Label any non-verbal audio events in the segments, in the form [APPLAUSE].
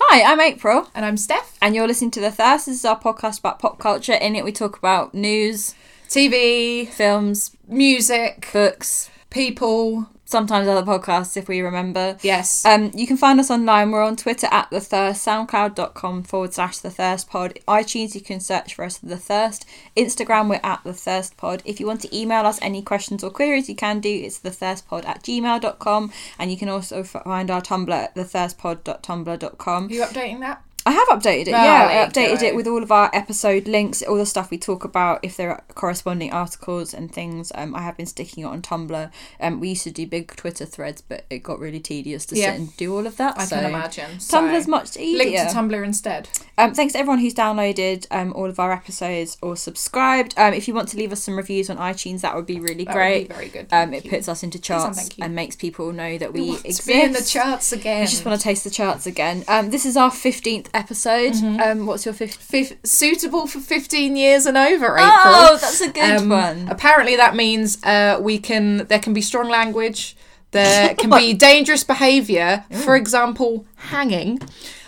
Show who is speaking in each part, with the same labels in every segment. Speaker 1: Hi, I'm April,
Speaker 2: And I'm Steph.
Speaker 1: and you're listening to The Thirst. This is our podcast about pop culture. In it, we talk about news,
Speaker 2: TV,
Speaker 1: films,
Speaker 2: music,
Speaker 1: books,
Speaker 2: people. Uh,
Speaker 1: sometimes other podcasts if we remember.
Speaker 2: Yes.
Speaker 1: Um, you can find us online. We're on Twitter at The Thirst, soundcloud.com forward slash The Thirst Pod. iTunes, you can search for us The Thirst. Instagram, we're at The Thirst Pod. If you want to email us any questions or queries, you can do. It's thethirstpod at gmail.com. And you can also f- find our Tumblr at thethirstpod.tumblr.com.
Speaker 2: Are you updating that?
Speaker 1: I have updated it, yeah. I
Speaker 2: Right,
Speaker 1: updated it
Speaker 2: good.
Speaker 1: with all of our episode links, all the stuff we talk about, if there are corresponding articles and things. Um, I have been sticking it on Tumblr. Um, we used to do big Twitter threads, but it got really tedious to
Speaker 2: Yeah.
Speaker 1: sit and do all of that.
Speaker 2: I
Speaker 1: so.
Speaker 2: can imagine. So,
Speaker 1: Tumblr's much
Speaker 2: Link
Speaker 1: easier.
Speaker 2: to Tumblr instead.
Speaker 1: um, thanks to everyone who's downloaded um, all of our episodes or subscribed. Um, if you want to leave us some reviews on iTunes, that would be really
Speaker 2: That
Speaker 1: great.
Speaker 2: would be very good.
Speaker 1: um,
Speaker 2: Thank
Speaker 1: it
Speaker 2: you.
Speaker 1: puts us into
Speaker 2: and
Speaker 1: charts
Speaker 2: thank you.
Speaker 1: and makes people know that
Speaker 2: We
Speaker 1: we
Speaker 2: want
Speaker 1: exist.
Speaker 2: to be in the charts again.
Speaker 1: We just want to taste the charts again. Um, this is our fifteenth episode.
Speaker 2: Mm-hmm.
Speaker 1: Um, what's your fifth?
Speaker 2: Fif- suitable for 15 years and over, April.
Speaker 1: Oh, that's a good
Speaker 2: Um,
Speaker 1: one.
Speaker 2: Apparently, that means uh, we can. There can be strong language.
Speaker 1: [LAUGHS]
Speaker 2: There can be dangerous behaviour. For example,
Speaker 1: [LAUGHS]
Speaker 2: hanging.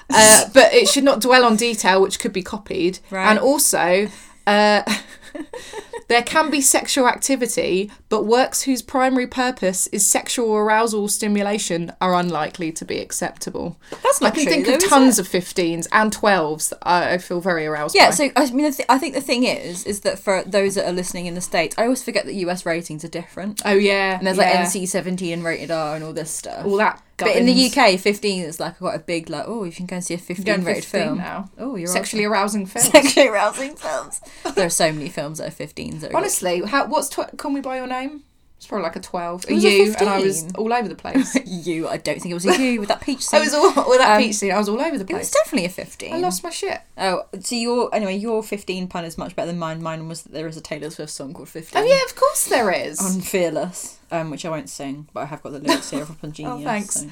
Speaker 2: Uh, but it should not dwell on detail, which could be copied.
Speaker 1: Right.
Speaker 2: And also. Uh, [LAUGHS] there can be sexual activity, but works whose primary purpose is sexual arousal stimulation are unlikely to be acceptable.
Speaker 1: That's
Speaker 2: I
Speaker 1: not
Speaker 2: can
Speaker 1: true,
Speaker 2: think
Speaker 1: though,
Speaker 2: of
Speaker 1: is
Speaker 2: tons of 15s and 12s that I, I feel very aroused
Speaker 1: Yeah,
Speaker 2: by.
Speaker 1: so I mean, the th- I think the thing is, is that for those that are listening in the states, I always forget that US ratings are different,
Speaker 2: oh, yeah.
Speaker 1: and there's like
Speaker 2: yeah.
Speaker 1: NC seventeen and rated R and all this stuff.
Speaker 2: all that.
Speaker 1: But in the
Speaker 2: gubbins.
Speaker 1: UK, 15 is like quite a big, like, oh, you can go and see a 15
Speaker 2: You're going
Speaker 1: rated
Speaker 2: 15
Speaker 1: film.
Speaker 2: now.
Speaker 1: Oh, you're
Speaker 2: sexually
Speaker 1: awesome.
Speaker 2: arousing films.
Speaker 1: [LAUGHS] Sexually arousing films. there are so many films that are 15s.
Speaker 2: [LAUGHS]
Speaker 1: That are
Speaker 2: [LAUGHS] Honestly, how, what's tw- call me by your name? It's probably like a twelve.
Speaker 1: was a
Speaker 2: you and I was
Speaker 1: 15.
Speaker 2: all over the [LAUGHS] place.
Speaker 1: good. you, I don't think it was a you with that peach
Speaker 2: [LAUGHS]
Speaker 1: scene.
Speaker 2: I was all with that
Speaker 1: Um,
Speaker 2: peach scene. I was all over the
Speaker 1: it was
Speaker 2: place.
Speaker 1: definitely a 15.
Speaker 2: I lost my shit.
Speaker 1: Oh, so your, anyway, your 15 pun is much better than mine. Mine was that there is a Taylor Swift song called 15.
Speaker 2: Oh yeah, of course there is.
Speaker 1: On Fearless, um, which I won't sing, but I have got the lyrics here
Speaker 2: [LAUGHS]
Speaker 1: from Genius.
Speaker 2: thanks.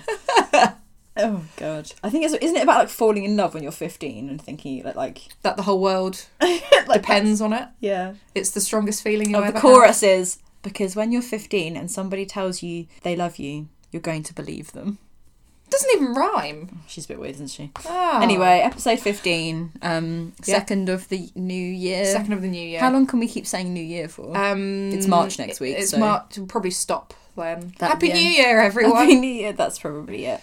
Speaker 1: so-
Speaker 2: [LAUGHS]
Speaker 1: Oh god! I think it's isn't it about like falling in love when you're 15 and thinking like like,
Speaker 2: [LAUGHS] That the whole world
Speaker 1: like
Speaker 2: depends on it.
Speaker 1: yeah
Speaker 2: It's the strongest feeling you
Speaker 1: Oh,
Speaker 2: ever
Speaker 1: the
Speaker 2: had.
Speaker 1: chorus is because when you're 15 and somebody tells you they love you, you're going to believe them.
Speaker 2: Doesn't even rhyme.
Speaker 1: She's a bit weird, isn't she?
Speaker 2: Oh.
Speaker 1: Anyway, episode 15, um,
Speaker 2: Yeah.
Speaker 1: second of the new year.
Speaker 2: Ah, second of the new year.
Speaker 1: How long can we keep saying new year for?
Speaker 2: Um,
Speaker 1: It's March next week,
Speaker 2: It's
Speaker 1: so-
Speaker 2: March. We'll probably stop then.
Speaker 1: That-
Speaker 2: Happy
Speaker 1: yeah.
Speaker 2: New Year, everyone.
Speaker 1: Happy New Year. That's probably it.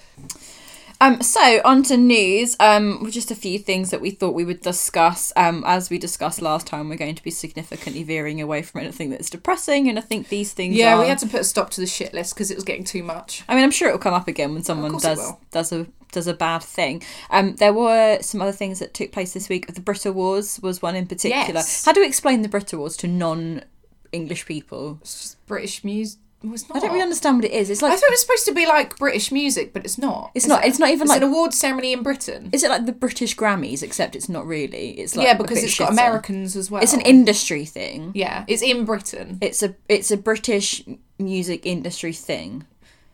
Speaker 1: Um, so on to news. Um, just a few things that we thought we would discuss. Um, as we discussed last time, we're going to be significantly veering away from anything that's depressing, and I think these things.
Speaker 2: yeah,
Speaker 1: are...
Speaker 2: we had to put a stop to the shit list because it was getting too much.
Speaker 1: I mean, I'm sure it'll come up again when someone
Speaker 2: course it
Speaker 1: does
Speaker 2: will.
Speaker 1: does a does a bad thing. Um, there were some other things that took place this week. The Brit Awards was one in particular.
Speaker 2: Yes.
Speaker 1: How do we explain the Brit Awards to non English people?
Speaker 2: It's just British music. Well, it's not.
Speaker 1: I don't really understand what it is. It's
Speaker 2: I
Speaker 1: like
Speaker 2: thought it was supposed to be like British music, but it's not.
Speaker 1: it's
Speaker 2: Is
Speaker 1: not.
Speaker 2: it?
Speaker 1: It's not even
Speaker 2: It's
Speaker 1: like.
Speaker 2: an award ceremony in Britain.
Speaker 1: Is it like the British Grammys? Except it's not really. It's like
Speaker 2: yeah,
Speaker 1: a
Speaker 2: because
Speaker 1: bit
Speaker 2: it's got
Speaker 1: shitter.
Speaker 2: Americans as well.
Speaker 1: It's an industry thing.
Speaker 2: yeah, it's in Britain,
Speaker 1: It's a it's a British music industry thing.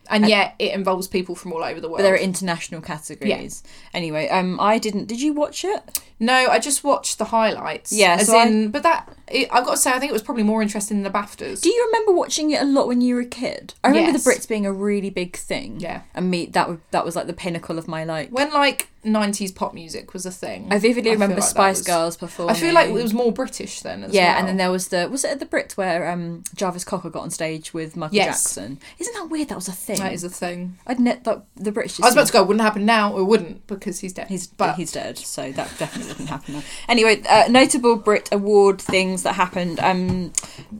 Speaker 2: and yet it involves people from all over the
Speaker 1: But there are
Speaker 2: world.
Speaker 1: international categories. Anyway, um, I didn't. Did you watch it?
Speaker 2: No, I just watched the highlights.
Speaker 1: Yeah,
Speaker 2: as
Speaker 1: so I-
Speaker 2: in, but that it, I've got to say, I think it was probably more interesting than the Baftas.
Speaker 1: Do you remember watching it a lot when you were a kid? I remember the
Speaker 2: Yes.
Speaker 1: Brits being a really big thing.
Speaker 2: Yeah.
Speaker 1: and me that w- that was like the pinnacle of my like.
Speaker 2: when like '90s pop music was a thing,
Speaker 1: I vividly
Speaker 2: feel
Speaker 1: remember
Speaker 2: like that
Speaker 1: Spice
Speaker 2: was-
Speaker 1: Girls performing.
Speaker 2: I feel like it was more British then. As
Speaker 1: yeah,
Speaker 2: well.
Speaker 1: and then there was the was it at the Brit where um Jarvis Cocker got on stage with Michael
Speaker 2: Yes.
Speaker 1: Jackson? Isn't that weird? That was a thing.
Speaker 2: that is a thing.
Speaker 1: I'd net that the British. Just
Speaker 2: I was about to go. It wouldn't happen now. It wouldn't because he's dead.
Speaker 1: He's
Speaker 2: but
Speaker 1: he's dead, so that definitely wouldn't happen. Now. Anyway, uh, notable Brit Award things that happened. Um,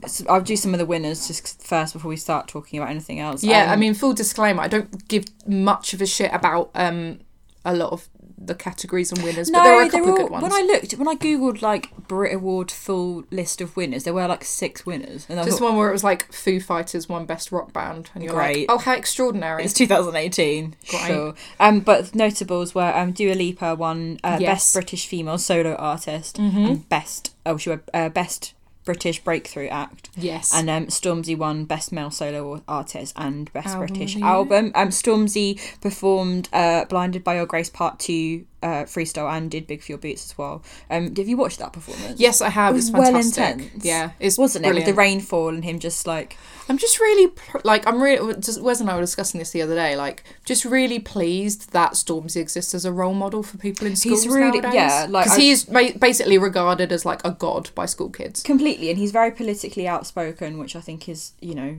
Speaker 1: so I'll do some of the winners just first before we start talking about anything else.
Speaker 2: Yeah, I
Speaker 1: Um,
Speaker 2: mean, full disclaimer, I don't give much of a shit about um a lot of the categories and winners, but there are a
Speaker 1: they're
Speaker 2: couple of
Speaker 1: all-
Speaker 2: good ones.
Speaker 1: When I looked, when I googled like Brit Award full list of winners, there were like six winners, and I
Speaker 2: Just
Speaker 1: thought
Speaker 2: one where it was like Foo Fighters won best rock band, and you're
Speaker 1: Great.
Speaker 2: like, oh, how extraordinary!
Speaker 1: it's 2018.
Speaker 2: Great.
Speaker 1: Sure. Um, but notables were um Dua Lipa won uh, best
Speaker 2: Yes.
Speaker 1: British female solo artist and best oh she were uh, best British breakthrough act.
Speaker 2: yes,
Speaker 1: And um, Stormzy won Best Male Solo Artist and Best
Speaker 2: Album of
Speaker 1: British
Speaker 2: the Year.
Speaker 1: Album. Um, Stormzy performed uh, "Blinded by Your Grace" Part Two uh, freestyle and did Big for Your Boots as well. Um, have you watched that performance?
Speaker 2: Yes, I have.
Speaker 1: It
Speaker 2: It's
Speaker 1: was well
Speaker 2: fantastic.
Speaker 1: intense.
Speaker 2: Yeah, it's
Speaker 1: wasn't it with
Speaker 2: brilliant.
Speaker 1: the rainfall and him just like
Speaker 2: I'm just really pl- like I'm really just, Wes and I were discussing this the other day. Like, just really pleased that Stormzy exists as a role model for people in schools
Speaker 1: really-
Speaker 2: nowadays.
Speaker 1: yeah, like,
Speaker 2: because
Speaker 1: I-
Speaker 2: he is ba- basically regarded as like a god by school kids.
Speaker 1: completely and he's very politically outspoken which i think is you know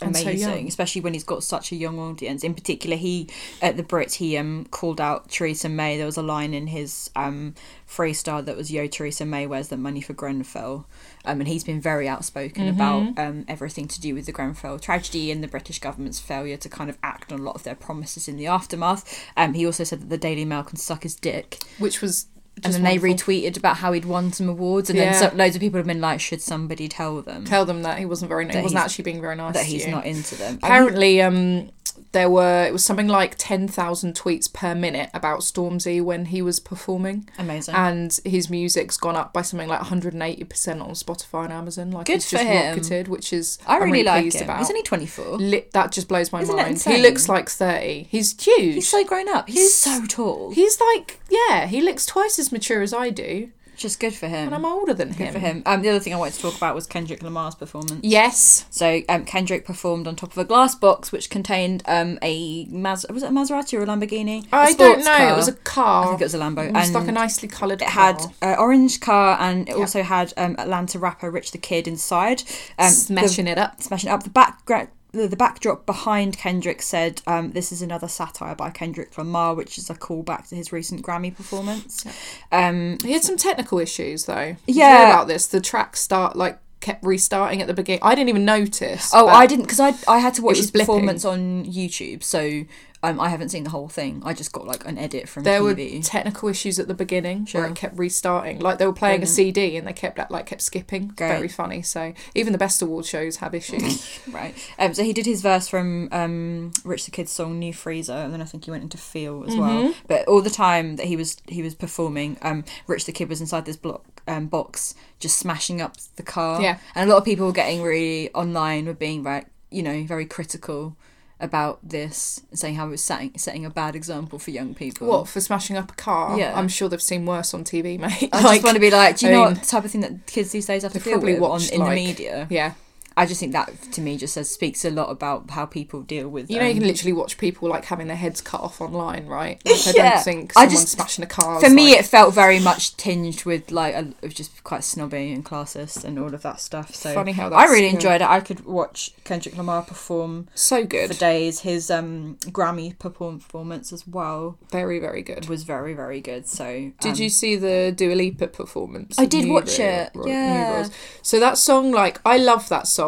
Speaker 2: And so
Speaker 1: amazing
Speaker 2: young.
Speaker 1: especially when he's got such a young audience in particular he at the brits he um called out theresa may there was a line in his um freestyle that was yo theresa may where's the money for grenfell um, and he's been very outspoken
Speaker 2: Mm-hmm.
Speaker 1: about um, everything to do with the Grenfell tragedy and the British government's failure to kind of act on a lot of their promises in the aftermath. Um, he also said that the Daily Mail can suck his dick
Speaker 2: which was
Speaker 1: and
Speaker 2: just
Speaker 1: then
Speaker 2: wonderful.
Speaker 1: they retweeted about how he'd won some awards, and then so,
Speaker 2: Yeah.
Speaker 1: loads of people have been like, "Should somebody tell them
Speaker 2: tell them that he wasn't very he wasn't
Speaker 1: he's-
Speaker 2: actually being very nice
Speaker 1: that
Speaker 2: to
Speaker 1: he's
Speaker 2: you.
Speaker 1: not into them?" I mean,
Speaker 2: apparently um there were it was something like 10,000 tweets per minute about Stormzy when he was performing
Speaker 1: amazing.
Speaker 2: and his music's gone up by something like 180% on Spotify and Amazon like
Speaker 1: Good
Speaker 2: it's just
Speaker 1: for him.
Speaker 2: rocketed which is
Speaker 1: I
Speaker 2: I'm
Speaker 1: really, like
Speaker 2: pleased
Speaker 1: him.
Speaker 2: about
Speaker 1: He's only twenty four.
Speaker 2: Li- that just blows my
Speaker 1: Isn't that
Speaker 2: mind
Speaker 1: insane?
Speaker 2: he looks like 30 he's huge
Speaker 1: He's so grown up. He's,
Speaker 2: He's-
Speaker 1: so tall.
Speaker 2: he's like yeah he looks twice as mature as I do
Speaker 1: Just good for him.
Speaker 2: and I'm older than
Speaker 1: Good
Speaker 2: him
Speaker 1: for him. Um, the other thing I wanted to talk about was Kendrick Lamar's performance.
Speaker 2: yes
Speaker 1: So um, Kendrick performed on top of a glass box which contained um, a Mas- was it a Maserati or a Lamborghini? I
Speaker 2: I don't know it was a car
Speaker 1: I think it was a Lambo.
Speaker 2: it was
Speaker 1: and
Speaker 2: like a nicely coloured
Speaker 1: It had
Speaker 2: car.
Speaker 1: uh, orange car and it also had um, Atlanta rapper Rich the Kid inside. Um,
Speaker 2: smashing it up
Speaker 1: smashing up the background. The, the backdrop behind Kendrick said, um, "This is another satire by Kendrick Lamar, which is a callback to his recent Grammy performance." Um,
Speaker 2: He had some technical issues though. Did you
Speaker 1: Yeah.
Speaker 2: hear about this. The track start like kept restarting at the beginning. I didn't even notice.
Speaker 1: oh,
Speaker 2: but
Speaker 1: I didn't because I I had to watch his
Speaker 2: was blipping.
Speaker 1: performance on YouTube, so um, I haven't seen the whole thing. I just got like an edit from
Speaker 2: There were
Speaker 1: TV.
Speaker 2: technical issues at the beginning where
Speaker 1: Sure.
Speaker 2: it kept restarting. Like they were playing a CD and they kept that like kept skipping.
Speaker 1: Great.
Speaker 2: Very funny. So even the best award shows
Speaker 1: [LAUGHS]
Speaker 2: have issues.
Speaker 1: Right. Um, so he did his verse from um, Rich the Kid's song "New Freezer," and then I think he went into Feel as
Speaker 2: Mm-hmm.
Speaker 1: well. But all the time that he was he was performing, um, Rich the Kid was inside this block um, box, just smashing up the car.
Speaker 2: Yeah.
Speaker 1: And a lot of people were getting really online were being like, you know, very critical about this, and saying how it was setting setting a bad example for young people.
Speaker 2: what for smashing up a car?
Speaker 1: Yeah.
Speaker 2: I'm sure they've seen worse on TV, [LAUGHS] mate.
Speaker 1: I
Speaker 2: Like,
Speaker 1: just want to be like, do you
Speaker 2: I
Speaker 1: know
Speaker 2: mean,
Speaker 1: what type of thing that kids these days have to
Speaker 2: they've
Speaker 1: deal
Speaker 2: probably
Speaker 1: with on,
Speaker 2: watched,
Speaker 1: in the
Speaker 2: like-
Speaker 1: media?
Speaker 2: yeah.
Speaker 1: I just think that to me just says speaks a lot about how people deal with.
Speaker 2: You know,
Speaker 1: um,
Speaker 2: you can literally watch people like having their heads cut off online, right? Like, I
Speaker 1: Yeah.
Speaker 2: don't think
Speaker 1: I
Speaker 2: someone
Speaker 1: just-
Speaker 2: smashing a car.
Speaker 1: for
Speaker 2: is,
Speaker 1: me
Speaker 2: like-
Speaker 1: it felt very much tinged with like a, it was just quite snobby and classist and all of that stuff so
Speaker 2: Funny how
Speaker 1: i
Speaker 2: that's-
Speaker 1: really
Speaker 2: yeah.
Speaker 1: enjoyed it i could watch kendrick lamar perform
Speaker 2: so good,
Speaker 1: for days his um grammy perform- performance as well
Speaker 2: very very good.
Speaker 1: was very very good so um,
Speaker 2: Did you see the Dua Lipa performance?
Speaker 1: I did
Speaker 2: New
Speaker 1: watch
Speaker 2: Ro-
Speaker 1: it,
Speaker 2: Ro- New
Speaker 1: yeah.
Speaker 2: Rose? So that song, like, I love that song.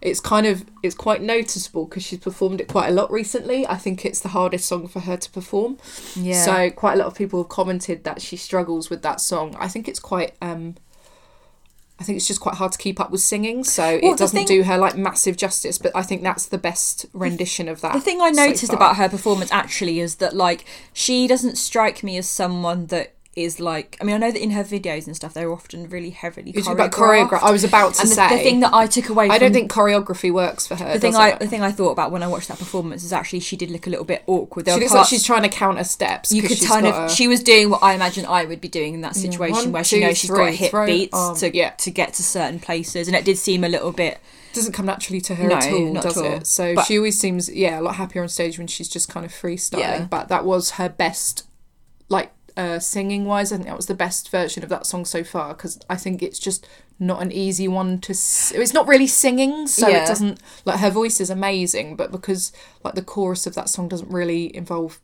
Speaker 2: It's kind of, it's quite noticeable because she's performed it quite a lot recently. I think it's the hardest song for her to perform.
Speaker 1: yeah
Speaker 2: So quite a lot of people have commented that she struggles with that song. I think it's quite, um, I think it's just quite hard to keep up with singing. So
Speaker 1: Well, the
Speaker 2: it doesn't
Speaker 1: thing-
Speaker 2: do her like massive justice. But I think that's the best rendition of that.
Speaker 1: the thing I
Speaker 2: so
Speaker 1: noticed
Speaker 2: far.
Speaker 1: about her performance actually is that like she doesn't strike me as someone that is like I mean I know that in her videos and stuff they're often really heavily
Speaker 2: You're
Speaker 1: choreographed.
Speaker 2: talking about choreograph. I was about to
Speaker 1: and the,
Speaker 2: say.
Speaker 1: the thing that I took away
Speaker 2: I
Speaker 1: from
Speaker 2: don't think choreography works for her.
Speaker 1: the thing
Speaker 2: does
Speaker 1: I
Speaker 2: it?
Speaker 1: the thing I thought about when I watched that performance is actually she did look a little bit awkward. There
Speaker 2: She
Speaker 1: were
Speaker 2: looks
Speaker 1: parts-
Speaker 2: like she's trying to counter steps.
Speaker 1: you
Speaker 2: 'cause
Speaker 1: could
Speaker 2: she's
Speaker 1: kind
Speaker 2: got
Speaker 1: of
Speaker 2: a-
Speaker 1: she was doing what I imagine I would be doing in that situation
Speaker 2: One,
Speaker 1: where she
Speaker 2: two,
Speaker 1: knows she's got to
Speaker 2: three,
Speaker 1: hit
Speaker 2: throw
Speaker 1: beats
Speaker 2: arm.
Speaker 1: to
Speaker 2: Yeah.
Speaker 1: to get to certain places, and it did seem a little bit.
Speaker 2: doesn't come naturally to her
Speaker 1: No,
Speaker 2: at all,
Speaker 1: not
Speaker 2: does
Speaker 1: at all.
Speaker 2: it? So
Speaker 1: But-
Speaker 2: she always seems yeah a lot happier on stage when she's just kind of freestyling.
Speaker 1: Yeah.
Speaker 2: But that was her best, like uh, singing wise. I think that was the best version of that song so far because I think it's just not an easy one to. S- it's not really singing, so
Speaker 1: Yeah.
Speaker 2: it doesn't like her voice is amazing, but because like the chorus of that song doesn't really involve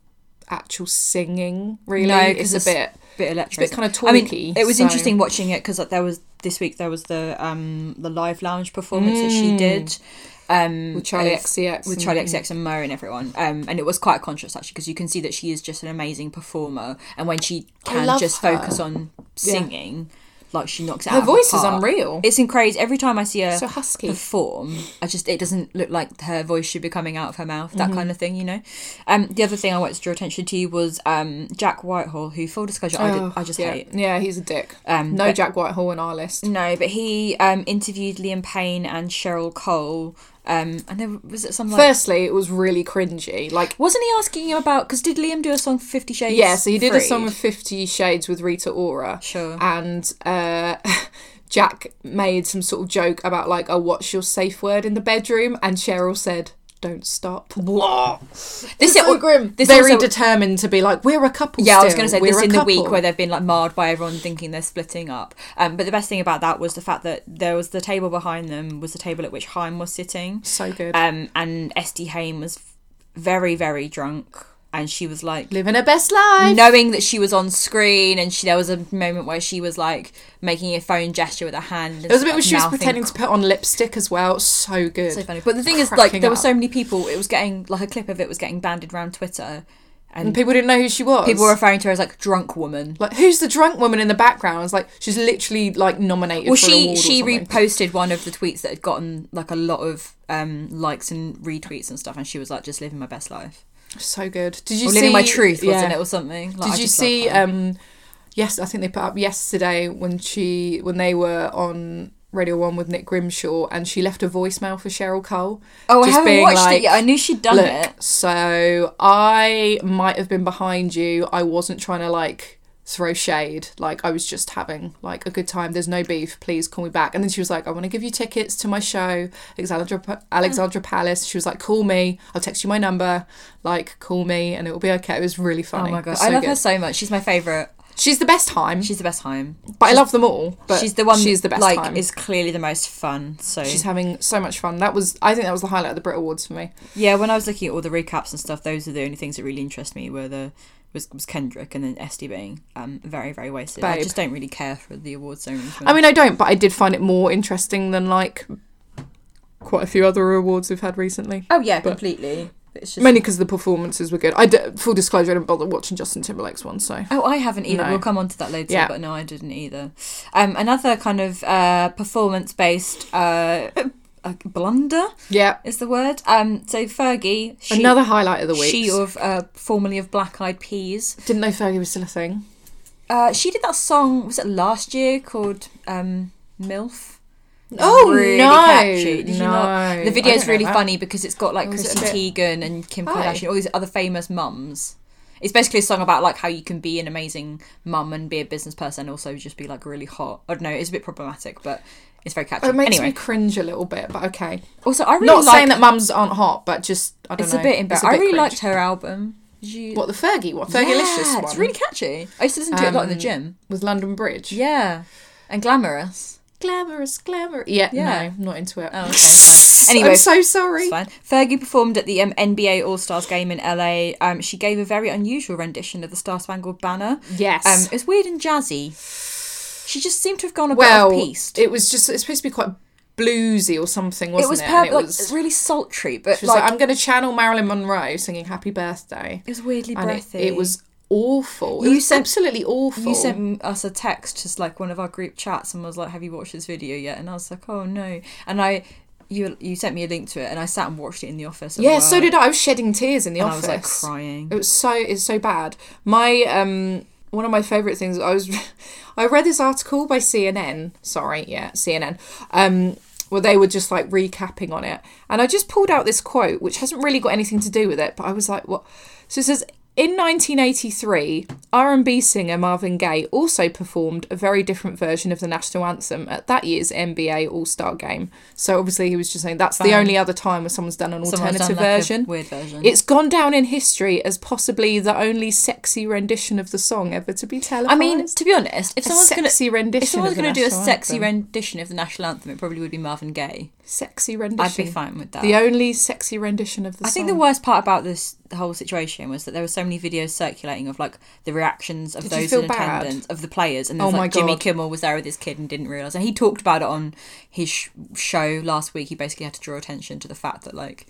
Speaker 2: actual singing really
Speaker 1: No, 'cause
Speaker 2: it's a
Speaker 1: it's-
Speaker 2: bit
Speaker 1: Bit electric.
Speaker 2: It's a bit kinda
Speaker 1: I mean,
Speaker 2: twerky,
Speaker 1: it was
Speaker 2: so-
Speaker 1: interesting watching it because like, there was this week there was the um the live lounge performance that she
Speaker 2: Mm.
Speaker 1: did um
Speaker 2: with charlie
Speaker 1: of-
Speaker 2: xcx
Speaker 1: with
Speaker 2: and-
Speaker 1: Charlie E XX and Mo and everyone, um, and it was quite conscious actually because you can see that she is just an amazing performer, and when she
Speaker 2: I
Speaker 1: can
Speaker 2: love
Speaker 1: just
Speaker 2: her.
Speaker 1: focus on
Speaker 2: Yeah.
Speaker 1: singing, like she knocks it out.
Speaker 2: her
Speaker 1: of the
Speaker 2: voice is
Speaker 1: park.
Speaker 2: unreal
Speaker 1: It's incredible. Every time I see her
Speaker 2: so husky
Speaker 1: perform, I just it doesn't look like her voice should be coming out of her mouth.
Speaker 2: Mm-hmm.
Speaker 1: That kind of thing, you know. Um, the other thing I wanted to draw attention to was um Jack Whitehall, who full disclosure I, did,
Speaker 2: Oh,
Speaker 1: I just
Speaker 2: yeah.
Speaker 1: hate.
Speaker 2: Yeah, he's a dick.
Speaker 1: Um,
Speaker 2: no
Speaker 1: but-
Speaker 2: Jack Whitehall on our list.
Speaker 1: No, but he um, interviewed Liam Payne and Cheryl Cole Um, and then was it something like
Speaker 2: Firstly, it was really cringy. Like,
Speaker 1: wasn't he asking him about because did Liam do a song for Fifty Shades?
Speaker 2: yeah, so he did a
Speaker 1: Freed?
Speaker 2: song with Fifty Shades with Rita Ora.
Speaker 1: Sure.
Speaker 2: And uh, [LAUGHS] Jack made some sort of joke about, like, oh, what's your safe word in the bedroom? And Cheryl said, don't stop.
Speaker 1: This
Speaker 2: It's so
Speaker 1: it-
Speaker 2: grim.
Speaker 1: this
Speaker 2: Very
Speaker 1: also-
Speaker 2: determined to be like, we're a couple.
Speaker 1: Yeah, I was
Speaker 2: still.
Speaker 1: going to say
Speaker 2: We're
Speaker 1: this
Speaker 2: a
Speaker 1: in the week
Speaker 2: couple."
Speaker 1: where they've been like marred by everyone thinking they're splitting up. Um, but the best thing about that was the fact that there was the table behind them was the table at which Heim was sitting.
Speaker 2: So good.
Speaker 1: Um, and Esty Haim was very very drunk, and she was like
Speaker 2: Living her best life.
Speaker 1: knowing that she was on screen, and she there was a moment where she was like making a phone gesture with her hand. And
Speaker 2: There was a bit where she was
Speaker 1: mouthing
Speaker 2: pretending to put on lipstick as well. So good.
Speaker 1: so funny. But the thing is, like,
Speaker 2: Cracking
Speaker 1: there were
Speaker 2: up.
Speaker 1: so many people. It was getting like a clip of it was getting banded around Twitter, and,
Speaker 2: And people didn't know who she was.
Speaker 1: people were referring to her as like drunk woman.
Speaker 2: like, who's the drunk woman in the background? It's like she's literally like nominated.
Speaker 1: Well,
Speaker 2: for an
Speaker 1: she
Speaker 2: award or
Speaker 1: she
Speaker 2: something.
Speaker 1: reposted one of the tweets that had gotten like a lot of um likes and retweets and stuff, and she was like, "Just living my best life,
Speaker 2: so good. Did you
Speaker 1: or
Speaker 2: see
Speaker 1: living my truth,
Speaker 2: yeah.
Speaker 1: wasn't it, or something?" Like, I
Speaker 2: Did you
Speaker 1: just love
Speaker 2: see?
Speaker 1: her.
Speaker 2: Um, yes, I think they put up yesterday when she when they were on Radio One with Nick Grimshaw, and she left a voicemail for Cheryl Cole.
Speaker 1: oh, I
Speaker 2: just
Speaker 1: haven't
Speaker 2: being
Speaker 1: watched
Speaker 2: like,
Speaker 1: it yet. I knew she'd done
Speaker 2: Look,
Speaker 1: it.
Speaker 2: so I might have been behind you. I wasn't trying to like throw shade. Like I was just having like a good time. There's no beef. Please call me back. And then she was like, I want to give you tickets to my show, Alexandra Alexandra Palace. She was like, call me. I'll text you my number. Like call me, and it will be okay. It was really funny.
Speaker 1: Oh my god,
Speaker 2: It's so
Speaker 1: I love her
Speaker 2: good.
Speaker 1: so much. She's my favorite.
Speaker 2: She's the best time.
Speaker 1: She's the best time.
Speaker 2: but I love them all. But
Speaker 1: she's the one.
Speaker 2: She's the
Speaker 1: that,
Speaker 2: best
Speaker 1: Like,
Speaker 2: time.
Speaker 1: is clearly the most fun. So
Speaker 2: She's having so much fun. That was, I think, that was the highlight of the Brit Awards for me.
Speaker 1: Yeah, when I was looking at all the recaps and stuff, those are the only things that really interest me. Were the was, was Kendrick and then Esty being um very very wasted. I
Speaker 2: Babe.
Speaker 1: just don't really care for the award ceremony.
Speaker 2: I mean, I don't, but I did find it more interesting than like quite a few other awards we've had recently.
Speaker 1: oh yeah,
Speaker 2: but-
Speaker 1: completely. It's just
Speaker 2: Mainly because the performances were good. I d- full disclosure, I didn't bother watching Justin Timberlake's one, so
Speaker 1: Oh, I haven't either.
Speaker 2: No.
Speaker 1: We'll come on to that later,
Speaker 2: Yeah.
Speaker 1: but no, I didn't either. Um, another kind of uh, performance-based uh, [LAUGHS] uh, blunder
Speaker 2: yeah.
Speaker 1: is the word. Um, so Fergie, she,
Speaker 2: Another highlight of the week.
Speaker 1: she of uh, formerly of Black Eyed Peas,
Speaker 2: didn't know Fergie was still a thing.
Speaker 1: uh, she did that song. Was it last year called um, MILF?
Speaker 2: Oh
Speaker 1: really
Speaker 2: no!
Speaker 1: catchy. Did
Speaker 2: no.
Speaker 1: you not? The
Speaker 2: I don't
Speaker 1: video's
Speaker 2: know
Speaker 1: really
Speaker 2: that.
Speaker 1: funny because it's got like
Speaker 2: Was it
Speaker 1: Chrissy Teigen and Kim
Speaker 2: Hi.
Speaker 1: Kardashian, all these other famous mums. It's basically a song about like how you can be an amazing mum and be a business person, and also just be like really hot. I don't know. It's a bit problematic, but it's very catchy.
Speaker 2: It makes
Speaker 1: anyway,
Speaker 2: me cringe a little bit, but okay.
Speaker 1: also I really
Speaker 2: not
Speaker 1: like.
Speaker 2: saying that mums aren't hot, but just I don't
Speaker 1: it's
Speaker 2: know.
Speaker 1: a bit embarrassing. I really
Speaker 2: cringe.
Speaker 1: liked her album. Did you-
Speaker 2: what the Fergie one, Fergie
Speaker 1: Yeah,
Speaker 2: one
Speaker 1: It's really catchy. I used to listen to it a lot in the
Speaker 2: Um,
Speaker 1: gym.
Speaker 2: with London Bridge.
Speaker 1: Yeah, and glamorous.
Speaker 2: glamorous, glamorous. Yeah,
Speaker 1: Yeah.
Speaker 2: no, not into it.
Speaker 1: Oh, okay. Anyway,
Speaker 2: I'm so sorry.
Speaker 1: It's fine. Fergie performed at the um, NBA All Stars game in LA. Um, she gave a very unusual rendition of the Star Spangled Banner.
Speaker 2: Yes.
Speaker 1: Um, it was weird and jazzy. She just seemed to have gone a
Speaker 2: well,
Speaker 1: bit off-piste.
Speaker 2: it was just it's supposed to be quite bluesy or something, wasn't it?
Speaker 1: It was,
Speaker 2: And
Speaker 1: per-
Speaker 2: it
Speaker 1: like,
Speaker 2: was-
Speaker 1: really sultry, but
Speaker 2: she was
Speaker 1: like,
Speaker 2: like, I'm going to channel Marilyn Monroe singing Happy Birthday.
Speaker 1: it was weirdly
Speaker 2: And it,
Speaker 1: breathy.
Speaker 2: it was awful. It
Speaker 1: You
Speaker 2: was
Speaker 1: sent-
Speaker 2: absolutely awful.
Speaker 1: You sent us a text, just like one of our group chats, and was like, "Have you watched this video yet?" And I was like, "Oh no!" And I, you, you sent me a link to it, and I sat and watched it in the office. at
Speaker 2: yeah, so
Speaker 1: work,
Speaker 2: did I. I was shedding tears in the
Speaker 1: And I
Speaker 2: office.
Speaker 1: was like crying.
Speaker 2: It was so it's so bad. My um one of my favorite things I was [LAUGHS] I read this article by CNN. Sorry, yeah, CNN. Um where they were just like recapping on it. And I just pulled out this quote which hasn't really got anything to do with it, but I was like, what? So it says in 1983, R&B singer Marvin Gaye also performed a very different version of the national anthem at that year's NBA All-Star game. So obviously he was just saying that's the only other time where someone's done an
Speaker 1: Someone's done,
Speaker 2: alternative
Speaker 1: like, a
Speaker 2: version.
Speaker 1: weird version.
Speaker 2: It's gone down in history as possibly the only sexy rendition of the song ever to be televised.
Speaker 1: I mean, to be honest, if someone's going
Speaker 2: sexy rendition
Speaker 1: if someone's
Speaker 2: of the
Speaker 1: going to do a
Speaker 2: national
Speaker 1: sexy
Speaker 2: anthem.
Speaker 1: rendition of the national anthem, it probably would be Marvin Gaye.
Speaker 2: sexy rendition.
Speaker 1: I'd be fine with that.
Speaker 2: The only sexy rendition of the
Speaker 1: I
Speaker 2: song.
Speaker 1: think the worst part about this whole situation was that there were so many videos circulating of like the reactions of
Speaker 2: Did you
Speaker 1: those
Speaker 2: feel
Speaker 1: in
Speaker 2: bad?
Speaker 1: attendance of the players, and there
Speaker 2: Oh
Speaker 1: was
Speaker 2: my
Speaker 1: like Jimmy
Speaker 2: God.
Speaker 1: Kimmel was there with his kid and didn't realize, and he talked about it on his sh- show last week. He basically had to draw attention to the fact that like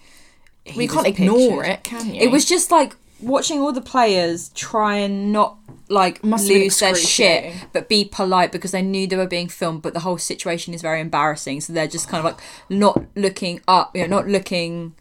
Speaker 1: he
Speaker 2: we
Speaker 1: was
Speaker 2: can't ignore
Speaker 1: pictured.
Speaker 2: it, can you?
Speaker 1: It was just like watching all the players try and not like
Speaker 2: Must have been
Speaker 1: lose their shit,
Speaker 2: excruciating.
Speaker 1: but be polite because they knew they were being filmed. But the whole situation is very embarrassing, so they're just kind of like not looking up, you know, not looking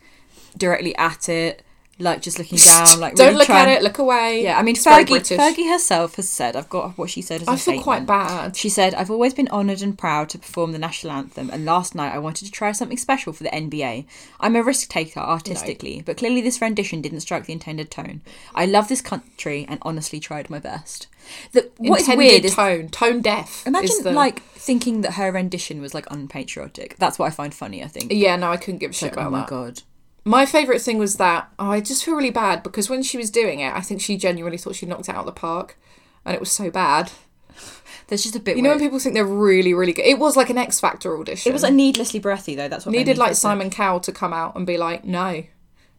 Speaker 1: directly at it. like just [LAUGHS] looking down, like
Speaker 2: Don't
Speaker 1: really
Speaker 2: look
Speaker 1: trying-
Speaker 2: at it. Look away.
Speaker 1: Yeah, I mean
Speaker 2: It's very
Speaker 1: Fergie.
Speaker 2: British.
Speaker 1: Fergie herself has said, "I've got what she said." As
Speaker 2: I
Speaker 1: a
Speaker 2: feel quite
Speaker 1: statement.
Speaker 2: bad.
Speaker 1: She said, I've always been honoured and proud to perform the national anthem, and last night I wanted to try something special for the NBA. I'm a risk taker artistically, but clearly this rendition didn't strike the intended tone. I love this country and honestly tried my best. The, what is
Speaker 2: Intended
Speaker 1: weird is.
Speaker 2: tone, tone deaf.
Speaker 1: Imagine,
Speaker 2: is the-
Speaker 1: like, thinking that her rendition was, like, unpatriotic. That's what I find funny, I think.
Speaker 2: Yeah, no, I couldn't give a shit
Speaker 1: Like,
Speaker 2: about
Speaker 1: oh my
Speaker 2: that.
Speaker 1: god.
Speaker 2: My favourite thing was that oh, I just feel really bad because when she was doing it, I think she genuinely thought she knocked it out of the park, and it was so bad.
Speaker 1: There's just a bit
Speaker 2: You know
Speaker 1: where-
Speaker 2: when people think they're really, really good. It was like an X Factor audition.
Speaker 1: It was, like, needlessly breathy, though. That's what made
Speaker 2: needed
Speaker 1: me
Speaker 2: like
Speaker 1: feel so-
Speaker 2: Simon Cowell to come out and be like, no,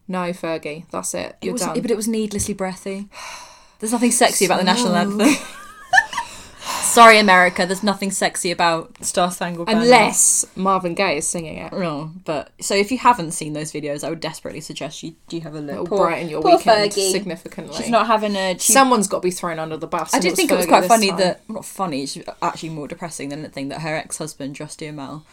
Speaker 2: no, Fergie, that's it,
Speaker 1: It
Speaker 2: you're
Speaker 1: was,
Speaker 2: done.
Speaker 1: but it was needlessly breathy. There's nothing sexy about the national anthem. [LAUGHS] Sorry, America. There's nothing sexy about Star Spangled Banner.
Speaker 2: Unless Marvin Gaye is singing it.
Speaker 1: No, but so if you haven't seen those videos, I would desperately suggest you do have a
Speaker 2: It'll
Speaker 1: look.
Speaker 2: brighten your
Speaker 1: poor
Speaker 2: weekend
Speaker 1: Fergie.
Speaker 2: significantly.
Speaker 1: She's not having a. She,
Speaker 2: Someone's got to be thrown under the bus.
Speaker 1: I
Speaker 2: and
Speaker 1: did think it was
Speaker 2: Fergie
Speaker 1: quite
Speaker 2: this
Speaker 1: funny
Speaker 2: time.
Speaker 1: that not funny, it's actually more depressing than the thing that her ex-husband Justy Amell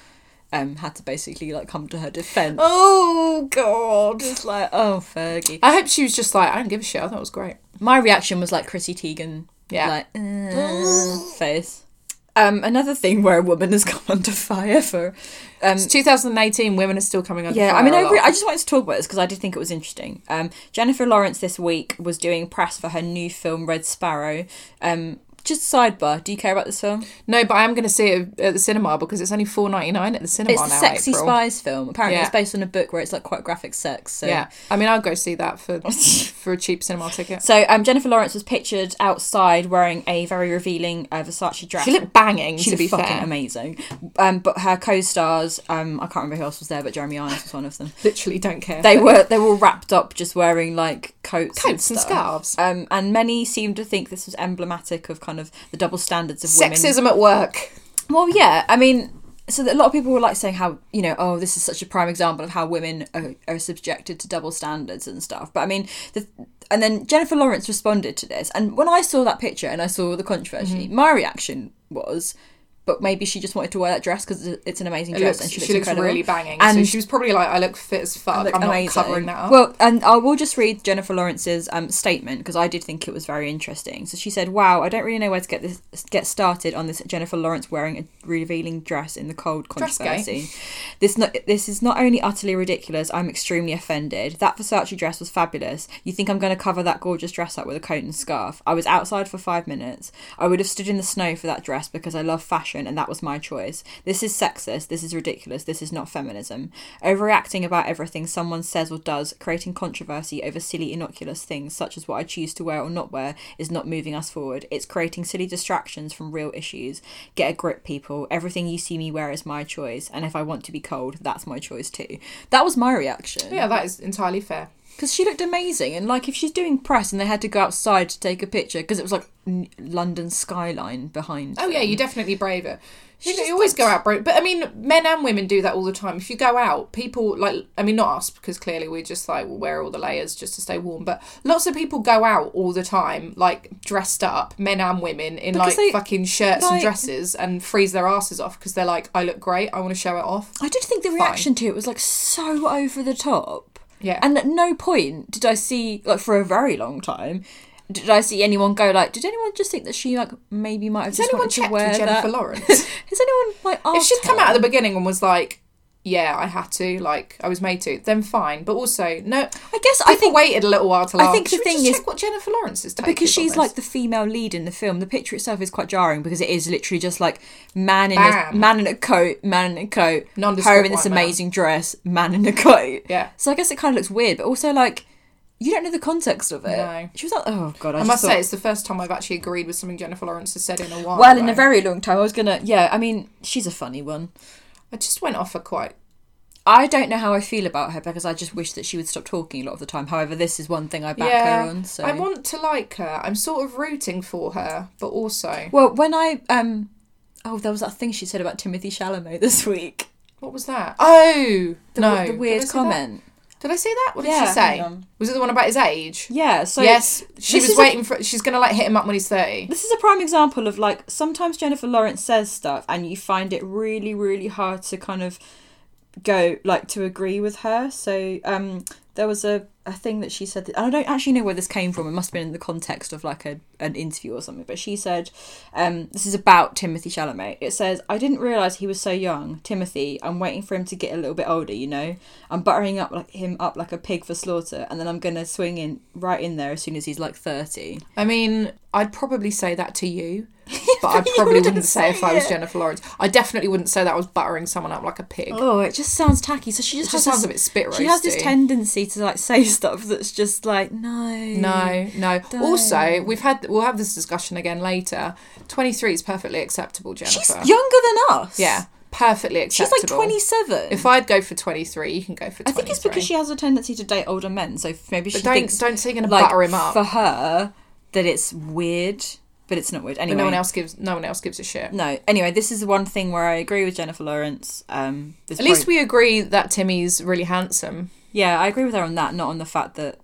Speaker 1: um had to basically like come to her defense.
Speaker 2: Oh God.
Speaker 1: It's like, oh Fergie.
Speaker 2: I hope she was just like, I don't give a shit. I thought it was great.
Speaker 1: My reaction was like Chrissy Teigen,
Speaker 2: Yeah.
Speaker 1: like [LAUGHS] "Uh," face. Um, another thing where a woman has [LAUGHS] come under fire for, um,
Speaker 2: It's 2018. Women are still coming under.
Speaker 1: yeah. I
Speaker 2: fire
Speaker 1: mean,
Speaker 2: a
Speaker 1: I,
Speaker 2: lot.
Speaker 1: re- I just wanted to talk about this because I did think it was interesting. Um, Jennifer Lawrence this week was doing press for her new film Red Sparrow. Um, just sidebar, do you care about this film?
Speaker 2: No, but I am going to see it at the cinema because it's only four ninety nine at the cinema
Speaker 1: It's
Speaker 2: now.
Speaker 1: the sexy
Speaker 2: April.
Speaker 1: spies film. Apparently,
Speaker 2: Yeah.
Speaker 1: it's based on a book where it's like quite graphic sex. So
Speaker 2: Yeah, I mean, I'll go see
Speaker 1: [LAUGHS]
Speaker 2: that for for a cheap cinema ticket.
Speaker 1: So um, Jennifer Lawrence was pictured outside wearing a very revealing uh, Versace dress.
Speaker 2: She looked banging.
Speaker 1: She
Speaker 2: to
Speaker 1: was
Speaker 2: be
Speaker 1: fucking
Speaker 2: fair,
Speaker 1: amazing. Um, but her co-stars, um, I can't remember who else was there, but Jeremy Irons was one of them.
Speaker 2: literally don't care.
Speaker 1: They were they were wrapped up, just wearing like coats,
Speaker 2: coats and
Speaker 1: stuff.
Speaker 2: scarves.
Speaker 1: Um, and many seem to think this was emblematic of kind of the double standards of women.
Speaker 2: Sexism at work.
Speaker 1: Well, yeah, I mean, so that a lot of people were like saying how you know, oh, this is such a prime example of how women are, are subjected to double standards and stuff. But I mean, the, and then Jennifer Lawrence responded to this, and when I saw that picture and I saw the controversy,
Speaker 2: Mm-hmm.
Speaker 1: my reaction was. But maybe she just wanted to wear that dress because it's an amazing
Speaker 2: It
Speaker 1: dress
Speaker 2: looks,
Speaker 1: and she
Speaker 2: she
Speaker 1: looks,
Speaker 2: looks,
Speaker 1: incredible.
Speaker 2: really banging. so
Speaker 1: And-
Speaker 2: she was probably like, I look fit as fuck.
Speaker 1: look
Speaker 2: I'm not
Speaker 1: amazing.
Speaker 2: covering that up.
Speaker 1: Well, and I will just read Jennifer Lawrence's um, statement because I did think it was very interesting. So she said, "Wow, I don't really know where to get this get started on this Jennifer Lawrence wearing a revealing dress in the cold
Speaker 2: Dress gate.
Speaker 1: controversy. This not, this is not only utterly ridiculous. I'm extremely offended. That Versace dress was fabulous. You think I'm going to cover that gorgeous dress up with a coat and scarf? I was outside for five minutes. I would have stood in the snow for that dress because I love fashion and that was my choice. This is sexist. This is ridiculous. This is not feminism. Overreacting about everything someone says or does, creating controversy over silly, innocuous things such as what I choose to wear or not wear, is not moving us forward. It's creating silly distractions from real issues. Get a grip, people. Everything you see me wear is my choice, and if I want to be cold, that's my choice too. That was my reaction.
Speaker 2: yeah, that is entirely fair.
Speaker 1: Because she looked amazing, and like if she's doing press and they had to go outside to take a picture, because it was like n- London skyline behind.
Speaker 2: Oh yeah, you definitely brave it. You,
Speaker 1: just
Speaker 2: you always go out brave, but I mean, men and women do that all the time. If you go out, people like I mean, not us because clearly we're just like we'll wear all the layers just to stay warm. But lots of people go out all the time, like dressed up, men and women in
Speaker 1: Because
Speaker 2: like
Speaker 1: they-
Speaker 2: fucking shirts
Speaker 1: like-
Speaker 2: and dresses, and freeze their asses off because they're like, I look great, I want to show it off.
Speaker 1: I did think the reaction to it was like so over the top.
Speaker 2: Yeah.
Speaker 1: And at no point did I see like for a very long time did I see anyone go like did anyone just think that she like maybe might have
Speaker 2: Has
Speaker 1: just
Speaker 2: anyone
Speaker 1: wanted to
Speaker 2: checked
Speaker 1: wear
Speaker 2: with Jennifer
Speaker 1: that? [LAUGHS]
Speaker 2: Lawrence?
Speaker 1: Has anyone like asked
Speaker 2: if she'd come
Speaker 1: her?
Speaker 2: out at the beginning and was like, "Yeah, I had to," like I was made to, then fine. But also, no,
Speaker 1: I guess I
Speaker 2: people
Speaker 1: think
Speaker 2: waited a little while to. Laugh.
Speaker 1: think the
Speaker 2: Should we just
Speaker 1: thing is-
Speaker 2: check what Jennifer Lawrence is
Speaker 1: because she's like the female lead in the film, the picture itself is quite jarring because it is literally just like man in a
Speaker 2: Bam.
Speaker 1: man in a coat, man in a coat,
Speaker 2: Nondescript
Speaker 1: her in this
Speaker 2: white man.
Speaker 1: amazing dress, man in a coat.
Speaker 2: Yeah.
Speaker 1: So I guess it kind of looks weird, but also like you don't know the context of it.
Speaker 2: No.
Speaker 1: She was like, oh god, I,
Speaker 2: I
Speaker 1: just
Speaker 2: must
Speaker 1: thought-
Speaker 2: say, it's the first time I've actually agreed with something Jennifer Lawrence has said in a while.
Speaker 1: Well, in a
Speaker 2: though.
Speaker 1: very long time. I was gonna, yeah. I mean, she's a funny one.
Speaker 2: I just went off her quite.
Speaker 1: I don't know how I feel about her because I just wish that she would stop talking a lot of the time. However, this is one thing I back
Speaker 2: yeah,
Speaker 1: her on. So,
Speaker 2: I want to like her. I'm sort of rooting for her, but also,
Speaker 1: well, when I um, oh, there was that thing she said about Timothy Chalamet this week.
Speaker 2: what was that? Oh
Speaker 1: The,
Speaker 2: no,
Speaker 1: the
Speaker 2: Did I
Speaker 1: weird
Speaker 2: see
Speaker 1: comment.
Speaker 2: that? Did I see that? What did
Speaker 1: Yeah,
Speaker 2: she say?
Speaker 1: hang on.
Speaker 2: Was it the one about his age?
Speaker 1: Yeah. So
Speaker 2: yes, she
Speaker 1: this
Speaker 2: was
Speaker 1: is a-
Speaker 2: waiting for. She's gonna like hit him up when he's thirty.
Speaker 1: This is a prime example of like sometimes Jennifer Lawrence says stuff and you find it really, really hard to kind of go like to agree with her. So um there was a a thing that she said that, I don't actually know where this came from. It must have been in the context of like a, an interview or something. But she said, um, this is about Timothy Chalamet. It says, I didn't realise he was so young, Timothy. I'm waiting for him to get a little bit older, you know? I'm buttering up like him up like a pig for slaughter and then I'm gonna swing in right in there as soon as he's like thirty.
Speaker 2: I mean, I'd probably say that
Speaker 1: [LAUGHS]
Speaker 2: to you, but I probably
Speaker 1: wouldn't
Speaker 2: wouldn't, say, if I was
Speaker 1: say it.
Speaker 2: Jennifer Lawrence. I definitely wouldn't say that I was buttering someone up like a pig.
Speaker 1: Oh, it just sounds tacky. So she
Speaker 2: it
Speaker 1: just,
Speaker 2: just
Speaker 1: has
Speaker 2: sounds a
Speaker 1: this,
Speaker 2: bit spit
Speaker 1: she has this
Speaker 2: roasty.
Speaker 1: tendency to like say [LAUGHS] stuff that's just like no,
Speaker 2: No, no.
Speaker 1: Don't.
Speaker 2: Also, we've had we'll have this discussion again later. Twenty three is perfectly acceptable, Jennifer.
Speaker 1: She's younger than us.
Speaker 2: yeah, perfectly
Speaker 1: she's
Speaker 2: acceptable.
Speaker 1: like twenty-seven.
Speaker 2: If I'd go for twenty three, you can go for.
Speaker 1: I
Speaker 2: 23.
Speaker 1: think it's because she has a tendency to date older men, so maybe she
Speaker 2: But don't
Speaker 1: thinks
Speaker 2: don't say you're gonna
Speaker 1: like
Speaker 2: butter him up.
Speaker 1: for her that it's weird, but it's not weird anyway. Mm,
Speaker 2: But no one else gives no one else gives a shit.
Speaker 1: No. Anyway, this is the one thing where I agree with Jennifer Lawrence. Um, this
Speaker 2: At least we agree that Timmy's really handsome.
Speaker 1: yeah, I agree with her on that, not on the fact that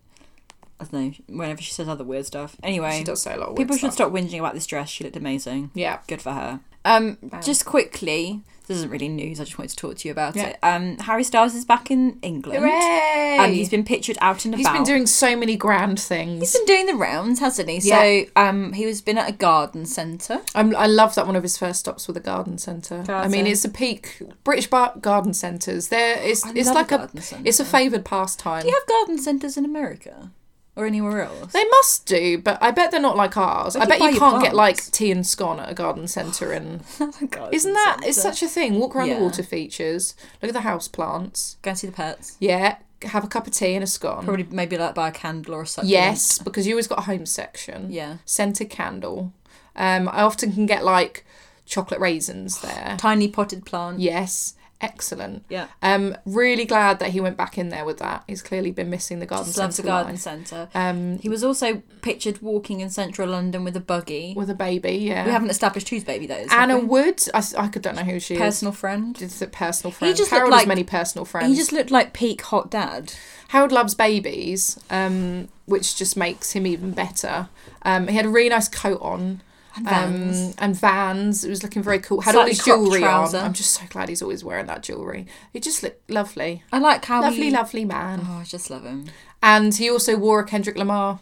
Speaker 1: I don't know. Whenever she says other weird stuff, anyway,
Speaker 2: She does say a lot of
Speaker 1: people
Speaker 2: weird
Speaker 1: should
Speaker 2: stuff.
Speaker 1: stop whinging about this dress. She looked amazing.
Speaker 2: Yeah.
Speaker 1: Good for her. Um, just quickly, this isn't really news. I just wanted to talk to you about
Speaker 2: Yeah.
Speaker 1: it. Um, Harry Styles is back in England.
Speaker 2: Hooray!
Speaker 1: Um, he's been pictured out and
Speaker 2: He's
Speaker 1: about.
Speaker 2: been doing so many grand things.
Speaker 1: He's been doing the rounds, hasn't he?
Speaker 2: Yeah.
Speaker 1: So um, he was been at a garden centre.
Speaker 2: I'm, I love that one of his first stops with a garden centre. I mean,
Speaker 1: Garden.
Speaker 2: it's a peak British bar- garden centres. There, it's
Speaker 1: I
Speaker 2: it's
Speaker 1: love a
Speaker 2: like a,
Speaker 1: garden centre.
Speaker 2: it's a favoured pastime.
Speaker 1: Do you have garden centres in America or anywhere [LAUGHS] else?
Speaker 2: They must do, but I bet they're not like ours.
Speaker 1: They
Speaker 2: I
Speaker 1: could
Speaker 2: bet
Speaker 1: buy
Speaker 2: you
Speaker 1: you
Speaker 2: can't get like
Speaker 1: plants.
Speaker 2: tea and scone at a garden centre. And
Speaker 1: [SIGHS] Garden
Speaker 2: isn't that it's
Speaker 1: centre.
Speaker 2: such a thing? Walk around
Speaker 1: Yeah.
Speaker 2: the water features, look at the house plants.
Speaker 1: Go and see the pets.
Speaker 2: Yeah, have a cup of tea and a scone.
Speaker 1: Probably maybe like buy a candle or something.
Speaker 2: Yes, because you always got a home section.
Speaker 1: Yeah.
Speaker 2: scented candle. Um, I often can get like chocolate raisins there.
Speaker 1: Tiny potted plant.
Speaker 2: Yes, excellent.
Speaker 1: Yeah.
Speaker 2: Um, really glad that he went back in there with that. He's clearly been missing the garden
Speaker 1: Just loves a
Speaker 2: centre
Speaker 1: garden
Speaker 2: line
Speaker 1: centre.
Speaker 2: um,
Speaker 1: He was also pictured walking in central London with a buggy.
Speaker 2: with a baby. Yeah,
Speaker 1: we haven't established whose baby that is. have
Speaker 2: Anna
Speaker 1: we?
Speaker 2: Wood. I, s- I could- don't know who she
Speaker 1: personal friend.
Speaker 2: is. It's a personal friend.
Speaker 1: just
Speaker 2: Harold
Speaker 1: looked
Speaker 2: has
Speaker 1: like-
Speaker 2: many personal friends.
Speaker 1: He just looked like peak hot dad.
Speaker 2: Harold loves babies, um, which just makes him even better. Um, he had a really nice coat on.
Speaker 1: And
Speaker 2: Um, and Vans. It was looking very cool. Had all
Speaker 1: Slightly
Speaker 2: his
Speaker 1: cropped
Speaker 2: jewellery on.
Speaker 1: trouser.
Speaker 2: I'm just so glad he's always wearing that jewellery. He just looked lovely.
Speaker 1: I like how
Speaker 2: Lovely,
Speaker 1: he...
Speaker 2: lovely man.
Speaker 1: Oh, I just love [LAUGHS] him. Oh,
Speaker 2: And he also wore a Kendrick Lamar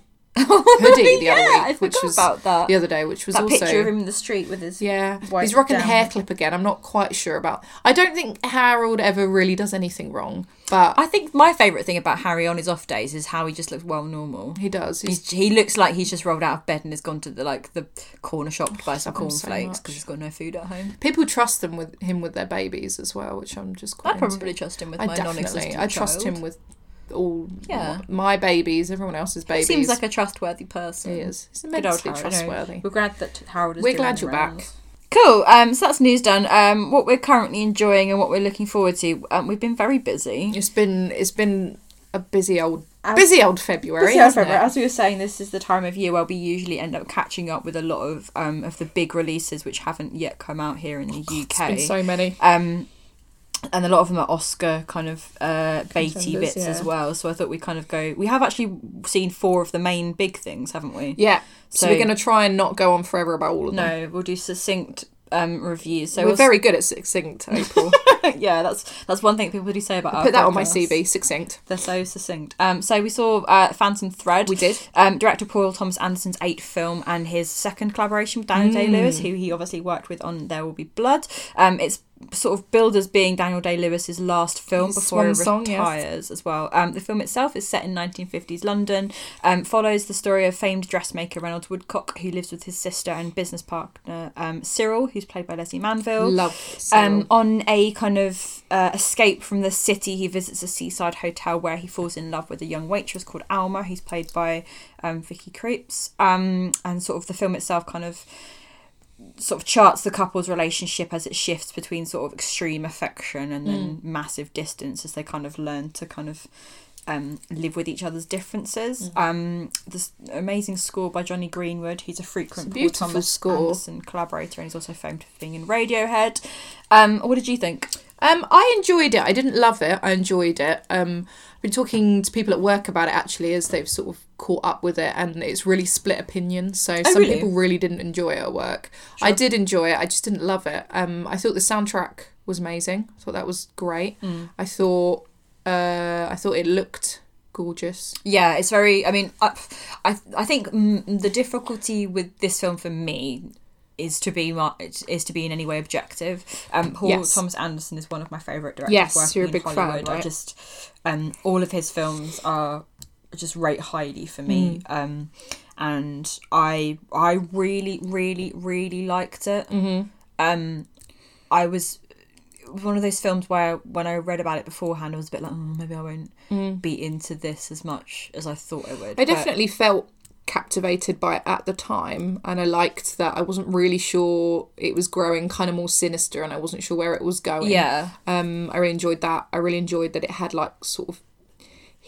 Speaker 2: hoodie
Speaker 1: [LAUGHS]
Speaker 2: the
Speaker 1: yeah,
Speaker 2: other
Speaker 1: I
Speaker 2: week, which
Speaker 1: forgot
Speaker 2: was
Speaker 1: about that.
Speaker 2: the other day, which was
Speaker 1: that
Speaker 2: also
Speaker 1: picture of him in the street with his
Speaker 2: yeah.
Speaker 1: white
Speaker 2: He's rocking the
Speaker 1: down.
Speaker 2: hair clip again. I'm not quite sure about. I don't think Harold ever really does anything wrong, but
Speaker 1: I think my favourite thing about Harry on his off days is how he just looks well normal.
Speaker 2: he does. He's,
Speaker 1: He's, he looks like he's just rolled out of bed and has gone to the like the corner shop to buy some
Speaker 2: love him so
Speaker 1: cornflakes
Speaker 2: much.
Speaker 1: because he's got no food at home.
Speaker 2: people trust them with him with their babies as well, which I'm just
Speaker 1: I
Speaker 2: quite. into.
Speaker 1: probably trust him with
Speaker 2: I
Speaker 1: my
Speaker 2: definitely.
Speaker 1: non-existent
Speaker 2: I trust
Speaker 1: child.
Speaker 2: him with all
Speaker 1: Yeah.
Speaker 2: my babies, everyone else's
Speaker 1: He
Speaker 2: babies.
Speaker 1: seems like a trustworthy person.
Speaker 2: he is. He's
Speaker 1: Good old
Speaker 2: immensely
Speaker 1: Harold.
Speaker 2: trustworthy.
Speaker 1: We're glad that Harold is.
Speaker 2: We're
Speaker 1: doing
Speaker 2: glad
Speaker 1: the
Speaker 2: you're back.
Speaker 1: rounds. Cool. Um, so that's news done. Um, what we're currently enjoying and what we're looking forward to. Um, we've been very busy.
Speaker 2: It's been it's been a busy old busy old February.
Speaker 1: Yeah,
Speaker 2: hasn't
Speaker 1: February.
Speaker 2: it?
Speaker 1: As we were saying, this is the time of year where we usually end up catching up with a lot of um, of the big releases which haven't yet come out here in the UK.
Speaker 2: It's been so many.
Speaker 1: um, and a lot of them are Oscar kind of uh, baity
Speaker 2: Contenders,
Speaker 1: bits as
Speaker 2: yeah.
Speaker 1: well. So I thought we kind of go. We have actually seen four of the main big things, haven't we?
Speaker 2: Yeah. So,
Speaker 1: So-
Speaker 2: we're going to try and not go on forever about all of them.
Speaker 1: No, we'll do succinct um, reviews. So
Speaker 2: we're
Speaker 1: we'll-
Speaker 2: very good at succinct, April.
Speaker 1: [LAUGHS] yeah, that's that's one thing people do say about. [LAUGHS] our
Speaker 2: Put that on my
Speaker 1: podcast.
Speaker 2: CV, succinct.
Speaker 1: They're so succinct. Um, so we saw uh, Phantom Thread.
Speaker 2: We did.
Speaker 1: Um, director Paul Thomas Anderson's eighth film and his second collaboration with Daniel
Speaker 2: Hmm.
Speaker 1: Day Lewis, who he obviously worked with on There Will Be Blood. Um, it's sort of billed as being Daniel Day Lewis's last film
Speaker 2: His
Speaker 1: before he
Speaker 2: swan song, yes.
Speaker 1: retires as well. Um, the film itself is set in 1950s London. Um, follows the story of famed dressmaker Reynolds Woodcock, who lives with his sister and business partner um, Cyril, who's played by Leslie Manville.
Speaker 2: Love.
Speaker 1: Um, on a kind of uh, escape from the city, he visits a seaside hotel where he falls in love with a young waitress called Alma, who's played by um, Vicky Creeps. Um, and sort of the film itself kind of sort of charts the couple's relationship as it shifts between sort of extreme affection and then
Speaker 2: Mm.
Speaker 1: massive distance as they kind of learn to kind of um, live with each other's differences.
Speaker 2: Mm-hmm.
Speaker 1: Um, this amazing score by Johnny Greenwood. He's a frequent
Speaker 2: It's a
Speaker 1: Paul
Speaker 2: beautiful
Speaker 1: Thomas
Speaker 2: score.
Speaker 1: Anderson collaborator, and he's also famed for being in Radiohead. Um, what did you think?
Speaker 2: Um, I enjoyed it. I didn't love it. I enjoyed it. Um, I've been talking to people at work about it actually, as they've sort of caught up with it, and it's really split opinion. So some
Speaker 1: Oh, really?
Speaker 2: people really didn't enjoy it at work. I did enjoy it. I just didn't love it. Um, I thought the soundtrack
Speaker 1: Hmm.
Speaker 2: was amazing. I thought that was great. I thought, uh, I thought it looked gorgeous.
Speaker 1: Yeah, it's very. I mean, I, I, I think mm, the difficulty with this film for me is to be mar- is to be in any way objective. Um, Paul
Speaker 2: Yes.
Speaker 1: Thomas Anderson is one of my favorite directors.
Speaker 2: Yes,
Speaker 1: working
Speaker 2: you're a
Speaker 1: in
Speaker 2: big fan,
Speaker 1: Hollywood. I
Speaker 2: right?
Speaker 1: just, um, all of his films are just rate highly for me.
Speaker 2: Hmm.
Speaker 1: Um, and I, I really, really, really liked it.
Speaker 2: Mm-hmm.
Speaker 1: Um, I was it was one of those films where when I read about it beforehand, I was a bit like, oh, maybe I won't be into this as much as I thought I would.
Speaker 2: I
Speaker 1: Hmm. But-
Speaker 2: definitely felt captivated by it at the time, and I liked that. I wasn't really sure it was growing kind of more sinister, and I wasn't sure where it was going.
Speaker 1: yeah,
Speaker 2: Um, I really enjoyed that. I really enjoyed that it had like sort of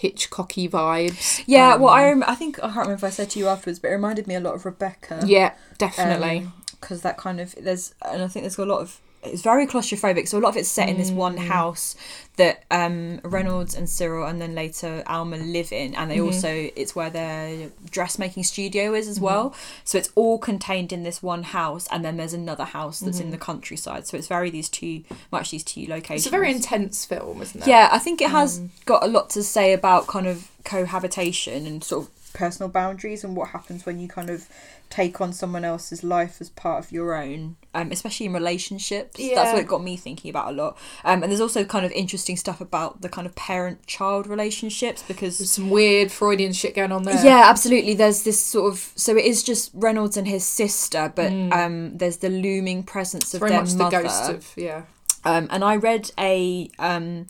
Speaker 2: Hitchcocky vibes.
Speaker 1: Yeah, well, I rem- I think I can't remember if I said to you afterwards, but it reminded me a lot of Rebecca.
Speaker 2: Yeah, definitely.
Speaker 1: Um, because that kind of there's, and I think there's got a lot of it's very claustrophobic. So a lot of it's set in this one house that um, Reynolds and Cyril, and then later Alma live in, and they also it's where their dressmaking studio is as well. So it's all contained in this one house, and then there's another house that's in the countryside. So it's very these two, much these two locations.
Speaker 2: it's a very intense film, isn't it?
Speaker 1: Yeah, I think it has
Speaker 2: um,
Speaker 1: got a lot to say about kind of cohabitation and sort of personal boundaries and what happens when you kind of take on someone else's life as part of your own, um, especially in relationships. That's
Speaker 2: Yeah.
Speaker 1: what it got me thinking about a lot. Um, and there's also kind of interesting stuff about the kind of parent child relationships because
Speaker 2: There's some weird Freudian shit going on there.
Speaker 1: yeah, absolutely. There's this sort of so it is just Reynolds and his sister, but um, there's the looming presence
Speaker 2: Hmm. It's
Speaker 1: of
Speaker 2: very
Speaker 1: their
Speaker 2: much
Speaker 1: mother.
Speaker 2: the ghost of yeah.
Speaker 1: Um, and I read a um,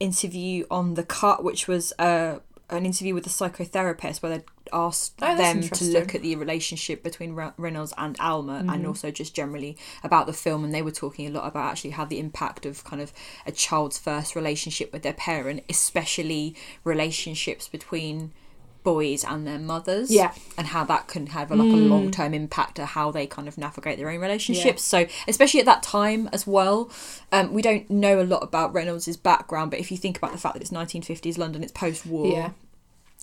Speaker 1: interview on the cut, which was uh, an interview with a psychotherapist where they asked
Speaker 2: Oh, that's
Speaker 1: them to
Speaker 2: interesting. Mm-hmm.
Speaker 1: look at the relationship between Re- Reynolds and Alma, and also just generally about the film. And they were talking a lot about actually how the impact of kind of a child's first relationship with their parent, especially relationships between boys and their mothers
Speaker 2: Yeah.
Speaker 1: and how that can have like
Speaker 2: Hmm.
Speaker 1: a long term impact to how they kind of navigate their own relationships. So especially at that time as well, um, we don't know a lot about Reynolds' background, but if you think about the fact that it's 1950s London, it's post war.
Speaker 2: Yeah.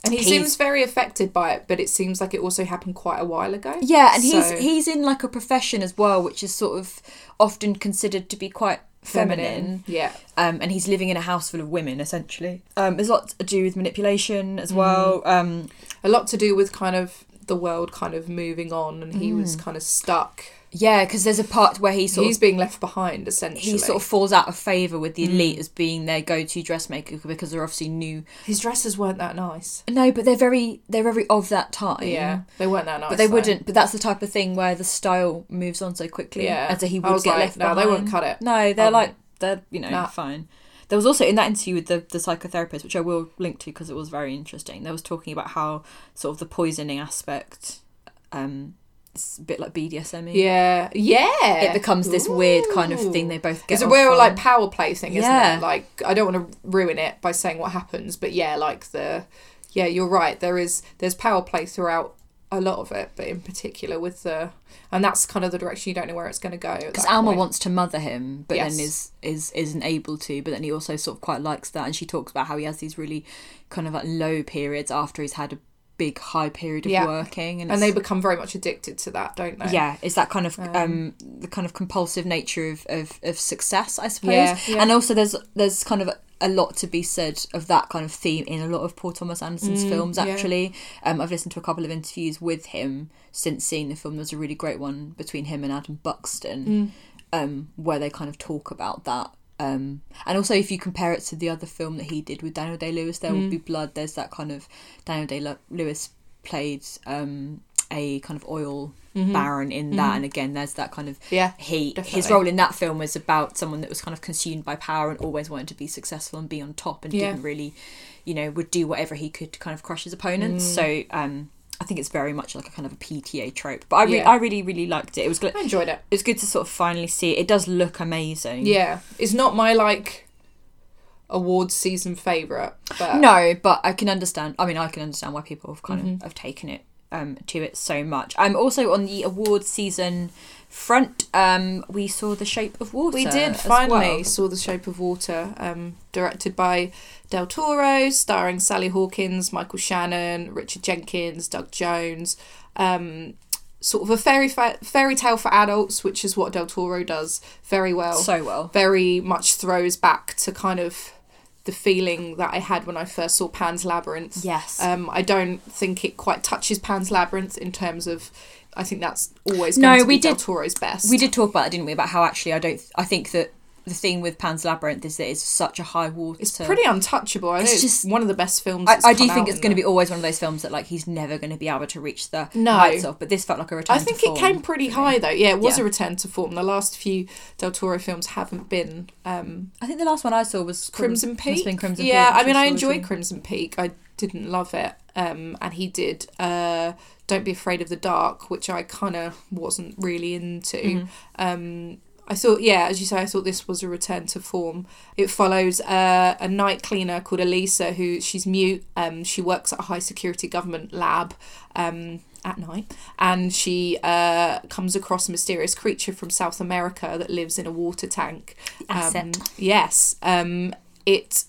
Speaker 2: And he
Speaker 1: He's-
Speaker 2: seems very affected by it, but it seems like it also happened quite a while ago.
Speaker 1: Yeah, and he's
Speaker 2: So-
Speaker 1: he's in like a profession as well, which is sort of often considered to be quite feminine.
Speaker 2: Yeah.
Speaker 1: um, and he's living in a house full of women essentially. Um, there's a lot to do with manipulation
Speaker 2: Hmm.
Speaker 1: as well. Um,
Speaker 2: a lot to do with kind of the world kind of moving on and he was kind of stuck
Speaker 1: yeah, because there's a part where Mm. he sort of
Speaker 2: he's being left behind essentially
Speaker 1: he sort of falls out of favor with the
Speaker 2: Mm.
Speaker 1: elite as being their go-to dressmaker because they're obviously new.
Speaker 2: his dresses weren't that nice
Speaker 1: No, but they're very they're very of that time.
Speaker 2: yeah they weren't that nice
Speaker 1: But they
Speaker 2: though.
Speaker 1: wouldn't. But that's the type of thing where the style moves on so quickly,
Speaker 2: Yeah.
Speaker 1: and so he
Speaker 2: I
Speaker 1: would
Speaker 2: was
Speaker 1: get
Speaker 2: like,
Speaker 1: left
Speaker 2: no,
Speaker 1: behind.
Speaker 2: they won't cut it.
Speaker 1: No, they're
Speaker 2: Um,
Speaker 1: like they're you know
Speaker 2: nah.
Speaker 1: fine. There was also in that interview with the, the psychotherapist, which I will link to because it was very interesting. There was talking about how sort of the poisoning aspect, um, it's a bit like BDSM.
Speaker 2: yeah yeah
Speaker 1: It becomes this weird kind of
Speaker 2: Ooh.
Speaker 1: thing they both get.
Speaker 2: it's a
Speaker 1: off
Speaker 2: real
Speaker 1: on.
Speaker 2: like power play thing isn't
Speaker 1: Yeah.
Speaker 2: it like i don't want to ruin it by saying what happens but yeah like the yeah you're right there is there's power play throughout a lot of it but in particular with the and that's kind of the direction you don't know where it's going to go
Speaker 1: because Alma wants to mother him, but then
Speaker 2: Yes.
Speaker 1: is is isn't able to. But then he also sort of quite likes that, and she talks about how he has these really kind of like low periods after he's had a big high period of
Speaker 2: Yeah.
Speaker 1: working, and,
Speaker 2: and they
Speaker 1: it's-
Speaker 2: become very much addicted to that don't they
Speaker 1: yeah, it's that kind of um, the kind of compulsive nature of of, of success, I suppose.
Speaker 2: Yeah, yeah.
Speaker 1: And also, there's there's kind of a lot to be said of that kind of theme in a lot of Paul Thomas Anderson's films.
Speaker 2: Mm, yeah.
Speaker 1: Actually, um, I've listened to a couple of interviews with him since seeing the film. There's a really great one between him and Adam Buxton
Speaker 2: Mm.
Speaker 1: um, where they kind of talk about that. Um, and also, if you compare it to the other film that he did with Daniel Day Lewis, There
Speaker 2: Mm.
Speaker 1: Will Be Blood, there's that kind of Daniel Day Lewis played um, a kind of oil baron in that, and again, there's that kind of
Speaker 2: Yeah,
Speaker 1: he his
Speaker 2: Mm-hmm. definitely.
Speaker 1: role in that film was about someone that was kind of consumed by power and always wanted to be successful and be on top and
Speaker 2: Yeah.
Speaker 1: didn't really, you know, would do whatever he could to kind of crush his
Speaker 2: Mm.
Speaker 1: opponents. So. Um, I think it's very much like a kind of a PTA trope, but I, re-
Speaker 2: Yeah.
Speaker 1: I really, really liked it. It was gl-
Speaker 2: i enjoyed it
Speaker 1: it's good to sort of finally see it. It does look amazing.
Speaker 2: Yeah, it's not my like awards season favorite, but
Speaker 1: No, but I can understand. I mean, I can understand why people have kind of
Speaker 2: Mm-hmm.
Speaker 1: have taken it um, to it so much. Um, also on the awards season front, um, we saw The Shape of Water.
Speaker 2: we did
Speaker 1: as
Speaker 2: finally
Speaker 1: well.
Speaker 2: saw The Shape of Water, um, directed by Del Toro, starring Sally Hawkins, Michael Shannon, Richard Jenkins, Doug Jones. Um, sort of a fairy fa- fairy tale for adults, which is what Del Toro does very well.
Speaker 1: so well.
Speaker 2: very much throws back to kind of the feeling that I had when I first saw Pan's Labyrinth.
Speaker 1: Yes.
Speaker 2: Um, I don't think it quite touches Pan's Labyrinth in terms of. I think that's always
Speaker 1: No,
Speaker 2: going to
Speaker 1: we
Speaker 2: be Del
Speaker 1: did-
Speaker 2: Toro's best.
Speaker 1: We did talk about that, didn't we? About how actually I don't. I think that the thing with Pan's Labyrinth is that it's such a high water.
Speaker 2: It's pretty untouchable. I
Speaker 1: It's
Speaker 2: think it's
Speaker 1: just-
Speaker 2: one of the best films.
Speaker 1: I,
Speaker 2: that's
Speaker 1: I do
Speaker 2: come out
Speaker 1: think it's
Speaker 2: in
Speaker 1: going to
Speaker 2: the-
Speaker 1: be always one of those films that like he's never going to be able to reach the
Speaker 2: No.
Speaker 1: heights of. But this felt like a return.
Speaker 2: I
Speaker 1: to
Speaker 2: think it
Speaker 1: form.
Speaker 2: came pretty high though. Yeah, it was
Speaker 1: Yeah.
Speaker 2: a return to form. The last few Del Toro films haven't been um,
Speaker 1: I think the last one I saw was Crim-
Speaker 2: Crimson
Speaker 1: must
Speaker 2: Peak.
Speaker 1: have been Crimson
Speaker 2: yeah,
Speaker 1: Peak,
Speaker 2: I mean, I
Speaker 1: saw as
Speaker 2: enjoyed
Speaker 1: well.
Speaker 2: Crimson Peak. I didn't love it, um, and he did. Uh, Don't be afraid of the dark, which I kind of wasn't really into.
Speaker 1: Mm-hmm.
Speaker 2: Um, I thought, yeah, as you say, I thought this was a return to form. It follows uh, a night cleaner called Elisa, who she's mute. Um, she works at a high security government lab. Um, at night, and she uh, comes across a mysterious creature from South America that lives in a water tank.
Speaker 1: The asset.
Speaker 2: Um, yes. Um, it,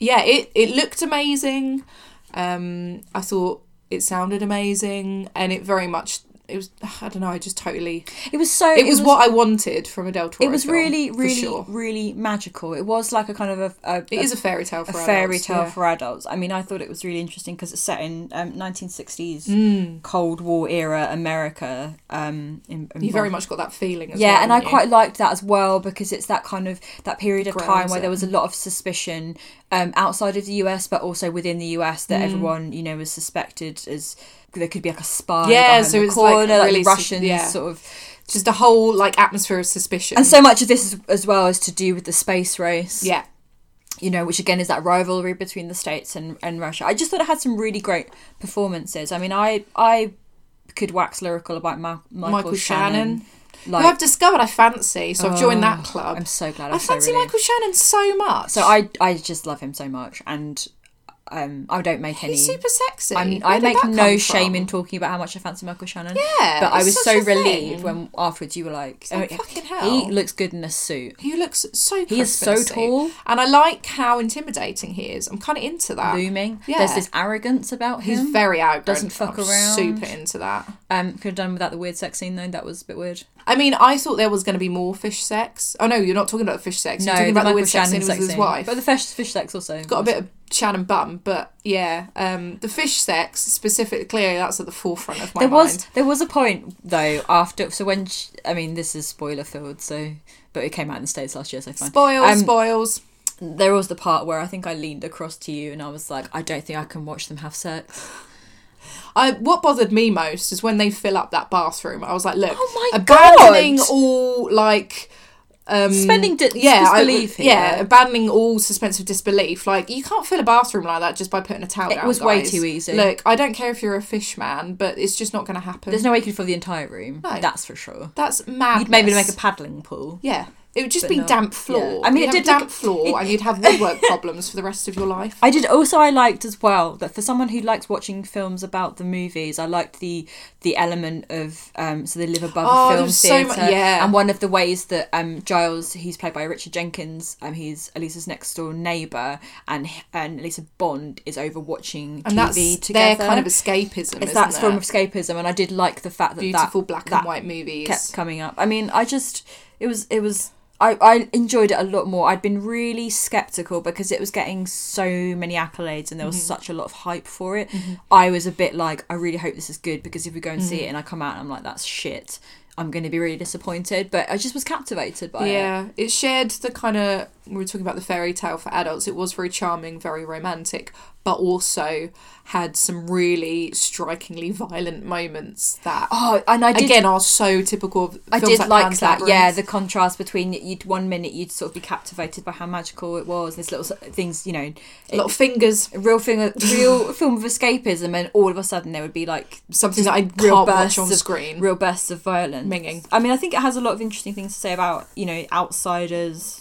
Speaker 2: yeah, it, it looked amazing. Um, I thought it sounded amazing, and it very much it was. I don't know. I just totally.
Speaker 1: It was so.
Speaker 2: It, was, what I wanted from a Del Toro.
Speaker 1: It was
Speaker 2: film,
Speaker 1: really,
Speaker 2: for
Speaker 1: really,
Speaker 2: sure.
Speaker 1: really magical. It was like a kind of a. a
Speaker 2: It is a fairy tale.
Speaker 1: a
Speaker 2: For
Speaker 1: fairy
Speaker 2: adults,
Speaker 1: tale
Speaker 2: yeah.
Speaker 1: for adults. I mean, I thought it was really interesting because it's set in um, 1960s
Speaker 2: Mm.
Speaker 1: Cold War era America. Um, in, in
Speaker 2: You very much got that feeling. As
Speaker 1: yeah,
Speaker 2: well,
Speaker 1: and I
Speaker 2: didn't you?
Speaker 1: quite liked that as well because it's that kind of that period of time
Speaker 2: Grounds
Speaker 1: where
Speaker 2: it.
Speaker 1: there was a lot of suspicion um, outside of the US, but also within the US
Speaker 2: Mm.
Speaker 1: that everyone you know was suspected as there could be like a spy
Speaker 2: Yeah,
Speaker 1: behind
Speaker 2: so
Speaker 1: the
Speaker 2: it's, like,
Speaker 1: corner, like,
Speaker 2: really
Speaker 1: the
Speaker 2: su-
Speaker 1: Russians
Speaker 2: yeah.
Speaker 1: sort of
Speaker 2: just a whole like atmosphere of suspicion.
Speaker 1: and so much of this is, as well is to do with the space race
Speaker 2: yeah,
Speaker 1: you know which again is that rivalry between the states and, and russia i just thought it had some really great performances i mean i i could wax lyrical about Ma- michael,
Speaker 2: Michael
Speaker 1: shannon,
Speaker 2: Shannon.
Speaker 1: like Oh,
Speaker 2: who I've discovered I fancy, so I've joined that club.
Speaker 1: i'm so glad
Speaker 2: I
Speaker 1: i'm so
Speaker 2: fancy
Speaker 1: relieved.
Speaker 2: Michael Shannon so much.
Speaker 1: so i i just love him so much and um i don't make any
Speaker 2: He's super sexy.
Speaker 1: I mean,
Speaker 2: Where
Speaker 1: I
Speaker 2: did
Speaker 1: make
Speaker 2: that
Speaker 1: no
Speaker 2: come
Speaker 1: shame
Speaker 2: from?
Speaker 1: in talking about how much I fancy Michael Shannon.
Speaker 2: Yeah,
Speaker 1: but I
Speaker 2: it's
Speaker 1: was
Speaker 2: such
Speaker 1: so
Speaker 2: a thing.
Speaker 1: relieved when afterwards you were like,
Speaker 2: like,
Speaker 1: oh,
Speaker 2: "Fucking
Speaker 1: he
Speaker 2: hell."
Speaker 1: looks good in a suit.
Speaker 2: He looks so.
Speaker 1: He is
Speaker 2: crisp in
Speaker 1: so
Speaker 2: a suit.
Speaker 1: tall.
Speaker 2: and I like how intimidating he is. I'm kind of into that.
Speaker 1: looming.
Speaker 2: Ah. Yeah.
Speaker 1: There's this arrogance about him.
Speaker 2: He's very arrogant.
Speaker 1: Doesn't fuck
Speaker 2: I'm
Speaker 1: around.
Speaker 2: Super into that.
Speaker 1: Um, could have done without the weird sex scene though. That was a bit weird.
Speaker 2: I mean, I thought there was going to be more fish sex. Oh no, you're not talking about the fish sex. you're talking about the
Speaker 1: Michael
Speaker 2: weird sex scene
Speaker 1: Shannon
Speaker 2: with his
Speaker 1: scene.
Speaker 2: wife.
Speaker 1: but the fish, fish sex also
Speaker 2: got a bit of Shannon bum, but yeah, um, the fish sex specifically. That's at the forefront of my
Speaker 1: There
Speaker 2: mind.
Speaker 1: was there was a point though after so when sh I mean this is spoiler filled so but it came out in the states last year so fine.
Speaker 2: Spoils,
Speaker 1: Um,
Speaker 2: spoils.
Speaker 1: There was the part where I think I leaned across to you and I was like I don't think I can watch them have sex.
Speaker 2: I what bothered me most is when they fill up that bathroom. I was like, look,
Speaker 1: Oh my
Speaker 2: abandoning
Speaker 1: God.
Speaker 2: all like um,
Speaker 1: Suspending di-
Speaker 2: I-
Speaker 1: disbelief here.
Speaker 2: yeah, abandoning all suspense of disbelief. Like you can't fill a bathroom like that just by putting a towel
Speaker 1: It
Speaker 2: down.
Speaker 1: was way
Speaker 2: guys.
Speaker 1: too easy.
Speaker 2: Look, I don't care if you're a fish man, but it's just not going to happen.
Speaker 1: There's no way you could fill the entire room.
Speaker 2: No.
Speaker 1: That's for sure.
Speaker 2: That's mad.
Speaker 1: You'd maybe make a paddling pool.
Speaker 2: yeah. It would just
Speaker 1: But
Speaker 2: be
Speaker 1: no.
Speaker 2: damp
Speaker 1: Yeah.
Speaker 2: floor.
Speaker 1: I mean,
Speaker 2: You'd
Speaker 1: it
Speaker 2: have
Speaker 1: did look-
Speaker 2: damp
Speaker 1: [LAUGHS]
Speaker 2: floor, and you'd have woodwork problems for the rest of your life.
Speaker 1: I did also I liked as well that for someone who likes watching films about the movies, I liked the the element of um so they live above
Speaker 2: Oh,
Speaker 1: a film
Speaker 2: there's so
Speaker 1: theatre.
Speaker 2: mu- yeah.
Speaker 1: And one of the ways that um Giles, he's played by Richard Jenkins, um he's Elisa's next door neighbour and and Elisa Bond is over watching
Speaker 2: And
Speaker 1: TV
Speaker 2: that's
Speaker 1: together.
Speaker 2: their kind of escapism.
Speaker 1: it's
Speaker 2: isn't
Speaker 1: that form
Speaker 2: it?
Speaker 1: of escapism and I did like the fact that
Speaker 2: beautiful
Speaker 1: that,
Speaker 2: black
Speaker 1: that
Speaker 2: and white movies.
Speaker 1: kept coming up. I mean, I just it was it was I, I enjoyed it a lot more. I'd been really skeptical because it was getting so many accolades and there
Speaker 2: Mm-hmm.
Speaker 1: was such a lot of hype for it. I was a bit like, I really hope this is good because if we go and
Speaker 2: Mm-hmm.
Speaker 1: see it and I come out and I'm like, that's shit, I'm going to be really disappointed. But I just was captivated by it.
Speaker 2: Yeah, it shared the kind of we were talking about the fairy tale for adults. It was very charming, very romantic, but also had some really strikingly violent moments that
Speaker 1: Oh, and I did.
Speaker 2: again are so typical of
Speaker 1: I
Speaker 2: films
Speaker 1: did like
Speaker 2: Pan's
Speaker 1: that,
Speaker 2: Labyrinth.
Speaker 1: yeah. The contrast between you'd one minute you'd sort of be captivated by how magical it was, this little s- things, you know,
Speaker 2: a lot of fingers,
Speaker 1: a real thing,
Speaker 2: [LAUGHS]
Speaker 1: a real film of escapism, and all of a sudden there would be like
Speaker 2: something that I can't
Speaker 1: real
Speaker 2: watch
Speaker 1: bursts
Speaker 2: on
Speaker 1: of,
Speaker 2: screen.
Speaker 1: real bursts of violence.
Speaker 2: Minging.
Speaker 1: I mean, I think it has a lot of interesting things to say about you know outsiders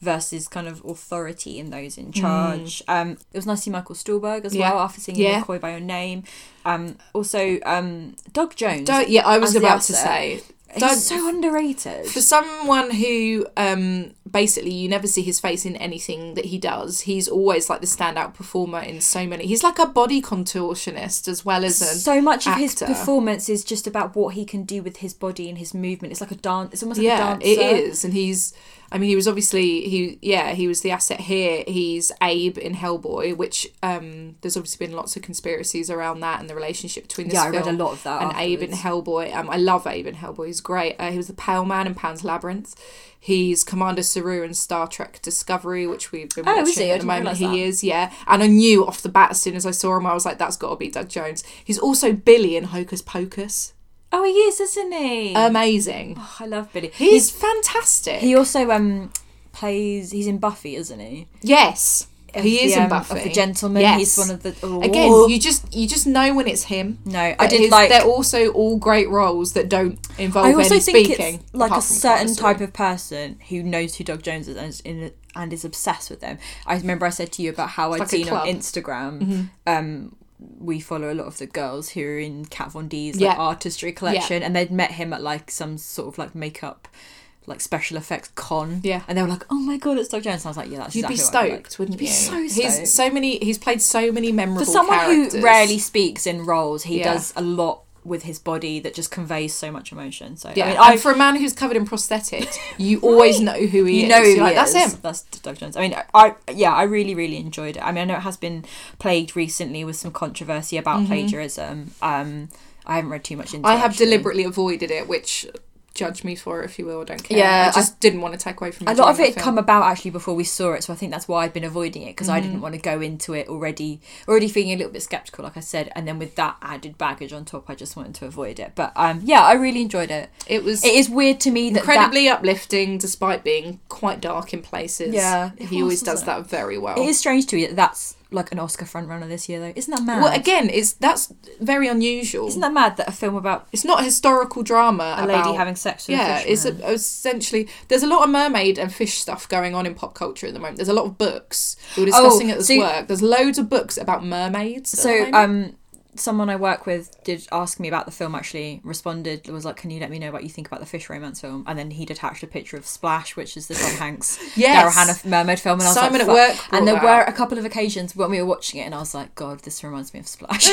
Speaker 1: versus kind of authority and those in charge. Um, it was nice to see Michael Stuhlberg as
Speaker 2: Hmm. Yeah.
Speaker 1: well after seeing
Speaker 2: Yeah.
Speaker 1: McCoy by Your Name. Um, also um, Doug Jones.
Speaker 2: Don't, yeah, I was
Speaker 1: As the
Speaker 2: about to
Speaker 1: outset.
Speaker 2: say.
Speaker 1: He's
Speaker 2: Doug-
Speaker 1: so underrated.
Speaker 2: for someone who um basically you never see his face in anything that he does. He's always like the standout performer in so many. He's like a body contortionist as well as an
Speaker 1: so much of his
Speaker 2: actor.
Speaker 1: performance is just about what he can do with his body and his movement. It's like a dance. It's almost like a
Speaker 2: yeah,
Speaker 1: dancer.
Speaker 2: it is, and he's. I mean, he was obviously he. Yeah, he was the asset here. He's Abe in Hellboy, which um, there's obviously been lots of conspiracies around that and the relationship between this
Speaker 1: Yeah, I read
Speaker 2: film
Speaker 1: a lot of that.
Speaker 2: and Abe in
Speaker 1: afterwards.
Speaker 2: Hellboy. Um, I love Abe in Hellboy. He's great. Uh, he was the Pale Man in Pan's Labyrinth. He's Commander Saru in Star Trek Discovery, which we've been
Speaker 1: Oh,
Speaker 2: watching
Speaker 1: is he? I
Speaker 2: at the
Speaker 1: didn't realise
Speaker 2: moment. He
Speaker 1: that.
Speaker 2: is, yeah. And I knew off the bat as soon as I saw him, I was like, "That's got to be Doug Jones." He's also Billy in Hocus Pocus.
Speaker 1: Oh, he is, isn't he?
Speaker 2: Amazing.
Speaker 1: Oh, I love Billy.
Speaker 2: He's fantastic.
Speaker 1: He also um plays. He's in Buffy, isn't he?
Speaker 2: yes, he
Speaker 1: Of
Speaker 2: is
Speaker 1: the,
Speaker 2: in
Speaker 1: um,
Speaker 2: Buffy.
Speaker 1: Of the gentleman.
Speaker 2: Yes.
Speaker 1: He's one of the. Oh.
Speaker 2: Again, you just you just know when it's him.
Speaker 1: no, I
Speaker 2: But
Speaker 1: did
Speaker 2: his-
Speaker 1: like.
Speaker 2: They're also all great roles that don't involve
Speaker 1: I also
Speaker 2: any
Speaker 1: think
Speaker 2: speaking.
Speaker 1: it's like a
Speaker 2: apart from Commander
Speaker 1: certain
Speaker 2: Saru.
Speaker 1: type of person who knows who Doug Jones is and is, in, and is obsessed with them. I remember I said to you about how I'd
Speaker 2: like a
Speaker 1: seen on
Speaker 2: club. Mm-hmm.
Speaker 1: Instagram. Um, we follow a lot of the girls who are in Kat Von D's like,
Speaker 2: Yeah.
Speaker 1: artistry collection, and they'd met him at like some sort of like makeup, like special effects con.
Speaker 2: Yeah.
Speaker 1: and they were like, "Oh my god, it's Doug Jones!" And I was like, "Yeah, that's
Speaker 2: You'd be
Speaker 1: exactly what I'd be
Speaker 2: stoked,
Speaker 1: like."
Speaker 2: wouldn't
Speaker 1: You'd be so
Speaker 2: you?
Speaker 1: stoked.
Speaker 2: He's so many. He's played so many memorable.
Speaker 1: For someone
Speaker 2: characters.
Speaker 1: who rarely speaks in roles, he
Speaker 2: Yeah.
Speaker 1: does a lot with his body that just conveys so much emotion. So
Speaker 2: Yeah,
Speaker 1: I mean,
Speaker 2: and
Speaker 1: I
Speaker 2: for a man who's covered
Speaker 1: [LAUGHS]
Speaker 2: in prosthetics, you always know who he
Speaker 1: you
Speaker 2: is.
Speaker 1: know who
Speaker 2: You're like,
Speaker 1: he
Speaker 2: That's
Speaker 1: is.
Speaker 2: him.
Speaker 1: That's Doug Jones. I mean, I yeah, I really really enjoyed it. I mean, I know it has been plagued recently with some controversy about plagiarism. Um, Mm-hmm. I haven't read too much into.
Speaker 2: I
Speaker 1: it,
Speaker 2: have
Speaker 1: actually.
Speaker 2: deliberately avoided it, which judge me for it if you will. I don't care.
Speaker 1: Yeah,
Speaker 2: I just didn't want to take away from
Speaker 1: A lot of
Speaker 2: enjoying
Speaker 1: it
Speaker 2: the
Speaker 1: had
Speaker 2: film.
Speaker 1: come about actually before we saw it, so I think that's why I've been avoiding it because I didn't want to go into it already, already feeling a little bit skeptical, like I said, and then with that added baggage on top, I just wanted to avoid it. But um, yeah, I really enjoyed it.
Speaker 2: It was
Speaker 1: It is weird to me that that
Speaker 2: incredibly uplifting, despite being quite dark in places.
Speaker 1: Yeah, it
Speaker 2: he
Speaker 1: was,
Speaker 2: always does
Speaker 1: wasn't
Speaker 2: that very well.
Speaker 1: It is strange to me that that's like an Oscar frontrunner this year, though. Isn't that mad?
Speaker 2: well, again, it's that's very unusual.
Speaker 1: Isn't that mad that a film about
Speaker 2: it's not a historical drama.
Speaker 1: a lady
Speaker 2: about-
Speaker 1: having sex with
Speaker 2: yeah,
Speaker 1: a
Speaker 2: it's
Speaker 1: fisherman?
Speaker 2: a, essentially there's a lot of mermaid and fish stuff going on in pop culture at the moment. There's a lot of books. We were
Speaker 1: Oh,
Speaker 2: discussing it at this
Speaker 1: so-
Speaker 2: work. There's loads of books about mermaids. at the
Speaker 1: so
Speaker 2: moment.
Speaker 1: um someone I work with did ask me about the film actually responded was like can you let me know what you think about the fish romance film and then he'd attached a picture of Splash which is the
Speaker 2: [LAUGHS]
Speaker 1: Tom Hanks
Speaker 2: Yes.
Speaker 1: Daryl Hannah mermaid film and I was
Speaker 2: Simon
Speaker 1: like
Speaker 2: at
Speaker 1: "Fuck."
Speaker 2: work brought
Speaker 1: and there
Speaker 2: that
Speaker 1: were
Speaker 2: up.
Speaker 1: a couple of occasions when we were watching it and I was like god this reminds me of
Speaker 2: [LAUGHS]
Speaker 1: Splash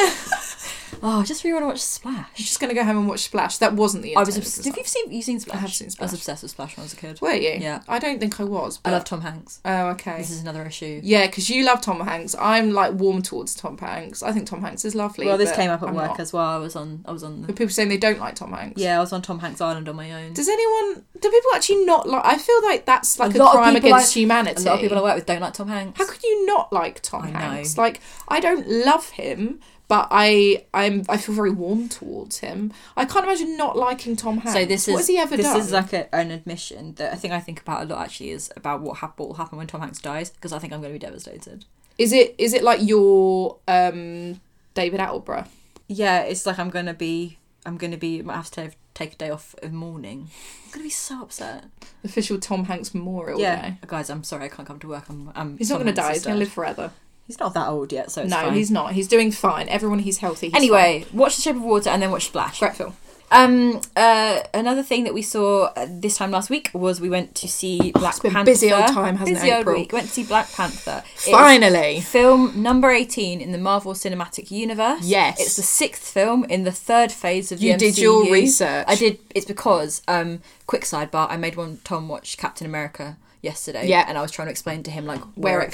Speaker 1: oh I just really want to watch
Speaker 2: I'm
Speaker 1: Splash
Speaker 2: just gonna go home and watch Splash. That wasn't the.
Speaker 1: I was
Speaker 2: intent of
Speaker 1: obs-
Speaker 2: the
Speaker 1: have you seen you seen Splash
Speaker 2: have seen
Speaker 1: I was
Speaker 2: Splash.
Speaker 1: obsessed with Splash when I was a kid
Speaker 2: song. Were you?
Speaker 1: Yeah.
Speaker 2: I don't think I was.
Speaker 1: I
Speaker 2: but-
Speaker 1: love Tom Hanks
Speaker 2: Oh, okay.
Speaker 1: this is another issue
Speaker 2: Yeah, because you love Tom Hanks. I'm like warm towards Tom Hanks. I think Tom Hanks is lovely.
Speaker 1: well this
Speaker 2: but
Speaker 1: came up at
Speaker 2: I'm
Speaker 1: work
Speaker 2: not.
Speaker 1: as well I was on I was on the
Speaker 2: But people saying they don't like Tom Hanks.
Speaker 1: yeah I was on Tom Hanks Island on my own
Speaker 2: Does anyone? Do people actually not like? I feel like that's like a,
Speaker 1: lot of
Speaker 2: crime
Speaker 1: people
Speaker 2: against
Speaker 1: like-
Speaker 2: humanity.
Speaker 1: A lot of people I work with don't like Tom Hanks.
Speaker 2: How could you not like Tom
Speaker 1: I know.
Speaker 2: Hanks? Like I don't love him, but I I'm I feel very warm towards him. I can't imagine not liking Tom Hanks.
Speaker 1: so this is
Speaker 2: what has he ever
Speaker 1: this
Speaker 2: done?
Speaker 1: is like a, an admission that I think I think about a lot actually is about what, hap- what will happen when Tom Hanks dies because I think I'm going to be devastated.
Speaker 2: is it is it like your um David Attenborough?
Speaker 1: Yeah, it's like I'm going to be I'm going to be I might have to take a day off of mourning. I'm going to be so upset.
Speaker 2: Official Tom Hanks Memorial
Speaker 1: yeah,
Speaker 2: Day.
Speaker 1: guys, I'm sorry I can't come to work. I'm, I'm
Speaker 2: He's not
Speaker 1: Tom
Speaker 2: going to
Speaker 1: Hanks
Speaker 2: die.
Speaker 1: is
Speaker 2: He's going
Speaker 1: dead.
Speaker 2: to live forever.
Speaker 1: He's not that old yet, so it's
Speaker 2: no,
Speaker 1: fine.
Speaker 2: he's not. He's doing fine. Everyone he's healthy. He's
Speaker 1: anyway, watch The Shape of Water and then watch Splash.
Speaker 2: fine. great film.
Speaker 1: Um, uh, another thing that we saw uh, this time last week was we went to see Black
Speaker 2: it's been
Speaker 1: Panther.
Speaker 2: busy old time, hasn't it,
Speaker 1: busy old
Speaker 2: April?
Speaker 1: week. Went to see Black Panther. It is
Speaker 2: Finally.
Speaker 1: film number eighteen in the Marvel Cinematic Universe.
Speaker 2: Yes.
Speaker 1: it's the sixth film in the third phase of the
Speaker 2: You
Speaker 1: MCU.
Speaker 2: did your research.
Speaker 1: I did. It's because um, quick sidebar. I made one Tom watch Captain America yesterday.
Speaker 2: Yeah.
Speaker 1: and I was trying to explain to him like
Speaker 2: Where
Speaker 1: where, it,
Speaker 2: it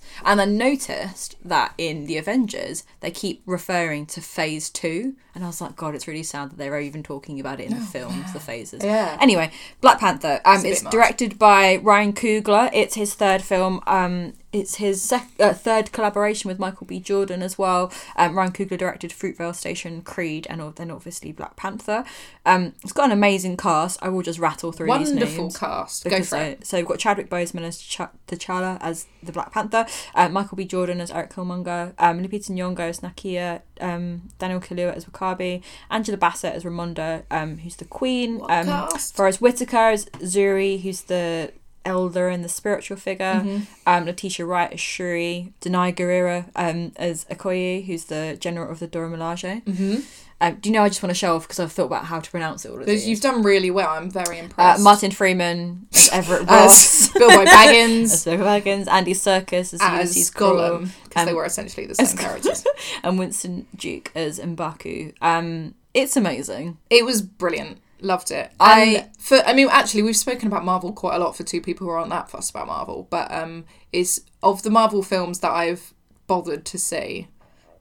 Speaker 1: comes, and I noticed that in the Avengers they keep referring to Phase Two, and I was like, God, it's really sad that they're even talking about it in the films, the phases.
Speaker 2: Oh, Yeah.
Speaker 1: Anyway, Black Panther. Um,
Speaker 2: a
Speaker 1: it's
Speaker 2: bit much.
Speaker 1: directed by Ryan Coogler. It's his third film. Um, it's his sec- uh, third collaboration with Michael B. Jordan as well. Um, Ryan Coogler directed Fruitvale Station, Creed, and all- then obviously Black Panther. Um, it's got an amazing cast. I will just rattle through these
Speaker 2: Wonderful
Speaker 1: names.
Speaker 2: cast. Go
Speaker 1: Because,
Speaker 2: for it.
Speaker 1: uh, so we've got Chadwick Boseman as Ch- T'Challa as the Black Panther, uh, Michael B. Jordan as Eric Killmonger, um, Lupita Nyong'o as Nakia, um, Daniel Kaluuya as Wakabi, Angela Bassett as Ramonda, um, who's the Queen,
Speaker 2: What
Speaker 1: um,
Speaker 2: cast?
Speaker 1: Forrest Whitaker as Zuri, who's the elder and the spiritual figure.
Speaker 2: Mm-hmm,
Speaker 1: Um, Letitia Wright as Shuri, Denai Guerrera um, as Okoye, who's the general of the Dora Milaje. Mm-hmm. Um, do you know? I just want to show off because I've thought about how to pronounce it all. Of
Speaker 2: Those-
Speaker 1: these.
Speaker 2: You've done really well. I'm very
Speaker 1: Uh,
Speaker 2: impressed.
Speaker 1: Martin [LAUGHS] Freeman as Everett Ross,
Speaker 2: as [LAUGHS]
Speaker 1: [LAUGHS]
Speaker 2: Bilbo
Speaker 1: as
Speaker 2: Baggins,
Speaker 1: Sir Wagons, Andy Serkis as,
Speaker 2: as
Speaker 1: Ulysses Gollum,
Speaker 2: Gollum, because they
Speaker 1: Um,
Speaker 2: were essentially the same characters.
Speaker 1: and Winston Duke as Mbaku. Um, it's amazing.
Speaker 2: It was brilliant. Loved
Speaker 1: Um,
Speaker 2: it.
Speaker 1: I-
Speaker 2: I for I mean actually we've spoken about Marvel quite a lot for two people who aren't that fussed about Marvel, but um it's of the Marvel films that I've bothered to see,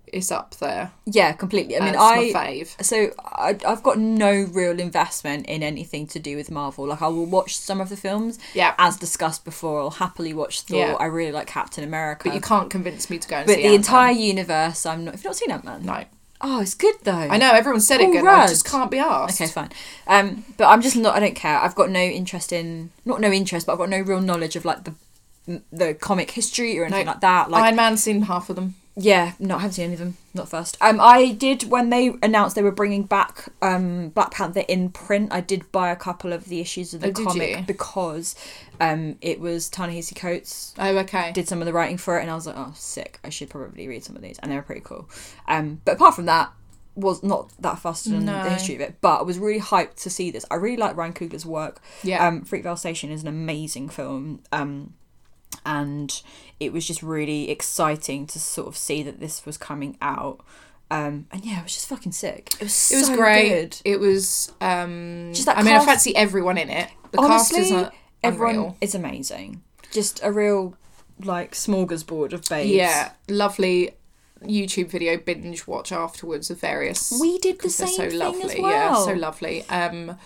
Speaker 2: it's up there.
Speaker 1: Yeah, completely. I mean,
Speaker 2: as
Speaker 1: I
Speaker 2: my fave.
Speaker 1: so I, I've got no real investment in anything to do with Marvel. Like I will watch some of the films,
Speaker 2: Yeah.
Speaker 1: as discussed before. I'll happily watch Thor.
Speaker 2: Yeah.
Speaker 1: I really like Captain America,
Speaker 2: But you can't convince me to go and
Speaker 1: But
Speaker 2: see
Speaker 1: the
Speaker 2: Ant-Man.
Speaker 1: entire universe, I'm not. If you've not seen Ant Man,
Speaker 2: No.
Speaker 1: oh, it's good though.
Speaker 2: I know everyone said it
Speaker 1: Paul
Speaker 2: good. and I
Speaker 1: Rudd.
Speaker 2: just can't be asked.
Speaker 1: Okay, fine. Um, but I'm just not. I don't care. I've got no interest in not no interest, but I've got no real knowledge of like the the comic history or anything
Speaker 2: No.
Speaker 1: like that. Like
Speaker 2: Iron Man's seen half of them.
Speaker 1: yeah, no, I haven't seen any of them. Not first. Um, I did when they announced they were bringing back um Black Panther in print. I did buy a couple of the issues of the
Speaker 2: Oh, did
Speaker 1: comic
Speaker 2: you?
Speaker 1: because um it was Ta-Nehisi Coates
Speaker 2: Oh, okay.
Speaker 1: did some of the writing for it, and I was like, oh, sick. I should probably read some of these, and they were pretty cool. Um, but apart from that, was not that fussed on
Speaker 2: No.
Speaker 1: the history of it. But I was really hyped to see this. I really like Ryan Coogler's work.
Speaker 2: Yeah.
Speaker 1: Um, Fruitvale Station is an amazing film. Um, and it was just really exciting to sort of see that this was coming out. Um, and yeah, it was just fucking sick. It was
Speaker 2: it was
Speaker 1: so
Speaker 2: great.
Speaker 1: good.
Speaker 2: It was um
Speaker 1: Just that
Speaker 2: I mean I
Speaker 1: cast-
Speaker 2: fancy everyone in it. The
Speaker 1: Honestly,
Speaker 2: cast is un-
Speaker 1: everyone
Speaker 2: unreal.
Speaker 1: is amazing. Just a real like smorgasbord of babes.
Speaker 2: Yeah, lovely YouTube video binge watch afterwards of various.
Speaker 1: We did the
Speaker 2: because they're
Speaker 1: same thing
Speaker 2: lovely.
Speaker 1: as
Speaker 2: Yeah,
Speaker 1: well.
Speaker 2: so lovely. Um,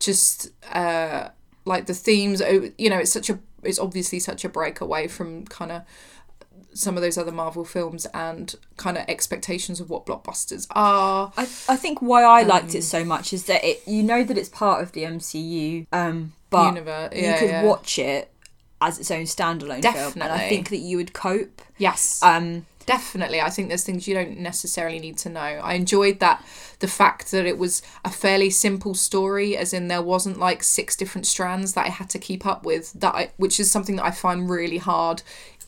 Speaker 2: just uh, like the themes. oh, You know, it's such a. It's obviously such a break away from kind of some of those other Marvel films and kind of expectations of what blockbusters are.
Speaker 1: I, I think why I liked
Speaker 2: Um,
Speaker 1: it so much is that it you know that it's part of the MCU, um, but
Speaker 2: Universe,
Speaker 1: you
Speaker 2: yeah,
Speaker 1: could
Speaker 2: yeah.
Speaker 1: watch it as its own standalone film, and I
Speaker 2: Definitely.
Speaker 1: think that you would cope.
Speaker 2: Yes.
Speaker 1: Um,
Speaker 2: Definitely, I think there's things you don't necessarily need to know. I enjoyed that the fact that it was a fairly simple story, as in there wasn't like six different strands that I had to keep up with. That I, which is something that I find really hard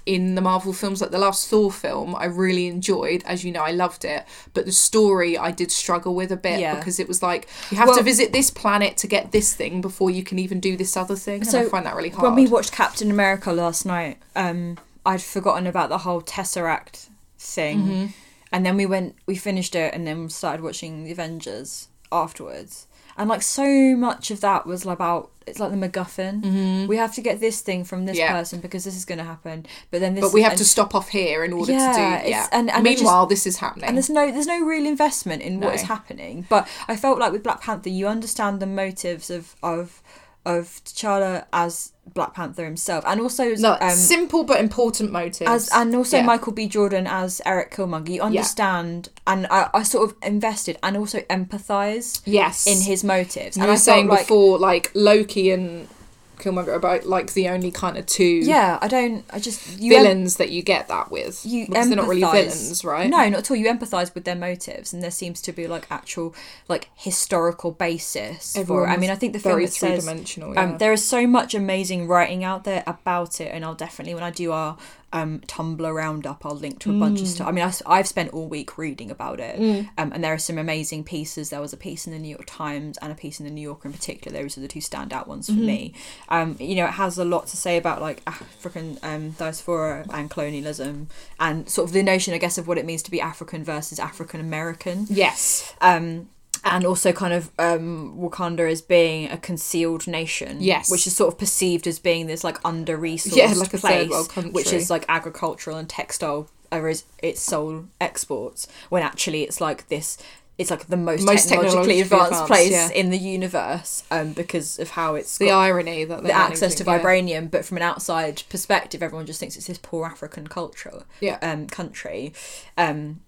Speaker 2: in the Marvel films. Like the last Thor film, I really enjoyed. As you know, I loved it, but the story I did struggle with a bit
Speaker 1: Yeah.
Speaker 2: because it was like you have
Speaker 1: Well-
Speaker 2: to visit this planet to get this thing before you can even do this other thing. and I find that really hard.
Speaker 1: When we watched Captain America last night, um, I'd forgotten about the whole Tesseract thing,
Speaker 2: Mm-hmm.
Speaker 1: and then we went, we finished it, and then started watching the Avengers afterwards. And like so much of that was about it's like the MacGuffin. We have to get this thing from this
Speaker 2: Mm-hmm. Yeah.
Speaker 1: person because this is going to happen. But then this,
Speaker 2: but we have
Speaker 1: and-
Speaker 2: to stop off here in order
Speaker 1: Yeah,
Speaker 2: to do.
Speaker 1: it's-
Speaker 2: Yeah.
Speaker 1: and- and I just-
Speaker 2: Meanwhile, this is happening.
Speaker 1: and there's no there's no real investment in what
Speaker 2: No.
Speaker 1: is happening. But I felt like with Black Panther, you understand the motives of of of T'Challa as Black Panther himself, and also as,
Speaker 2: No,
Speaker 1: um,
Speaker 2: simple but important motives.
Speaker 1: as and also
Speaker 2: Yeah.
Speaker 1: Michael B. Jordan as Eric Killmonger. You understand, and I, I sort of invested and also empathise
Speaker 2: yes,
Speaker 1: in his motives.
Speaker 2: You
Speaker 1: and
Speaker 2: were
Speaker 1: I
Speaker 2: saying
Speaker 1: felt like,
Speaker 2: before, like Loki and Killmonger are about like the only kind of two
Speaker 1: yeah, I don't, I just you em-
Speaker 2: villains that you get that with.
Speaker 1: you
Speaker 2: because they're not really
Speaker 1: empathise.
Speaker 2: villains, right?
Speaker 1: No, not at all. You empathise with their motives, and there seems to be like actual like historical basis for.
Speaker 2: Everyone
Speaker 1: it. I
Speaker 2: was
Speaker 1: mean, I think the film
Speaker 2: very
Speaker 1: that says
Speaker 2: three-dimensional, yeah.
Speaker 1: um, there is so much amazing writing out there about it, and I'll definitely when I do our um, Tumblr roundup, I'll link to a bunch of
Speaker 2: Hmm.
Speaker 1: stuff. I mean, I, have spent all week reading about it, um, and there are some amazing pieces. There was a piece in the New York Times and a piece in the New Yorker in particular. Those are the two standout ones for me. Um, you know, it has a lot to say about like African um, diaspora and colonialism, and sort of the notion, I guess, of what it means to be African versus African American
Speaker 2: Yes.
Speaker 1: um, and also kind of um, Wakanda as being a concealed nation.
Speaker 2: Yes.
Speaker 1: which is sort of perceived as being this like under resourced
Speaker 2: Yeah, like a
Speaker 1: place,
Speaker 2: third world country.
Speaker 1: which is like agricultural and textile are is its sole exports. When actually, it's like this. It's like the most,
Speaker 2: Most
Speaker 1: technologically,
Speaker 2: technologically
Speaker 1: advanced,
Speaker 2: advanced,
Speaker 1: place
Speaker 2: yeah.
Speaker 1: in the universe, um, because of how it's
Speaker 2: The
Speaker 1: got
Speaker 2: irony that
Speaker 1: the access to vibranium, but from an outside perspective, everyone just thinks it's this poor African culture,
Speaker 2: Yeah.
Speaker 1: um, country, um,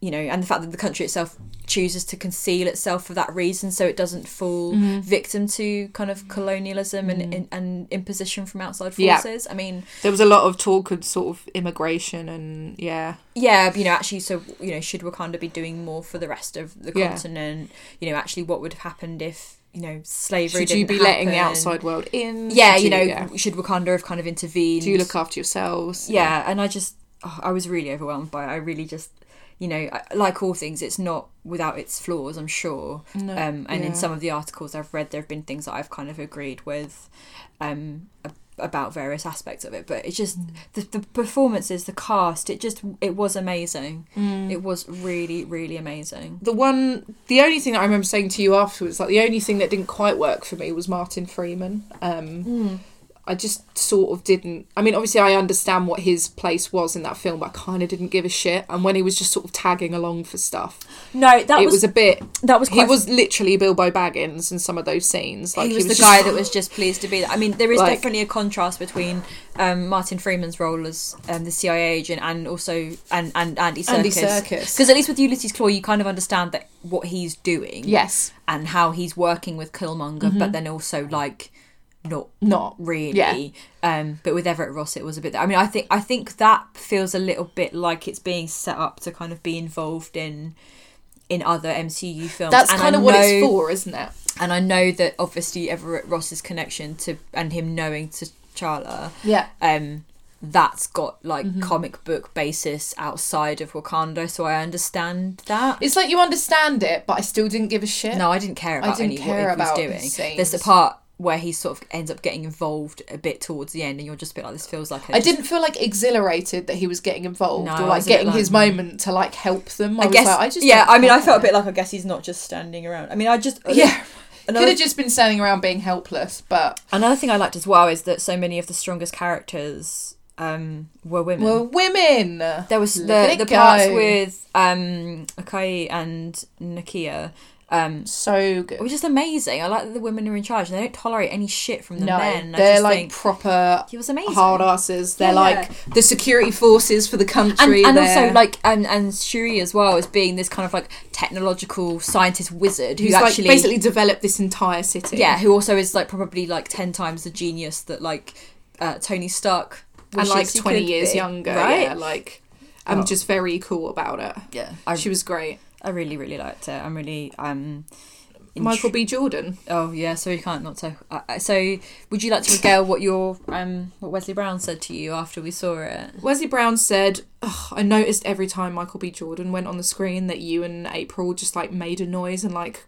Speaker 1: you know, and the fact that the country itself chooses to conceal itself for that reason, so it doesn't fall
Speaker 2: Mm-hmm.
Speaker 1: victim to kind of colonialism and, and and imposition from outside
Speaker 2: Yeah.
Speaker 1: forces. I mean,
Speaker 2: There was a lot of talk of sort of immigration and yeah,
Speaker 1: yeah, but, you know, actually, so you know, should Wakanda be doing more for the rest of the
Speaker 2: Yeah.
Speaker 1: continent? You know, actually, what would have happened if you know, slavery.
Speaker 2: Should you be
Speaker 1: didn't
Speaker 2: letting the
Speaker 1: happen.
Speaker 2: outside world in?
Speaker 1: Yeah,
Speaker 2: Should
Speaker 1: you know,
Speaker 2: yeah.
Speaker 1: should Wakanda have kind of intervened?
Speaker 2: Do you look after yourselves?
Speaker 1: yeah, and I just, oh, I was really overwhelmed by it. I really just, you know, I- like all things, it's not without its flaws, I'm sure.
Speaker 2: No,
Speaker 1: um, and
Speaker 2: yeah.
Speaker 1: in some of the articles I've read, there have been things that I've kind of agreed with um, ab- about various aspects of it. But it's just the, the performances, the cast, it just, it was amazing.
Speaker 2: Mm.
Speaker 1: It was really, really amazing.
Speaker 2: The one, the only thing that I remember saying to you afterwards, like the only thing that didn't quite work for me was Martin Freeman. Um,
Speaker 1: Hmm.
Speaker 2: I just sort of didn't. I mean, obviously, I understand what his place was in that film, but I kind of didn't give a shit. And when he was just sort of tagging along for stuff,
Speaker 1: No, that
Speaker 2: it
Speaker 1: was,
Speaker 2: was, a bit.
Speaker 1: that was
Speaker 2: He
Speaker 1: quite
Speaker 2: was literally Bilbo Baggins in some of those scenes. Like
Speaker 1: he was, the
Speaker 2: just-
Speaker 1: guy that was just pleased to be there. I mean, there is
Speaker 2: Like-
Speaker 1: definitely a contrast between um, Martin Freeman's role as um, the CIA agent and also and and Andy Serkis.
Speaker 2: Andy Serkis.
Speaker 1: Because at least with Ulysses Claw, you kind of understand that what he's doing,
Speaker 2: Yes,
Speaker 1: and how he's working with Killmonger, but then also like not
Speaker 2: not
Speaker 1: really.
Speaker 2: Mm-hmm. Yeah.
Speaker 1: Um, but with Everett Ross, it was a bit. I mean, I think I think that feels a little bit like it's being set up to kind of be involved in in other MCU films.
Speaker 2: That's
Speaker 1: And I
Speaker 2: kind of what it's
Speaker 1: know-
Speaker 2: for, isn't it?
Speaker 1: and I know that obviously Everett Ross's connection to and him knowing T'Challa,
Speaker 2: Yeah.
Speaker 1: um, that's got like
Speaker 2: Mm-hmm.
Speaker 1: comic book basis outside of Wakanda, so I understand that.
Speaker 2: It's like you understand it, but I still didn't give a shit.
Speaker 1: No, I didn't care about
Speaker 2: didn't
Speaker 1: any
Speaker 2: care
Speaker 1: what
Speaker 2: about
Speaker 1: he was doing.
Speaker 2: scenes.
Speaker 1: There's the part where he sort of ends up getting involved a bit towards the end, and you're just a bit like, this feels like a-
Speaker 2: I didn't feel like exhilarated that he was getting involved
Speaker 1: No,
Speaker 2: or
Speaker 1: I
Speaker 2: like
Speaker 1: was a bit
Speaker 2: getting his
Speaker 1: like-
Speaker 2: moment to like help them. I,
Speaker 1: I
Speaker 2: was
Speaker 1: guess.
Speaker 2: like, I just
Speaker 1: yeah,
Speaker 2: don't
Speaker 1: I mean, I
Speaker 2: care.
Speaker 1: felt a bit like I guess he's not just standing around. I mean, I just
Speaker 2: [LAUGHS] yeah.
Speaker 1: [LAUGHS] Another
Speaker 2: Could have just been standing around being helpless, but
Speaker 1: Another thing I liked as well is that so many of the strongest characters um, were women.
Speaker 2: well, women.
Speaker 1: There was
Speaker 2: Look
Speaker 1: the,
Speaker 2: at
Speaker 1: the
Speaker 2: it go.
Speaker 1: parts with um Akai and Nakia. Um,
Speaker 2: so
Speaker 1: it
Speaker 2: good.
Speaker 1: was just amazing. I like that the women are in charge and they don't tolerate any shit from the
Speaker 2: No,
Speaker 1: men. I
Speaker 2: they're
Speaker 1: just
Speaker 2: like
Speaker 1: think
Speaker 2: proper
Speaker 1: he was amazing.
Speaker 2: hard asses. They're
Speaker 1: Yeah.
Speaker 2: like the security forces for the
Speaker 1: and,
Speaker 2: country.
Speaker 1: and
Speaker 2: They're-
Speaker 1: also like and and Shuri as well as being this kind of like technological scientist wizard who
Speaker 2: who's like
Speaker 1: actually
Speaker 2: basically developed this entire city.
Speaker 1: yeah who also is like probably like ten times the genius that like uh, Tony Stark
Speaker 2: and
Speaker 1: wishes
Speaker 2: like
Speaker 1: he
Speaker 2: twenty
Speaker 1: could
Speaker 2: years
Speaker 1: be,
Speaker 2: younger.
Speaker 1: right?
Speaker 2: Yeah, like I'm just very cool about it.
Speaker 1: Yeah, I,
Speaker 2: she was great.
Speaker 1: I really really liked it. I'm really um.
Speaker 2: Michael B. Jordan.
Speaker 1: Oh yeah, so you can't not to. Uh, uh, so would you like to regale what your um what Wesley Brown said to you after we saw it?
Speaker 2: Wesley Brown said, "Ugh, I noticed every time Michael B. Jordan went on the screen that you and April just like made a noise and like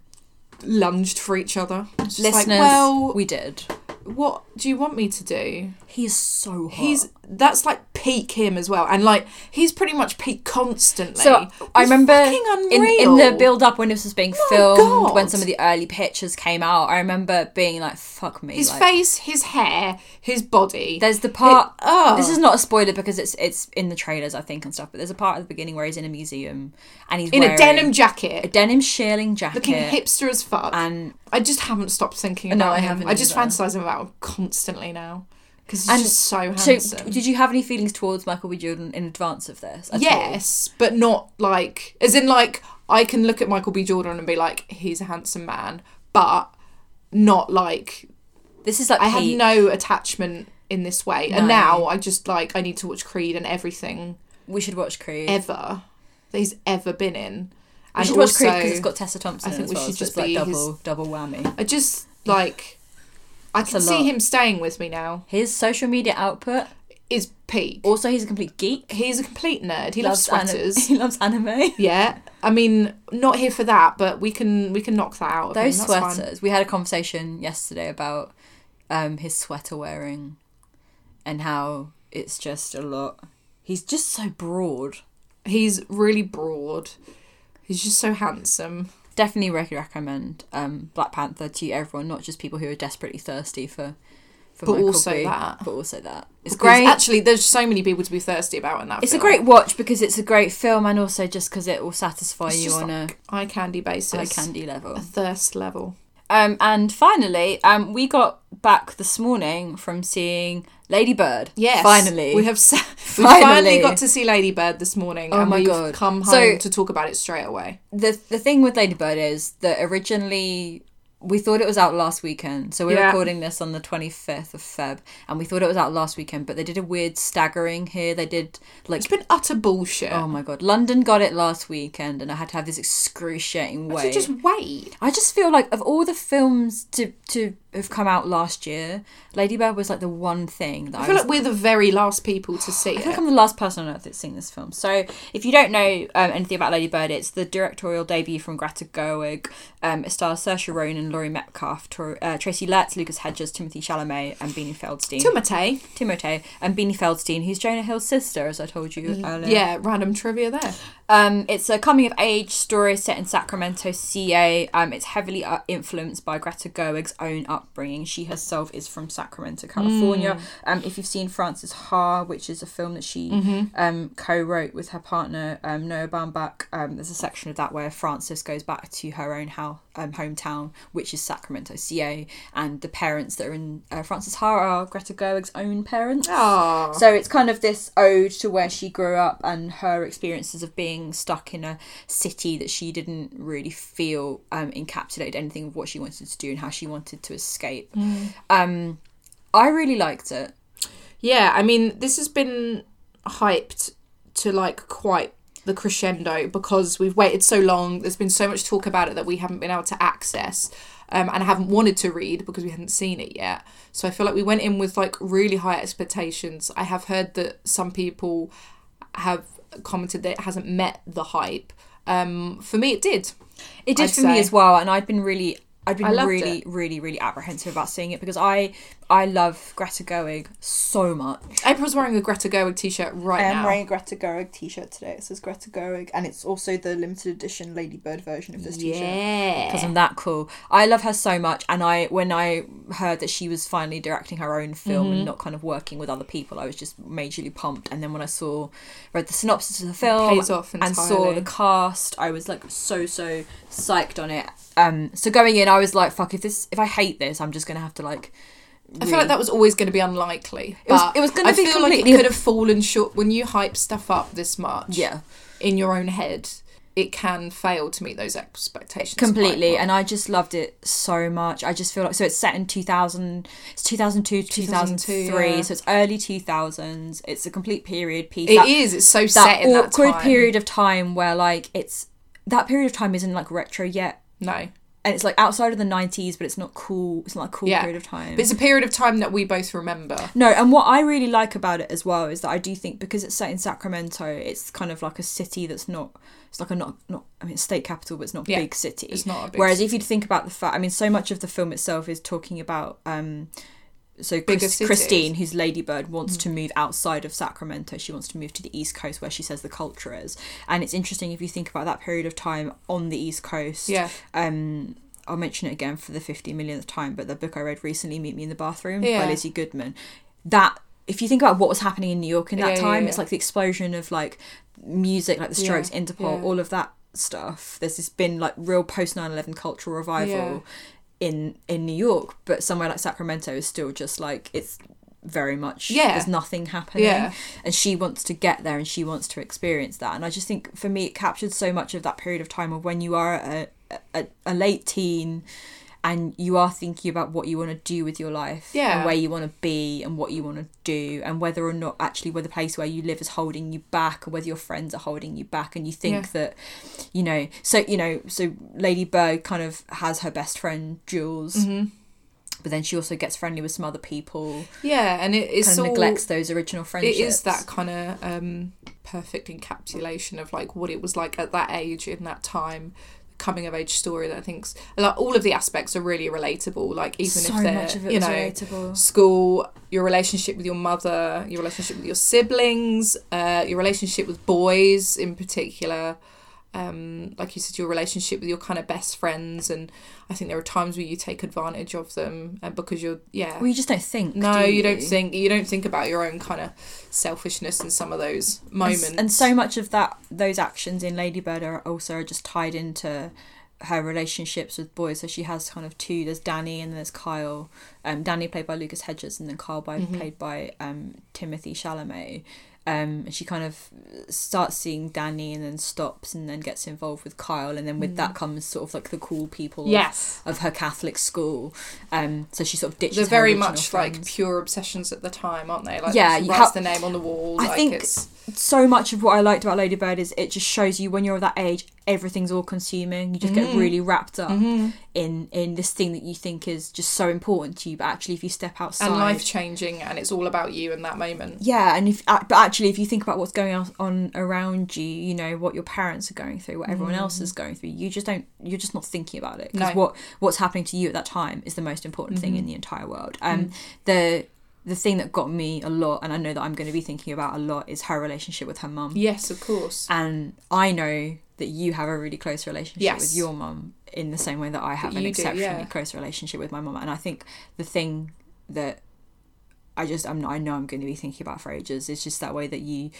Speaker 2: lunged for each other. It's just
Speaker 1: Listeners,
Speaker 2: like, well,
Speaker 1: we did.
Speaker 2: what do you want me to do?
Speaker 1: He's so hot.
Speaker 2: He's that's like peak him as well, and like he's pretty much peak constantly.
Speaker 1: so I
Speaker 2: He's
Speaker 1: remember
Speaker 2: fucking
Speaker 1: in, in the
Speaker 2: unreal.
Speaker 1: build up when this was being
Speaker 2: My
Speaker 1: filmed,
Speaker 2: God.
Speaker 1: when some of the early pictures came out, I remember being like, "Fuck me!"
Speaker 2: his
Speaker 1: like,
Speaker 2: face, his hair, his body.
Speaker 1: There's the part.
Speaker 2: It- oh.
Speaker 1: This is not a spoiler because it's it's in the trailers, I think, and stuff. But there's a part at the beginning where he's in a museum and he's
Speaker 2: in a
Speaker 1: wearing
Speaker 2: denim
Speaker 1: a
Speaker 2: jacket,
Speaker 1: denim shearling jacket,
Speaker 2: looking hipster as fuck.
Speaker 1: and
Speaker 2: I just haven't stopped thinking
Speaker 1: No,
Speaker 2: about
Speaker 1: I
Speaker 2: him.
Speaker 1: haven't
Speaker 2: I just
Speaker 1: either.
Speaker 2: fantasise him about him constantly now because he's
Speaker 1: And
Speaker 2: just so
Speaker 1: So,
Speaker 2: handsome.
Speaker 1: did you have any feelings towards Michael B. Jordan in advance of this? at all?
Speaker 2: Yes, but not like as in like I can look at Michael B. Jordan and be like, he's a handsome man, but not like
Speaker 1: This is like
Speaker 2: I have
Speaker 1: peak.
Speaker 2: no attachment in this way.
Speaker 1: No.
Speaker 2: And now I just like I need to watch Creed and everything
Speaker 1: we should watch Creed.
Speaker 2: ever that he's ever been in.
Speaker 1: we
Speaker 2: And
Speaker 1: should watch Creed because it's got Tessa Thompson.
Speaker 2: I think
Speaker 1: as
Speaker 2: we
Speaker 1: well,
Speaker 2: should
Speaker 1: so
Speaker 2: just
Speaker 1: it's like
Speaker 2: be
Speaker 1: double double whammy.
Speaker 2: I just like I can
Speaker 1: a
Speaker 2: see
Speaker 1: lot.
Speaker 2: him staying with me now.
Speaker 1: His social media output.
Speaker 2: Is peak.
Speaker 1: Also, he's a complete geek.
Speaker 2: He's a complete nerd. He
Speaker 1: He
Speaker 2: loves,
Speaker 1: anim- [LAUGHS]
Speaker 2: sweaters. [LAUGHS]
Speaker 1: he loves anime.
Speaker 2: Yeah, I mean, not here for that, but we can we can knock that out. Of him,
Speaker 1: Those
Speaker 2: that's fine.
Speaker 1: sweaters. We had a conversation yesterday about um, his sweater wearing and how it's just a lot. He's just so broad.
Speaker 2: He's really broad. He's just so handsome.
Speaker 1: definitely rec- recommend um, Black Panther to everyone, not just people who are desperately thirsty for, for
Speaker 2: But
Speaker 1: Michael
Speaker 2: also
Speaker 1: B,
Speaker 2: that.
Speaker 1: but also that. It's
Speaker 2: Because
Speaker 1: great.
Speaker 2: Actually, there's so many people to be thirsty about in that.
Speaker 1: it's a
Speaker 2: film.
Speaker 1: great watch because it's a great film, and also just because it will satisfy
Speaker 2: It's
Speaker 1: you
Speaker 2: just
Speaker 1: on
Speaker 2: like eye candy basis,
Speaker 1: a eye candy level.
Speaker 2: a thirst level.
Speaker 1: Um, and finally, um, we got back this morning from seeing Lady Bird.
Speaker 2: Yes,
Speaker 1: finally,
Speaker 2: we
Speaker 1: [LAUGHS]
Speaker 2: have sa-
Speaker 1: Finally.
Speaker 2: we finally got to see Lady Bird this morning,
Speaker 1: Oh
Speaker 2: and
Speaker 1: my
Speaker 2: we've
Speaker 1: God.
Speaker 2: come
Speaker 1: So-
Speaker 2: home to talk about it straight away.
Speaker 1: the the thing with Lady Bird is that originally we thought it was out last weekend. So we're
Speaker 2: Yeah.
Speaker 1: recording this on the 25th of Feb, and we thought it was out last weekend, but they did a weird staggering here. They did like.
Speaker 2: It's been utter bullshit.
Speaker 1: Oh my god, London got it last weekend, and I had to have this excruciating
Speaker 2: Why
Speaker 1: wait.
Speaker 2: don't you just wait.
Speaker 1: I just feel like of all the films to to have come out last year, Ladybird was like the one thing that I,
Speaker 2: I feel
Speaker 1: was
Speaker 2: like we're the very last people to see
Speaker 1: I feel like
Speaker 2: it.
Speaker 1: I'm the last person on earth that's seen this film. So, if you don't know um, anything about Lady Bird, it's the directorial debut from Greta Gerwig. Um, it stars Saoirse Ronan, Laurie Metcalf, Tor- uh, Tracy Letts, Lucas Hedges, Timothy Chalamet, and Beanie Feldstein.
Speaker 2: Timotei.
Speaker 1: Timotei and Beanie Feldstein, who's Jonah Hill's sister, as I told you earlier.
Speaker 2: Yeah, random trivia there.
Speaker 1: Um, it's a coming of age story set in Sacramento, CA. Um, it's heavily uh, influenced by Greta Gerwig's own upbringing. She herself is from Sacramento, California. Um, if you've seen Frances Ha, which is a film that she um, co-wrote with her partner um, Noah Baumbach, um, there's a section of that where Frances goes back to her own house, um, hometown, which is Sacramento, CA, and the parents that are in uh, Frances Ha are Greta Gerwig's own parents.
Speaker 2: Oh.
Speaker 1: So it's kind of this ode to where she grew up and her experiences of being stuck in a city that she didn't really feel um, encapsulated anything of what she wanted to do and how she wanted to escape.
Speaker 2: Mm.
Speaker 1: Um, I really liked it.
Speaker 2: Yeah, I mean, this has been hyped to like quite the crescendo because we've waited so long. There's been so much talk about it that we haven't been able to access um, and haven't wanted to read because we hadn't seen it yet. So I feel like we went in with like really high expectations. I have heard that some people have commented that it hasn't met the hype. Um, for me, it did.
Speaker 1: It did
Speaker 2: I'd
Speaker 1: for me
Speaker 2: say.
Speaker 1: as well, and I'd been really, I'd been
Speaker 2: I loved
Speaker 1: really, really, really apprehensive about seeing it because I, I love Greta Gerwig so much.
Speaker 2: April's wearing a Greta Gerwig t-shirt right
Speaker 1: I am
Speaker 2: now.
Speaker 1: wearing a Greta Gerwig t-shirt today. It says Greta Gerwig, and it's also the limited edition Ladybird version of this t-shirt.
Speaker 2: yeah.
Speaker 1: because I'm that cool. I love her so much, and I when I heard that she was finally directing her own film
Speaker 2: Mm-hmm.
Speaker 1: and not kind of working with other people, I was just majorly pumped. And then when I saw read the synopsis of the film
Speaker 2: pays off
Speaker 1: and saw
Speaker 2: entirely.
Speaker 1: the cast, I was like so so psyched on it. Um, so going in, I was like, fuck if this if I hate this, I'm just gonna have to like.
Speaker 2: I feel like that was always going to be unlikely.
Speaker 1: It was-
Speaker 2: but
Speaker 1: it was gonna
Speaker 2: I
Speaker 1: be
Speaker 2: feel
Speaker 1: completely-
Speaker 2: like it could have fallen short when you hype stuff up this much.
Speaker 1: Yeah.
Speaker 2: in your own head, it can fail to meet those expectations
Speaker 1: completely
Speaker 2: quite well.
Speaker 1: and i just loved it so much i just feel like so it's set in 2000 it's 2002 2003
Speaker 2: yeah.
Speaker 1: so it's early 2000s it's a complete period piece
Speaker 2: It
Speaker 1: That-
Speaker 2: is. It's so
Speaker 1: that
Speaker 2: set in that
Speaker 1: awkward
Speaker 2: time.
Speaker 1: period of time where like it's that period of time isn't like retro yet
Speaker 2: No,
Speaker 1: and it's like outside of the 90s but it's not cool it's not a cool
Speaker 2: yeah,
Speaker 1: period of time
Speaker 2: But it's a period of time that we both remember.
Speaker 1: no and what i really like about it as well is that i do think because it's set in sacramento it's kind of like a city that's not it's like a not not i mean it's state capital but it's not a
Speaker 2: Yeah,
Speaker 1: big city
Speaker 2: It's not a big
Speaker 1: Whereas if you think about the fact, I mean, so much of the film itself is talking about. Um, so Chris,
Speaker 2: cities.
Speaker 1: Christine, who's Ladybird, wants to move outside of Sacramento. She wants to move to the East Coast, where she says the culture is. And it's interesting if you think about that period of time on the East Coast.
Speaker 2: Yeah,
Speaker 1: Um, I'll mention it again for the fifty millionth time, but the book I read recently, "Meet Me in the Bathroom" by
Speaker 2: Yeah.
Speaker 1: Lizzie Goodman, that if you think about what was happening in New York in that
Speaker 2: Yeah, yeah,
Speaker 1: time,
Speaker 2: yeah.
Speaker 1: it's like the explosion of like music, like the
Speaker 2: Yeah,
Speaker 1: Strokes, Interpol,
Speaker 2: yeah.
Speaker 1: all of that stuff. There's this been like real post 9/11 cultural revival in in New York, but somewhere like Sacramento is still just like it's very much
Speaker 2: Yeah.
Speaker 1: there's nothing happening
Speaker 2: Yeah.
Speaker 1: and she wants to get there and she wants to experience that and i just think for me it captured so much of that period of time of when you are a, a, a late teen and you are thinking about what you want to do with your life and
Speaker 2: Yeah.
Speaker 1: where you want to be and what you want to do and whether or not actually where the place where you live is holding you back or whether your friends are holding you back and you think
Speaker 2: Yeah.
Speaker 1: that you know so you know so lady bird kind of has her best friend jules
Speaker 2: Mm. mm-hmm.
Speaker 1: but then she also gets friendly with some other people
Speaker 2: yeah, and it is
Speaker 1: kind
Speaker 2: all
Speaker 1: of neglects those original
Speaker 2: it
Speaker 1: friendships
Speaker 2: is that kind of um, perfect encapsulation of like what it was like at that age in that time coming of age story that I think's like all of the aspects are really relatable like even
Speaker 1: so
Speaker 2: if they're
Speaker 1: much of it
Speaker 2: you
Speaker 1: was
Speaker 2: know
Speaker 1: relatable
Speaker 2: school your relationship with your mother your relationship with your siblings uh, your relationship with boys in particular um, like you said your relationship with your kind of best friends and I think there are times where you take advantage of them and because you're yeah
Speaker 1: well you just don't think
Speaker 2: no,
Speaker 1: do
Speaker 2: you? don't think you don't think about your own kind of selfishness in some of those
Speaker 1: And s-
Speaker 2: moments.
Speaker 1: And so much of that, those actions in Ladybird are also just tied into her relationships with boys. So she has kind of
Speaker 2: Mm-hmm.
Speaker 1: two. There's Danny and there's Kyle. Um, Danny played by Lucas Hedges, and then Kyle by played by um, Timothy Chalamet. Um, and she kind of starts seeing Danny and then stops and then gets involved with Kyle. And then with
Speaker 2: Mm.
Speaker 1: that comes sort of like the cool people of-
Speaker 3: Yes.
Speaker 1: of, her Catholic school. Um, so she sort of ditches
Speaker 2: They're
Speaker 1: her
Speaker 2: very
Speaker 1: original
Speaker 2: much like
Speaker 1: friends.
Speaker 2: pure obsessions at the time, aren't they? Like,
Speaker 1: Yeah,
Speaker 2: yeah,
Speaker 1: you
Speaker 2: writes
Speaker 1: ha-
Speaker 2: the name on the wall.
Speaker 1: I
Speaker 2: like,
Speaker 1: think-
Speaker 2: it's,
Speaker 1: so much of what I liked about Ladybird is it just shows you when you're that age, everything's all consuming. You just
Speaker 2: Mm-hmm.
Speaker 1: get really wrapped up in in this thing that you think is just so important to you, but actually, if you step outside,
Speaker 2: and life changing, and it's all about you in that moment.
Speaker 1: yeah, and if uh, but actually, if you think about what's going on- on around you, you know what your parents are going through, what everyone else is going through. You just don't. You're just not thinking about it because
Speaker 2: Mm. No. Mm-hmm.
Speaker 1: what what's happening to you at that time is the most important thing in the entire world. Um,
Speaker 2: Mm.
Speaker 1: the the thing that got me a lot, and I know that I'm going to be thinking about a lot, is her relationship with her mum
Speaker 2: Yes, of course.
Speaker 1: and I know that you have a really close relationship
Speaker 2: Yes.
Speaker 1: with your mum in the same way that I have
Speaker 2: That
Speaker 1: an
Speaker 2: you do,
Speaker 1: exceptionally
Speaker 2: yeah.
Speaker 1: close relationship with my mum. And I think the thing that I just I'm, I know I'm going to be thinking about for ages is just that way that you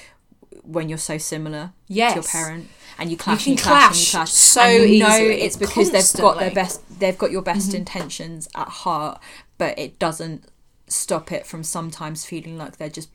Speaker 1: when you're so similar
Speaker 2: Yes.
Speaker 1: to your parent and you clash,
Speaker 2: can
Speaker 1: and you clash, and you
Speaker 2: clash
Speaker 1: clash
Speaker 2: so
Speaker 1: and you know
Speaker 2: easily,
Speaker 1: it's because they've got their
Speaker 2: constantly. Mm-hmm.
Speaker 1: best they've got your best intentions at heart, but it doesn't stop it from sometimes feeling like they're just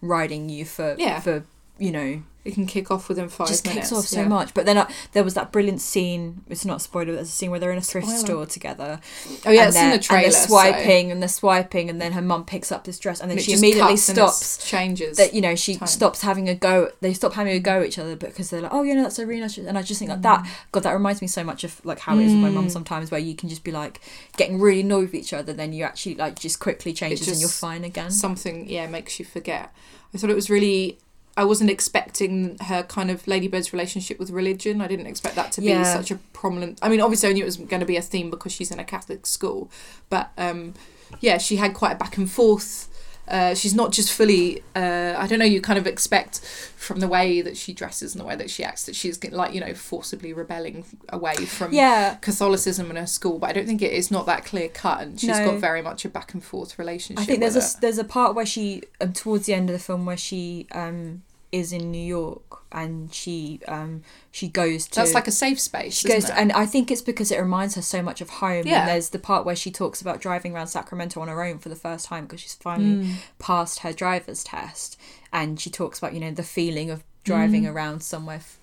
Speaker 1: riding you for
Speaker 2: Yeah.
Speaker 1: for you know
Speaker 2: It can kick off within five
Speaker 1: just
Speaker 2: minutes.
Speaker 1: kicks off so
Speaker 2: yeah.
Speaker 1: much. But then uh, there was that brilliant scene. It's not a spoiler. But there's a scene where they're in a thrift
Speaker 2: Spoiler.
Speaker 1: store together.
Speaker 2: Oh yeah,
Speaker 1: and
Speaker 2: it's in
Speaker 1: they're-
Speaker 2: the trailer.
Speaker 1: And
Speaker 2: so-
Speaker 1: they're swiping and they're swiping, and then her mum picks up this dress, and then
Speaker 2: and it
Speaker 1: she
Speaker 2: just
Speaker 1: immediately
Speaker 2: cuts and it's-
Speaker 1: stops.
Speaker 2: changes.
Speaker 1: That you know, she
Speaker 2: time.
Speaker 1: stops having a go. They stop having a go at each other because they're like, "Oh, yeah, no, that's a really nice." dress." And I just think like
Speaker 2: Mm.
Speaker 1: that. God, that reminds me so much of like how it is with my mum sometimes, where you can just be like getting really annoyed with each other, then you actually like just quickly changes and you're
Speaker 2: just-
Speaker 1: fine again.
Speaker 2: something yeah makes you forget i thought it was really i wasn't expecting her kind of ladybird's relationship with religion i didn't expect that to be
Speaker 1: Yeah.
Speaker 2: such a prominent i mean obviously i knew it was going to be a theme because she's in a catholic school but um yeah she had quite a back and forth uh, she's not just fully. Uh, I don't know. You kind of expect from the way that she dresses and the way that she acts that she's get- like you know forcibly rebelling away from
Speaker 1: yeah,
Speaker 2: Catholicism in her school, but I don't think it is not that clear cut, and she's
Speaker 1: No.
Speaker 2: got very much a back and forth relationship.
Speaker 1: I think there's
Speaker 2: with
Speaker 1: a there's a part where she um, towards the end of the film where she um is in New York and she um she goes to
Speaker 2: That's like a safe space.
Speaker 1: she
Speaker 2: isn't
Speaker 1: goes
Speaker 2: it?
Speaker 1: and I think it's because it reminds her so much of home.
Speaker 2: Yeah.
Speaker 1: And there's the part where she talks about driving around Sacramento on her own for the first time because she's
Speaker 2: Hmm.
Speaker 1: finally passed her driver's test, and she talks about you know the feeling of driving
Speaker 2: Mm.
Speaker 1: around somewhere. F-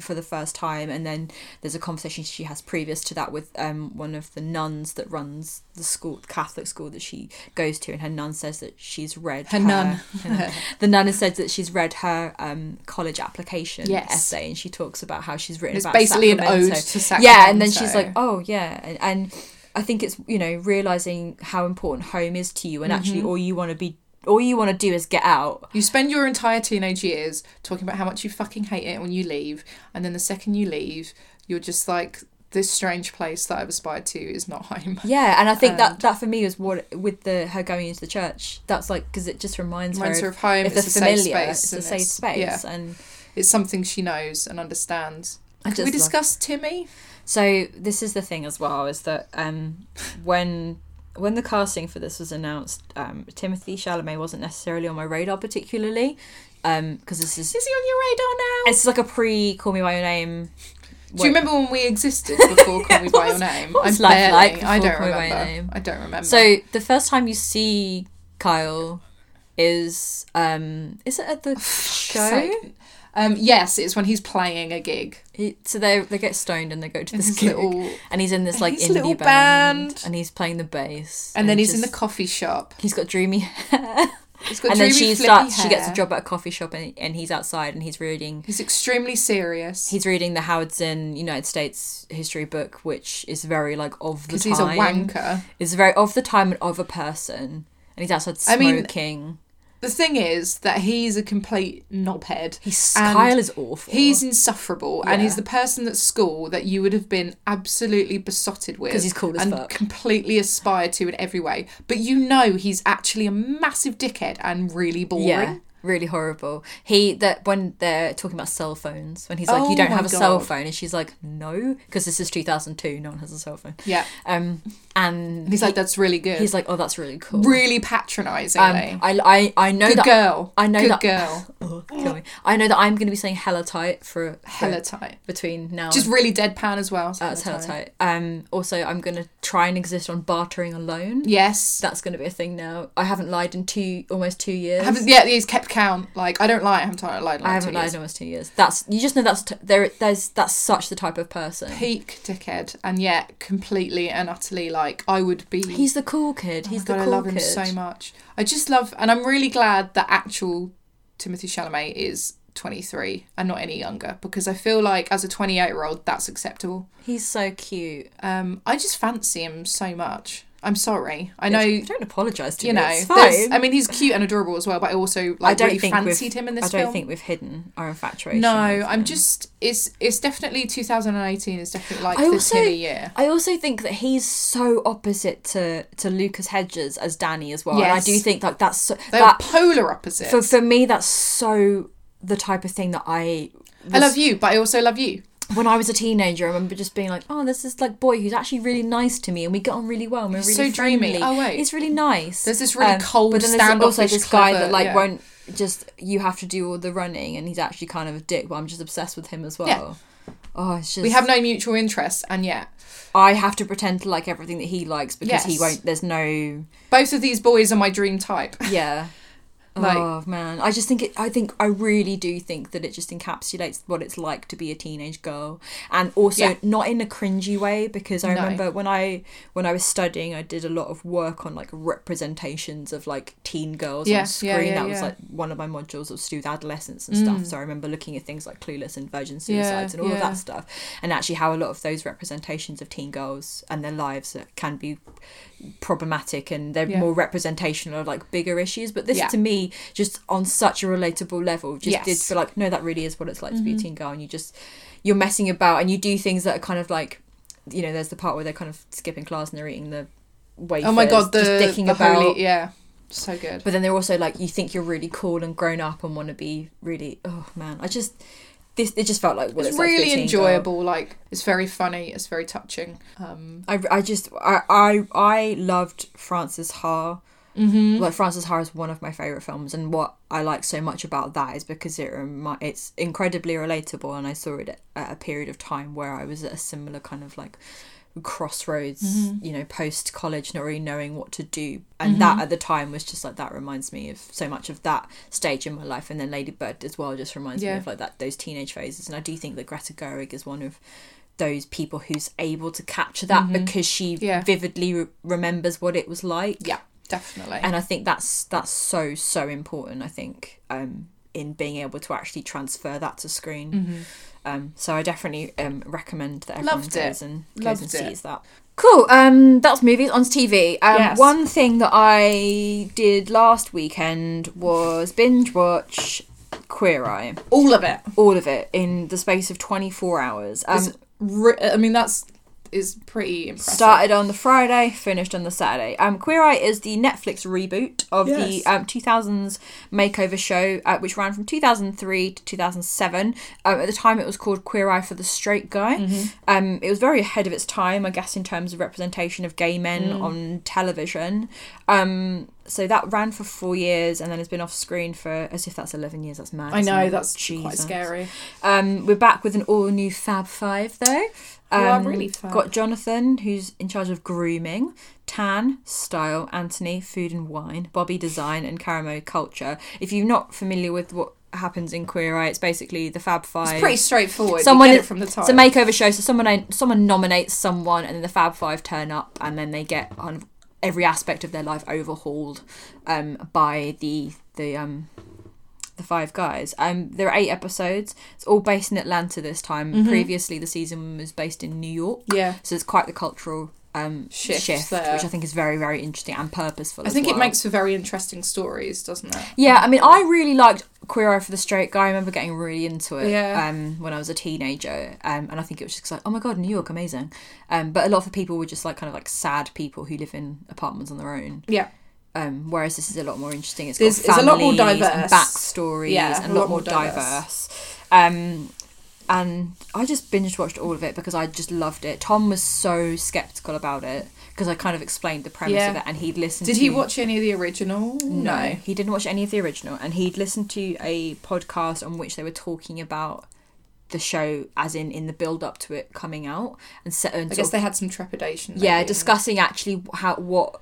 Speaker 1: for the first time and then there's a conversation she has previous to that with um one of the nuns that runs the school catholic school that she goes to and her nun says that she's read
Speaker 2: Her nun.
Speaker 1: her
Speaker 2: [LAUGHS]
Speaker 1: nun. the nun has said that she's read her um college application
Speaker 2: Yes.
Speaker 1: essay and she talks about how she's written
Speaker 2: it's
Speaker 1: about
Speaker 2: basically an ode
Speaker 1: Sacramento.
Speaker 2: to Sacramento.
Speaker 1: Yeah, and then she's like, oh yeah, and, and I think it's you know realizing how important home is to you, and
Speaker 2: Mm-hmm.
Speaker 1: actually all you want to be, all you want to do is get out.
Speaker 2: you spend your entire teenage years talking about how much you fucking hate it when you leave, and then the second you leave, you're just like, this strange place that I've aspired to is not
Speaker 1: [LAUGHS]
Speaker 2: home.
Speaker 1: Yeah, and I think that that for me was what with the her going into the church. That's like because it just reminds,
Speaker 2: Reminds her
Speaker 1: of
Speaker 2: of home.
Speaker 1: if
Speaker 2: It's a
Speaker 1: the
Speaker 2: safe
Speaker 1: familiar,
Speaker 2: space.
Speaker 1: it's a
Speaker 2: and
Speaker 1: safe space,
Speaker 2: Yeah,
Speaker 1: and
Speaker 2: it's something she knows and understands.
Speaker 1: I
Speaker 2: Can
Speaker 1: just
Speaker 2: we
Speaker 1: love-
Speaker 2: discuss Timmy?
Speaker 1: So this is the thing as well is that um, when when the casting for this was announced, um, Timothy Chalamet wasn't necessarily on my radar particularly because this is
Speaker 2: Is he on your radar now?
Speaker 1: It's like a pre Call Me by Your Name.
Speaker 2: Do you remember when we existed before
Speaker 1: [LAUGHS]
Speaker 2: Call Me
Speaker 1: What
Speaker 2: by Your
Speaker 1: was-
Speaker 2: Name?
Speaker 1: what was
Speaker 2: I'm
Speaker 1: life
Speaker 2: barely.
Speaker 1: like
Speaker 2: I
Speaker 1: before
Speaker 2: don't
Speaker 1: Call Me by Your
Speaker 2: remember.
Speaker 1: Name?
Speaker 2: I don't remember.
Speaker 1: So the first time you see Kyle is um is it
Speaker 2: [SIGHS]
Speaker 1: at the show?
Speaker 2: So, um, yes, it's when he's playing a gig.
Speaker 1: He, so they they get stoned and they go to this
Speaker 2: His
Speaker 1: gig,
Speaker 2: little-
Speaker 1: and he's in this like
Speaker 2: his
Speaker 1: indie
Speaker 2: little
Speaker 1: band,
Speaker 2: band.
Speaker 1: and he's playing the bass,
Speaker 2: and then
Speaker 1: it
Speaker 2: he's in the
Speaker 1: just-
Speaker 2: coffee shop.
Speaker 1: he's got dreamy [LAUGHS] hair,
Speaker 2: He's got
Speaker 1: and then
Speaker 2: dreamy,
Speaker 1: she
Speaker 2: flippy
Speaker 1: starts she gets a
Speaker 2: hair.
Speaker 1: job at a coffee shop, and, and he's outside and he's reading
Speaker 2: He's extremely serious.
Speaker 1: he's reading the Howard Zinn United States history book, which is very like of the
Speaker 2: Because
Speaker 1: time.
Speaker 2: he's a wanker.
Speaker 1: It's very of the time and of a person, and he's outside
Speaker 2: I mean-
Speaker 1: smoking.
Speaker 2: The thing is that he's a complete knobhead.
Speaker 1: he's
Speaker 2: And
Speaker 1: Kyle is awful.
Speaker 2: He's insufferable, and
Speaker 1: Yeah.
Speaker 2: he's the person at school that you would have been absolutely besotted with,
Speaker 1: 'Cause he's cool as
Speaker 2: and
Speaker 1: fuck.
Speaker 2: completely aspired to in every way. But you know he's actually a massive dickhead and really boring.
Speaker 1: yeah, really horrible. He that when they're talking about cell phones, when he's like,
Speaker 2: Oh
Speaker 1: "You don't
Speaker 2: my
Speaker 1: have a cell
Speaker 2: God.
Speaker 1: phone," and she's like, "No," because this is 2002. No one has a cell phone.
Speaker 2: Yeah.
Speaker 1: Um, and
Speaker 2: [LAUGHS] And he's like, that's really good.
Speaker 1: he's like, "Oh, that's really cool."
Speaker 2: really patronising.
Speaker 1: Um,
Speaker 2: eh?
Speaker 1: I, I I know
Speaker 2: Good
Speaker 1: that
Speaker 2: girl.
Speaker 1: I know
Speaker 2: Good
Speaker 1: that [LAUGHS]
Speaker 2: girl.
Speaker 1: Oh, kill me. I know that I'm going to be saying hella tight for, for
Speaker 2: Hella tight.
Speaker 1: between now.
Speaker 2: Just
Speaker 1: and,
Speaker 2: really deadpan as well. so
Speaker 1: that's hella tight. Um, also, I'm going to try and exist on bartering alone.
Speaker 2: Yes.
Speaker 1: That's going to be a thing now. I haven't lied in two almost two years.
Speaker 2: I haven't, yeah, he's kept count. Like, I don't lie. I haven't lied. lied in
Speaker 1: I
Speaker 2: like
Speaker 1: haven't
Speaker 2: two
Speaker 1: lied
Speaker 2: years.
Speaker 1: in almost two years. That's you just know that's t- there. There's that's such the type of person.
Speaker 2: Peak dickhead. And yet, completely and utterly, like, I would be.
Speaker 1: He's the cool kid.
Speaker 2: Oh my
Speaker 1: He's
Speaker 2: God,
Speaker 1: the cool
Speaker 2: I love him
Speaker 1: kid.
Speaker 2: so much. I just love, and I'm really glad that actual Timothy Chalamet is 23 and not any younger because I feel like as a 28 year old, that's acceptable.
Speaker 1: He's so cute.
Speaker 2: Um, I just fancy him so much. I'm sorry. I
Speaker 1: It's-
Speaker 2: know.
Speaker 1: Don't apologise to
Speaker 2: You
Speaker 1: me.
Speaker 2: know,
Speaker 1: it's
Speaker 2: there's-
Speaker 1: fine.
Speaker 2: I mean, he's cute and adorable as well, but I also like
Speaker 1: I don't
Speaker 2: really
Speaker 1: think
Speaker 2: fancied
Speaker 1: we've-
Speaker 2: him in
Speaker 1: I
Speaker 2: this
Speaker 1: don't
Speaker 2: film.
Speaker 1: think we've hidden our infatuation.
Speaker 2: no,
Speaker 1: with
Speaker 2: I'm
Speaker 1: him.
Speaker 2: just it's it's definitely 2018 is definitely like
Speaker 1: I
Speaker 2: the
Speaker 1: also-
Speaker 2: Timmy year.
Speaker 1: I also think that he's so opposite to to Lucas Hedges as Danny as well. And I
Speaker 2: Yes.
Speaker 1: do think that that's so,
Speaker 2: They're
Speaker 1: that
Speaker 2: polar opposites.
Speaker 1: for for me that's so the type of thing that I
Speaker 2: I love you, but I also love you.
Speaker 1: when I was a teenager, I remember just being like, "Oh, this is like boy who's actually really nice to me, and we get on really well, and we're
Speaker 2: He's
Speaker 1: really
Speaker 2: so dreamy.
Speaker 1: friendly.
Speaker 2: Oh, wait.
Speaker 1: it's really nice." Um,
Speaker 2: There's this really cold,
Speaker 1: but then there's also
Speaker 2: standoffish,
Speaker 1: this guy
Speaker 2: clever-
Speaker 1: that like
Speaker 2: yeah.
Speaker 1: won't just you have to do all the running, and he's actually kind of a dick. But I'm just obsessed with him as well. Oh, it's just
Speaker 2: We have no mutual interests, and yet
Speaker 1: I have to pretend to like everything that he likes because he
Speaker 2: Yes.
Speaker 1: won't. There's no
Speaker 2: both of these boys are my dream type.
Speaker 1: yeah.
Speaker 2: [LAUGHS] Like-
Speaker 1: oh man, I just think it. I think I really do think that it just encapsulates what it's like to be a teenage girl, and also
Speaker 2: Yeah.
Speaker 1: not in a cringy way. Because I
Speaker 2: No.
Speaker 1: remember when I when I was studying, I did a lot of work on like representations of like teen girls
Speaker 2: Yeah,
Speaker 1: on screen.
Speaker 2: yeah, yeah,
Speaker 1: that was
Speaker 2: yeah. Mm.
Speaker 1: like one of my modules of student adolescence and stuff. So I remember looking at things like Clueless and Virgin
Speaker 2: Yeah,
Speaker 1: Suicides and all of
Speaker 2: yeah.
Speaker 1: that stuff, and actually how a lot of those representations of teen girls and their lives can be problematic and they're
Speaker 2: Yeah.
Speaker 1: more representational of like bigger issues. But this
Speaker 2: Yeah.
Speaker 1: to me, just on such a relatable level, just
Speaker 2: Yes. Mm-hmm.
Speaker 1: did feel like, no, that really is what it's like to be a teen girl and you just you're messing about and you do things that are kind of like you know, there's the part where they're kind of skipping class and they're eating the wafers,
Speaker 2: Oh my god, the,
Speaker 1: just dicking
Speaker 2: the
Speaker 1: about.
Speaker 2: holy, yeah, so good.
Speaker 1: But then they're also like you think you're really cool and grown up and want to be really oh man, I just this it just felt like what
Speaker 2: It's
Speaker 1: it's, like to be a
Speaker 2: really
Speaker 1: teen girl.
Speaker 2: enjoyable. Like it's very funny. It's very touching. Um,
Speaker 1: I, I just I, I I loved Frances Ha. Mm-hmm. Like Frances Ha is one of my favorite films, and what I like so much about that is because it remi- it's incredibly relatable, and I saw it at a period of time where I was at a similar kind of like crossroads,
Speaker 2: Mm-hmm.
Speaker 1: you know, post college, not really knowing what to do, and that at the time was just like that reminds me of so much of that stage in my life, and then Lady Bird as well just reminds me
Speaker 2: Yeah.
Speaker 1: of like that those teenage phases, and I do think that Greta Gerwig is one of those people who's able to capture that because she
Speaker 2: Mm-hmm. Yeah.
Speaker 1: vividly re- remembers what it was like.
Speaker 2: yeah, definitely.
Speaker 1: And I think that's that's so so important. I think um, in being able to actually transfer that to screen.
Speaker 2: Mm. mm-hmm.
Speaker 1: Um, so I definitely um, recommend that everyone
Speaker 2: Loved it.
Speaker 1: goes and goes
Speaker 2: Loved
Speaker 1: and
Speaker 2: it.
Speaker 1: sees that. Cool. Um, that's movies on TV. Um,
Speaker 2: Yes.
Speaker 1: One thing that I did last weekend was binge watch Queer Eye,
Speaker 2: All of it.
Speaker 1: all of it in the space of twenty four hours. Um,
Speaker 2: It's re- I mean, that's is pretty impressive.
Speaker 1: Started on the Friday, finished on the Saturday. Um, Queer Eye is the Netflix reboot of
Speaker 2: Yes.
Speaker 1: the um, 2000s makeover show, uh, which ran from 2003 to 2007. Um, at the time, it was called Queer Eye for the Straight Guy.
Speaker 2: Mm-hmm.
Speaker 1: Um, it was very ahead of its time, I guess, in terms of representation of gay men
Speaker 2: Mm.
Speaker 1: on television. Um, so that ran for four years and then has been off screen for as if that's 11 years. That's mad.
Speaker 2: I
Speaker 1: isn't
Speaker 2: know
Speaker 1: it?
Speaker 2: that's quite
Speaker 1: Jesus.
Speaker 2: scary.
Speaker 1: Um, we're back with an all new Fab Five though. Um,
Speaker 2: Who are really fab.
Speaker 1: Got Jonathan, who's in charge of grooming, Tan, style, Anthony, food and wine, Bobby, design, and Karamo, culture. If you're not familiar with what happens in Queer Eye, it's basically the Fab Five.
Speaker 2: It's pretty straightforward.
Speaker 1: Someone
Speaker 2: Someone you get
Speaker 1: is-
Speaker 2: it from the
Speaker 1: it's
Speaker 2: title.
Speaker 1: a makeover show, so someone someone nominates someone, and then the Fab Five turn up, and then they get on every aspect of their life overhauled um, by the the um, the five guys. Um, there are eight episodes. It's all based in Atlanta this time.
Speaker 2: Mm-hmm.
Speaker 1: Previously, the season was based in New York.
Speaker 2: yeah.
Speaker 1: So it's quite the cultural um,
Speaker 2: Shift
Speaker 1: shift,
Speaker 2: there.
Speaker 1: which I think is very, very interesting and purposeful.
Speaker 2: I think
Speaker 1: as
Speaker 2: it
Speaker 1: well.
Speaker 2: makes for very interesting stories, doesn't it?
Speaker 1: Yeah, I mean, I really liked Queer Eye for the Straight Guy. I remember getting really into it
Speaker 2: Yeah.
Speaker 1: um, when I was a teenager, um, and I think it was just like, oh my god, New York, amazing. Um, but a lot of the people were just like kind of like sad people who live in apartments on their own.
Speaker 2: Yeah.
Speaker 1: Um, whereas this is a lot more interesting. It's
Speaker 2: There's-
Speaker 1: got
Speaker 2: it's a lot more
Speaker 1: families and
Speaker 2: diverse.
Speaker 1: backstories
Speaker 2: Yeah,
Speaker 1: and a lot, more diverse. Um, and I just binge watched all of it because I just loved it. Tom was so skeptical about it because I kind of explained the premise
Speaker 2: Yeah.
Speaker 1: of it, and he'd listened.
Speaker 2: Did
Speaker 1: to
Speaker 2: he watch any of the original?
Speaker 1: no, he didn't watch any of the original, and he'd listened to a podcast on which they were talking about the show, as in in the build up to it coming out, and set and
Speaker 2: I
Speaker 1: sort
Speaker 2: guess
Speaker 1: of-
Speaker 2: they had some trepidation.
Speaker 1: yeah,
Speaker 2: maybe.
Speaker 1: discussing actually how what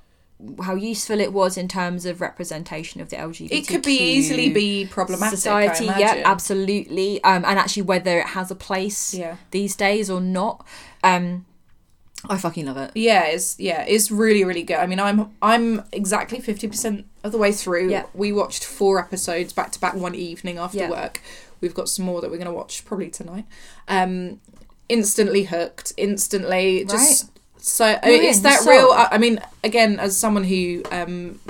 Speaker 1: how useful it was in terms of representation of the LGBT.
Speaker 2: It could be easily be problematic.
Speaker 1: society.
Speaker 2: I
Speaker 1: Yeah,
Speaker 2: imagine.
Speaker 1: absolutely. Um, and actually, whether it has a place
Speaker 2: Yeah.
Speaker 1: these days or not. Um, I fucking love it.
Speaker 2: Yeah, it's yeah, it's really really good. I mean, I'm I'm exactly fifty percent of the way through.
Speaker 1: Yeah.
Speaker 2: We watched four episodes back to back one evening after
Speaker 1: Yeah.
Speaker 2: work. We've got some more that we're gonna watch probably tonight. Um, instantly hooked. Instantly, just so I mean,
Speaker 1: You're
Speaker 2: it's
Speaker 1: in,
Speaker 2: that
Speaker 1: you're
Speaker 2: real.
Speaker 1: sold.
Speaker 2: I, I mean, again, as someone who um,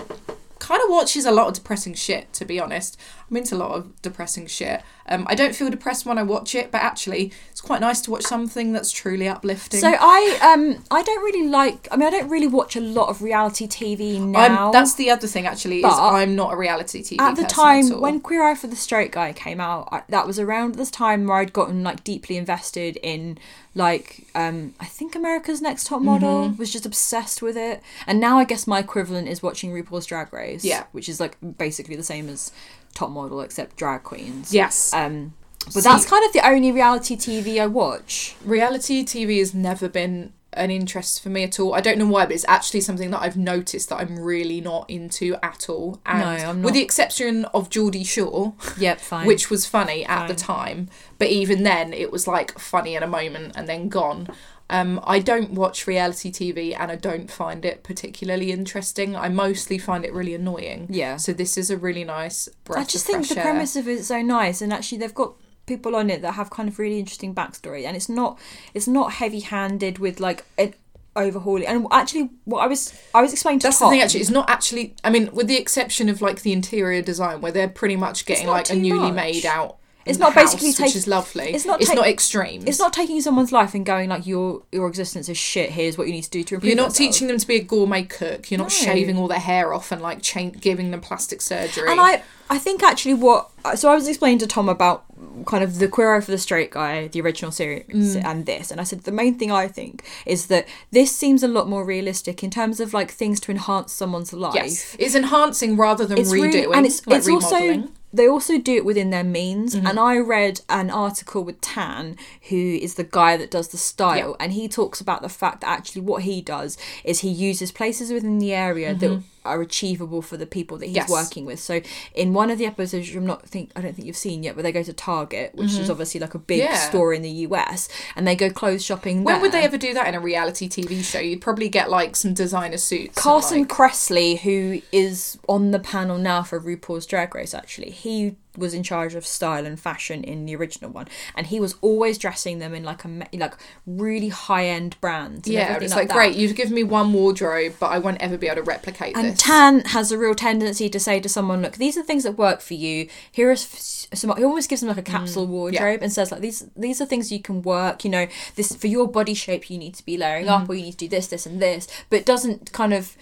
Speaker 2: kind of watches a lot of depressing shit, to be honest. I'm into a lot of depressing shit. Um, I don't feel depressed when I watch it, but actually, it's quite nice to watch something that's truly uplifting.
Speaker 1: So I um I don't really like. I mean, I don't really watch a lot of reality TV now.
Speaker 2: I'm, that's the other thing, actually, is
Speaker 1: But-
Speaker 2: I'm not a reality TV
Speaker 1: at the
Speaker 2: person
Speaker 1: time
Speaker 2: at all.
Speaker 1: when Queer Eye for the Straight Guy came out, I, that was around the time where I'd gotten like deeply invested in like um I think America's Next Top Model
Speaker 2: Mm-hmm.
Speaker 1: was just obsessed with it, and now I guess my equivalent is watching RuPaul's Drag Race,
Speaker 2: Yeah.
Speaker 1: which is like basically the same as Top Model except drag queens.
Speaker 2: yes,
Speaker 1: Um, but
Speaker 2: See-
Speaker 1: that's kind of the only reality TV I watch.
Speaker 2: reality TV has never been an interest for me at all. I don't know why, but it's actually something that I've noticed that I'm really not into at all. And
Speaker 1: No, I'm not.
Speaker 2: With the exception of Geordie Shore,
Speaker 1: Yep, fine.
Speaker 2: which was funny at the time, but even then it was like funny in a moment and then gone. Um, I don't watch reality TV and I don't find it particularly interesting. I mostly find it really annoying.
Speaker 1: Yeah.
Speaker 2: So this is a really nice breath
Speaker 1: I just
Speaker 2: of
Speaker 1: think
Speaker 2: fresh
Speaker 1: the
Speaker 2: air.
Speaker 1: premise of it is so nice, and actually they've got people on it that have kind of really interesting backstory, and it's not it's not heavy handed with like an overhauling. And actually, what I was I was explaining to
Speaker 2: That's
Speaker 1: Tom,
Speaker 2: the thing. Actually, it's not actually. I mean, with the exception of like the interior design, where they're pretty much getting
Speaker 1: not
Speaker 2: like a
Speaker 1: too
Speaker 2: newly
Speaker 1: much.
Speaker 2: made out.
Speaker 1: It's not
Speaker 2: house,
Speaker 1: basically
Speaker 2: which
Speaker 1: take-
Speaker 2: is lovely.
Speaker 1: it's
Speaker 2: It's
Speaker 1: not
Speaker 2: not. It's
Speaker 1: take-
Speaker 2: not extremes.
Speaker 1: It's not taking someone's life and going like your your existence is shit. Here's what you need to do to improve.
Speaker 2: You're not
Speaker 1: yourself."
Speaker 2: teaching them to be a gourmet cook. You're not
Speaker 1: No.
Speaker 2: shaving all their hair off and like cha- giving them plastic surgery.
Speaker 1: And I, I think actually what so I was explaining to Tom about kind of the queer eye for the straight guy, the original series,
Speaker 2: Mm.
Speaker 1: and this, and I said the main thing I think is that this seems a lot more realistic in terms of like things to enhance someone's life.
Speaker 2: yes, it's enhancing rather than
Speaker 1: it's
Speaker 2: redoing.
Speaker 1: really and it's
Speaker 2: like
Speaker 1: it's
Speaker 2: remodeling. Mm-hmm.
Speaker 1: also they also do it within their means and i read an article with tan who is the guy that does the style and he talks about the fact that actually what he does is he uses places within the area that are achievable for the people that he's
Speaker 2: Mm-hmm. Yes.
Speaker 1: working with so in one of the episodes which i'm not think i don't think you've seen yet but they go to target which is obviously like a big
Speaker 2: Mm-hmm. Yeah.
Speaker 1: store in the us and they go clothes shopping
Speaker 2: When would
Speaker 1: there.
Speaker 2: they ever do that in a reality TV show? You'd probably get like some designer suits. and,
Speaker 1: Carson
Speaker 2: like-
Speaker 1: Cressley, who is on the panel now for RuPaul's Drag Race, actually, he was in charge of style and fashion in the original one, and he was always dressing them in like a me- like really high end brands. And
Speaker 2: yeah,
Speaker 1: everything
Speaker 2: it's
Speaker 1: like,
Speaker 2: like
Speaker 1: that.
Speaker 2: great. You've given me one wardrobe, but I won't ever be able to replicate
Speaker 1: And
Speaker 2: this.
Speaker 1: Tan has a real tendency to say to someone, "Look, these are things that work for you. Here is f- some." He almost gives them like a capsule
Speaker 2: Mm,
Speaker 1: wardrobe and says, "Like these, these are things you can work. You know, this for your body shape, you need to be layering
Speaker 2: Mm.
Speaker 1: up, or you need to do this, this, and this." But doesn't kind of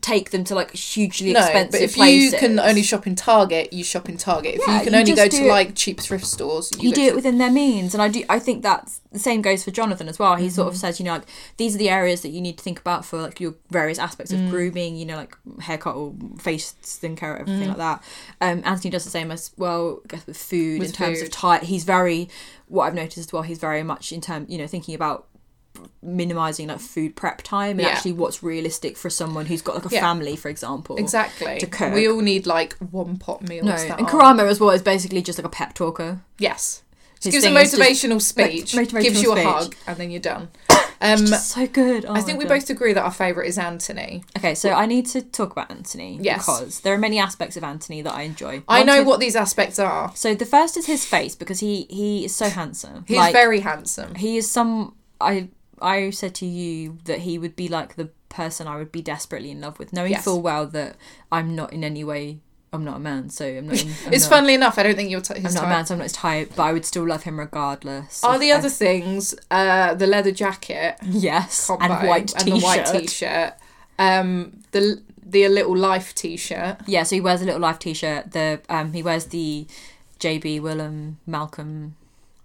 Speaker 1: take them to like hugely expensive
Speaker 2: but if
Speaker 1: places.
Speaker 2: you can only shop in Target, you shop in Target. If
Speaker 1: Yeah,
Speaker 2: you can
Speaker 1: you
Speaker 2: only go
Speaker 1: just
Speaker 2: to
Speaker 1: do it-
Speaker 2: like cheap thrift stores, you,
Speaker 1: you
Speaker 2: go
Speaker 1: do
Speaker 2: to-
Speaker 1: it within their means and i do i think that's the same goes for jonathan as well he sort
Speaker 2: Mm-hmm.
Speaker 1: of says you know like these are the areas that you need to think about for like your various aspects of
Speaker 2: Mm.
Speaker 1: grooming you know like haircut or face skincare everything like
Speaker 2: Mm.
Speaker 1: that um anthony does the same as well I guess with food
Speaker 2: With
Speaker 1: in terms of
Speaker 2: food.
Speaker 1: type he's very what i've noticed as well he's very much in terms you know thinking about minimizing like food prep time and
Speaker 2: Yeah.
Speaker 1: actually what's realistic for someone who's got like a
Speaker 2: Yeah.
Speaker 1: family for example
Speaker 2: exactly.
Speaker 1: to cook.
Speaker 2: We all need like one pot meals.
Speaker 1: no
Speaker 2: that
Speaker 1: and
Speaker 2: are-
Speaker 1: karamo as well is basically just like a pep talker
Speaker 2: Yes,
Speaker 1: His
Speaker 2: gives a
Speaker 1: thing is just-
Speaker 2: motivational speech,
Speaker 1: motivational
Speaker 2: gives you
Speaker 1: speech.
Speaker 2: a hug, and then
Speaker 1: [COUGHS]
Speaker 2: you're done. Um,
Speaker 1: so good Oh
Speaker 2: I
Speaker 1: my
Speaker 2: think we
Speaker 1: God.
Speaker 2: both agree that our favorite is Anthony.
Speaker 1: Okay, so I need to talk about Anthony
Speaker 2: Yes.
Speaker 1: because there are many aspects of Anthony that I enjoy.
Speaker 2: I
Speaker 1: One
Speaker 2: know
Speaker 1: is-
Speaker 2: what these aspects are.
Speaker 1: So the first is his face because he he is so handsome.
Speaker 2: He's
Speaker 1: Like,
Speaker 2: very handsome.
Speaker 1: He is some. I I said to you that he would be like the person I would be desperately in love with, knowing
Speaker 2: Yes.
Speaker 1: full well that I'm not in any way. I'm not a man, so I'm not. In, I'm
Speaker 2: [LAUGHS] It's
Speaker 1: not,
Speaker 2: funnily enough, I don't think you're t- his
Speaker 1: I'm not a
Speaker 2: type.
Speaker 1: man, so I'm not his type, but I would still love him regardless.
Speaker 2: Are
Speaker 1: of-
Speaker 2: the other
Speaker 1: and-
Speaker 2: things uh, the leather jacket
Speaker 1: [LAUGHS] yes
Speaker 2: combo
Speaker 1: and white
Speaker 2: and the white
Speaker 1: t-shirt.
Speaker 2: t-shirt. Um, the the A Little Life T-shirt.
Speaker 1: Yeah, so he wears a little life T-shirt. The um, he wears the JB Willem Malcolm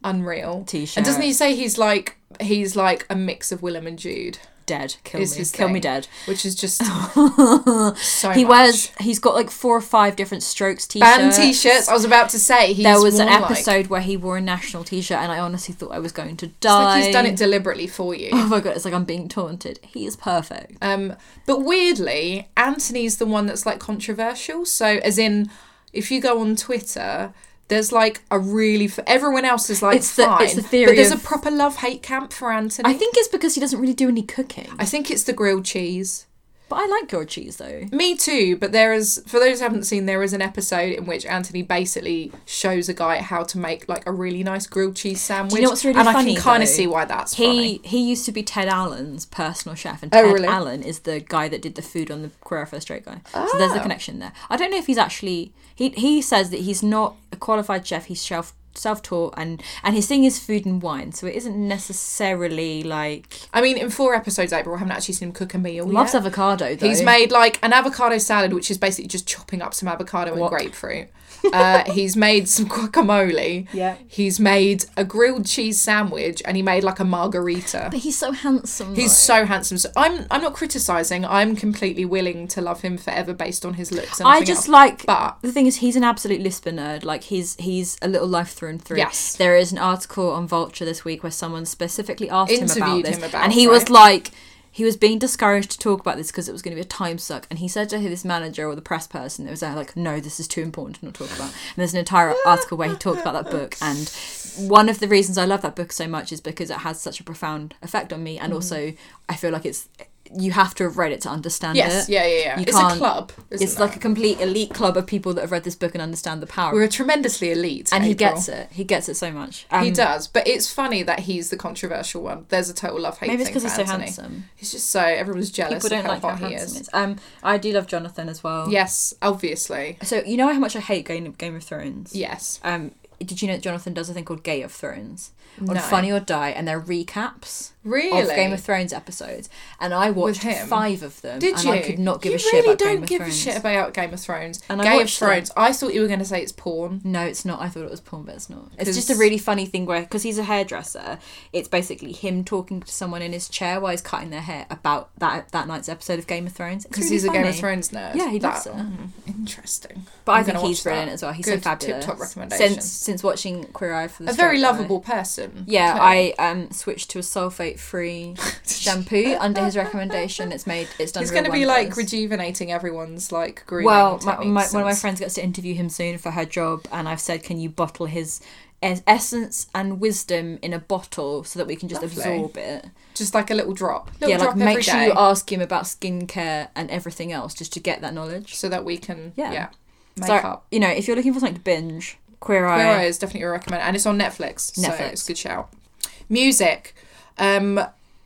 Speaker 2: Unreal
Speaker 1: T-shirt.
Speaker 2: And doesn't he say he's like he's like a mix of Willem and Jude,
Speaker 1: dead? Kill me,
Speaker 2: Is his
Speaker 1: kill me
Speaker 2: thing.
Speaker 1: dead.
Speaker 2: which is
Speaker 1: [LAUGHS]
Speaker 2: just so.
Speaker 1: he
Speaker 2: much.
Speaker 1: wears. He's got like four or five different strokes T-shirts.
Speaker 2: band T-shirts. I was about to say he's
Speaker 1: There was an
Speaker 2: worn, like-
Speaker 1: episode where he wore a national T-shirt, and I honestly thought I was going to
Speaker 2: it's
Speaker 1: die.
Speaker 2: like he's done it deliberately for you.
Speaker 1: [LAUGHS] Oh my god, it's like I'm being taunted. He is perfect.
Speaker 2: Um, but weirdly, Anthony's the one that's like controversial. So, as in, if you go on Twitter, there's like a really f- everyone else is like
Speaker 1: It's the-
Speaker 2: fine,
Speaker 1: it's the theory
Speaker 2: but there's
Speaker 1: of-
Speaker 2: a proper love hate camp for Anthony.
Speaker 1: I think it's because he doesn't really do any cooking.
Speaker 2: I think it's the grilled cheese.
Speaker 1: But I like grilled cheese though.
Speaker 2: Me too, but there is for those who haven't seen, there is an episode in which Anthony basically shows a guy how to make like a really nice grilled cheese sandwich.
Speaker 1: know what's really
Speaker 2: and
Speaker 1: funny,
Speaker 2: I can kind
Speaker 1: though?
Speaker 2: of see why that's funny.
Speaker 1: He he used to be Ted Allen's personal chef, and
Speaker 2: Oh,
Speaker 1: Ted
Speaker 2: really?
Speaker 1: Allen is the guy that did the food on the Queer First Straight Guy. So
Speaker 2: Oh.
Speaker 1: there's a connection there. I don't know if he's actually he he says that he's not a qualified chef. He's self self taught, and and his thing is food and wine. So it isn't necessarily like
Speaker 2: I mean, in four episodes, April, we haven't actually seen him cook a meal.
Speaker 1: loves
Speaker 2: yet.
Speaker 1: avocado. Though.
Speaker 2: He's made like an avocado salad, which is basically just chopping up some avocado
Speaker 1: What?
Speaker 2: and grapefruit. Uh, [LAUGHS] he's made some guacamole.
Speaker 1: Yeah.
Speaker 2: He's made a grilled cheese sandwich, and he made like a margarita.
Speaker 1: But he's so handsome.
Speaker 2: He's
Speaker 1: though.
Speaker 2: so handsome. So I'm I'm not criticizing. I'm completely willing to love him forever based on his looks. And
Speaker 1: I
Speaker 2: nothing
Speaker 1: just
Speaker 2: else.
Speaker 1: like
Speaker 2: but
Speaker 1: the thing is he's an absolute Lisper nerd. Like he's he's a little life through and through.
Speaker 2: Yes.
Speaker 1: There is an article on Vulture this week where someone specifically asked him about
Speaker 2: Interviewed
Speaker 1: this,
Speaker 2: him about,
Speaker 1: and he was
Speaker 2: right?
Speaker 1: like. He was being discouraged to talk about this because it was going to be a time suck, and he said to his manager or the press person that was there, like, "No, this is too important to not talk about." And there's an
Speaker 2: [LAUGHS]
Speaker 1: entire article where he talks about that book, and one of the reasons I love that book so much is because it has such a profound effect on me, and
Speaker 2: Mm.
Speaker 1: also I feel like it's you have to have read it to understand
Speaker 2: yes,
Speaker 1: it.
Speaker 2: yeah, yeah, yeah.
Speaker 1: You
Speaker 2: it's a
Speaker 1: can't-
Speaker 2: club. Isn't
Speaker 1: It's like a complete elite club of people that have read this book and understand the power. of
Speaker 2: we're a tremendously elite,
Speaker 1: and he
Speaker 2: April.
Speaker 1: gets it. He gets it so much. Um,
Speaker 2: He does, but it's funny that he's the controversial one. There's a total love hate.
Speaker 1: Maybe it's
Speaker 2: because
Speaker 1: because he's so handsome.
Speaker 2: He's just so everyone's jealous
Speaker 1: People don't
Speaker 2: of
Speaker 1: like
Speaker 2: how
Speaker 1: how
Speaker 2: hot he
Speaker 1: handsome he is.
Speaker 2: is.
Speaker 1: Um, I do love Jonathan as well.
Speaker 2: Yes, obviously.
Speaker 1: So you know how much I hate Game Game of Thrones.
Speaker 2: Yes.
Speaker 1: Um, did you know that Jonathan does a thing called Gate of Thrones on
Speaker 2: No.
Speaker 1: Funny or Die, and they're recaps
Speaker 2: Really?
Speaker 1: of Game of Thrones episodes, and I watched
Speaker 2: him?
Speaker 1: five of them.
Speaker 2: Did
Speaker 1: and
Speaker 2: you?
Speaker 1: I could not give
Speaker 2: you
Speaker 1: a shit
Speaker 2: really
Speaker 1: about
Speaker 2: don't
Speaker 1: Game of
Speaker 2: give
Speaker 1: Thrones.
Speaker 2: a shit about Game of Thrones.
Speaker 1: And I
Speaker 2: Game of
Speaker 1: watched them.
Speaker 2: Thrones. I thought you were going to say it's porn.
Speaker 1: No, it's not. I thought it was porn, but it's not. It's
Speaker 2: 'Cause-
Speaker 1: just a really funny thing where, because he's a hairdresser, it's basically him talking to someone in his chair while he's cutting their hair about that that night's episode of Game of Thrones. It's
Speaker 2: Because
Speaker 1: really
Speaker 2: he's a Game of
Speaker 1: funny.
Speaker 2: Thrones nerd.
Speaker 1: Yeah, he loves it.
Speaker 2: mm, interesting.
Speaker 1: But
Speaker 2: I'm
Speaker 1: i think
Speaker 2: gonna
Speaker 1: he's
Speaker 2: watch
Speaker 1: brilliant
Speaker 2: that.
Speaker 1: as well. He's
Speaker 2: Good
Speaker 1: so fabulous.
Speaker 2: Tip-top recommendation.
Speaker 1: Since since watching Queer Eye for the
Speaker 2: a very
Speaker 1: Straight Guy.
Speaker 2: lovable person.
Speaker 1: Yeah,
Speaker 2: clearly.
Speaker 1: I um switched to a sulfate
Speaker 2: [LAUGHS]
Speaker 1: free shampoo under his recommendation. It's made it's done.
Speaker 2: He's
Speaker 1: real
Speaker 2: going to be like
Speaker 1: wonders.
Speaker 2: rejuvenating everyone's like grooming.
Speaker 1: well, my, my,
Speaker 2: techniques
Speaker 1: one of my
Speaker 2: and-
Speaker 1: friends gets to interview him soon for her job, and I've said, can you bottle his es- essence and wisdom in a bottle so that we can just
Speaker 2: Lovely.
Speaker 1: absorb it?
Speaker 2: just like a little drop. Little
Speaker 1: yeah,
Speaker 2: drop
Speaker 1: like make
Speaker 2: every
Speaker 1: sure you
Speaker 2: day
Speaker 1: ask him about skincare and everything else just to get that knowledge.
Speaker 2: so that we can
Speaker 1: Yeah.
Speaker 2: yeah, make
Speaker 1: So
Speaker 2: up.
Speaker 1: you know, if you're looking for something to binge, Queer Eye.
Speaker 2: Queer Eye is definitely a recommend, and it's on Netflix. So
Speaker 1: Netflix.
Speaker 2: it's a good shout. Music. Um,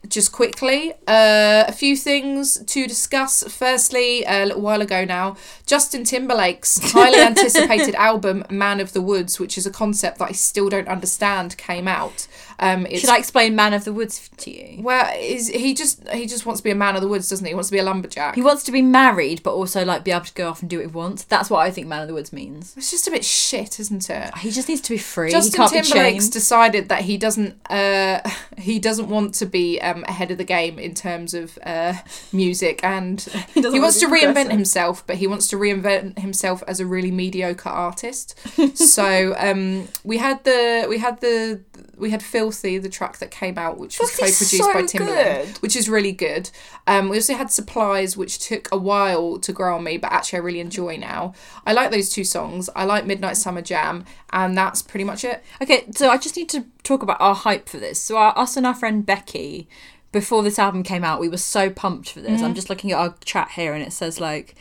Speaker 2: just quickly, uh, a few things to discuss. Firstly, a little while ago now, Justin Timberlake's
Speaker 1: [LAUGHS]
Speaker 2: highly anticipated album "Man of the Woods," which is a concept that I still don't understand, came out. Um, it's
Speaker 1: Should I explain Man of the Woods to you?
Speaker 2: well, is he just he just wants to be a man of the woods, doesn't he? He wants to be a lumberjack.
Speaker 1: He wants to be married, but also like be able to go off and do what he wants. That's what I think Man of the Woods means.
Speaker 2: it's just a bit shit, isn't it?
Speaker 1: He just needs to be free. he
Speaker 2: Justin
Speaker 1: can't be
Speaker 2: Timberlake's
Speaker 1: chained.
Speaker 2: decided that he doesn't uh, [LAUGHS] he doesn't want to be um, ahead of the game in terms of uh, music,
Speaker 1: [LAUGHS]
Speaker 2: and [LAUGHS] he,
Speaker 1: doesn't
Speaker 2: wants to
Speaker 1: want to be
Speaker 2: reinvent
Speaker 1: progressive.
Speaker 2: himself, but he wants to reinvent himself as a really
Speaker 1: [LAUGHS]
Speaker 2: mediocre artist. so um, we had the we had the we had Filthy, the track that came out, which was
Speaker 1: Filthy's
Speaker 2: co-produced
Speaker 1: so
Speaker 2: by Timberlake,
Speaker 1: good.
Speaker 2: which is really good. Um, we also had Supplies, which took a while to grow on me, but actually I really enjoy now. I like those two songs. I like Midnight Summer Jam, and that's pretty much it.
Speaker 1: Okay, so I just need to talk about our hype for this. So, our, us and our friend Becky, before this album came out, we were so pumped for
Speaker 2: Mm.
Speaker 1: this. I'm just looking at our chat here, and it says like,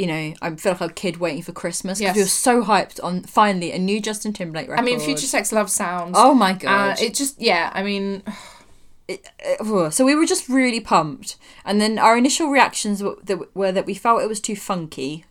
Speaker 1: you know, I feel like a kid waiting for Christmas because we
Speaker 2: Yes.
Speaker 1: were so hyped on finally a new Justin Timberlake record.
Speaker 2: I mean, Future Sex Love sounds.
Speaker 1: Oh my god!
Speaker 2: Uh, it just yeah. I mean,
Speaker 1: Ugh, so we were just really pumped, and then our initial reactions were that, were that we felt it was too funky.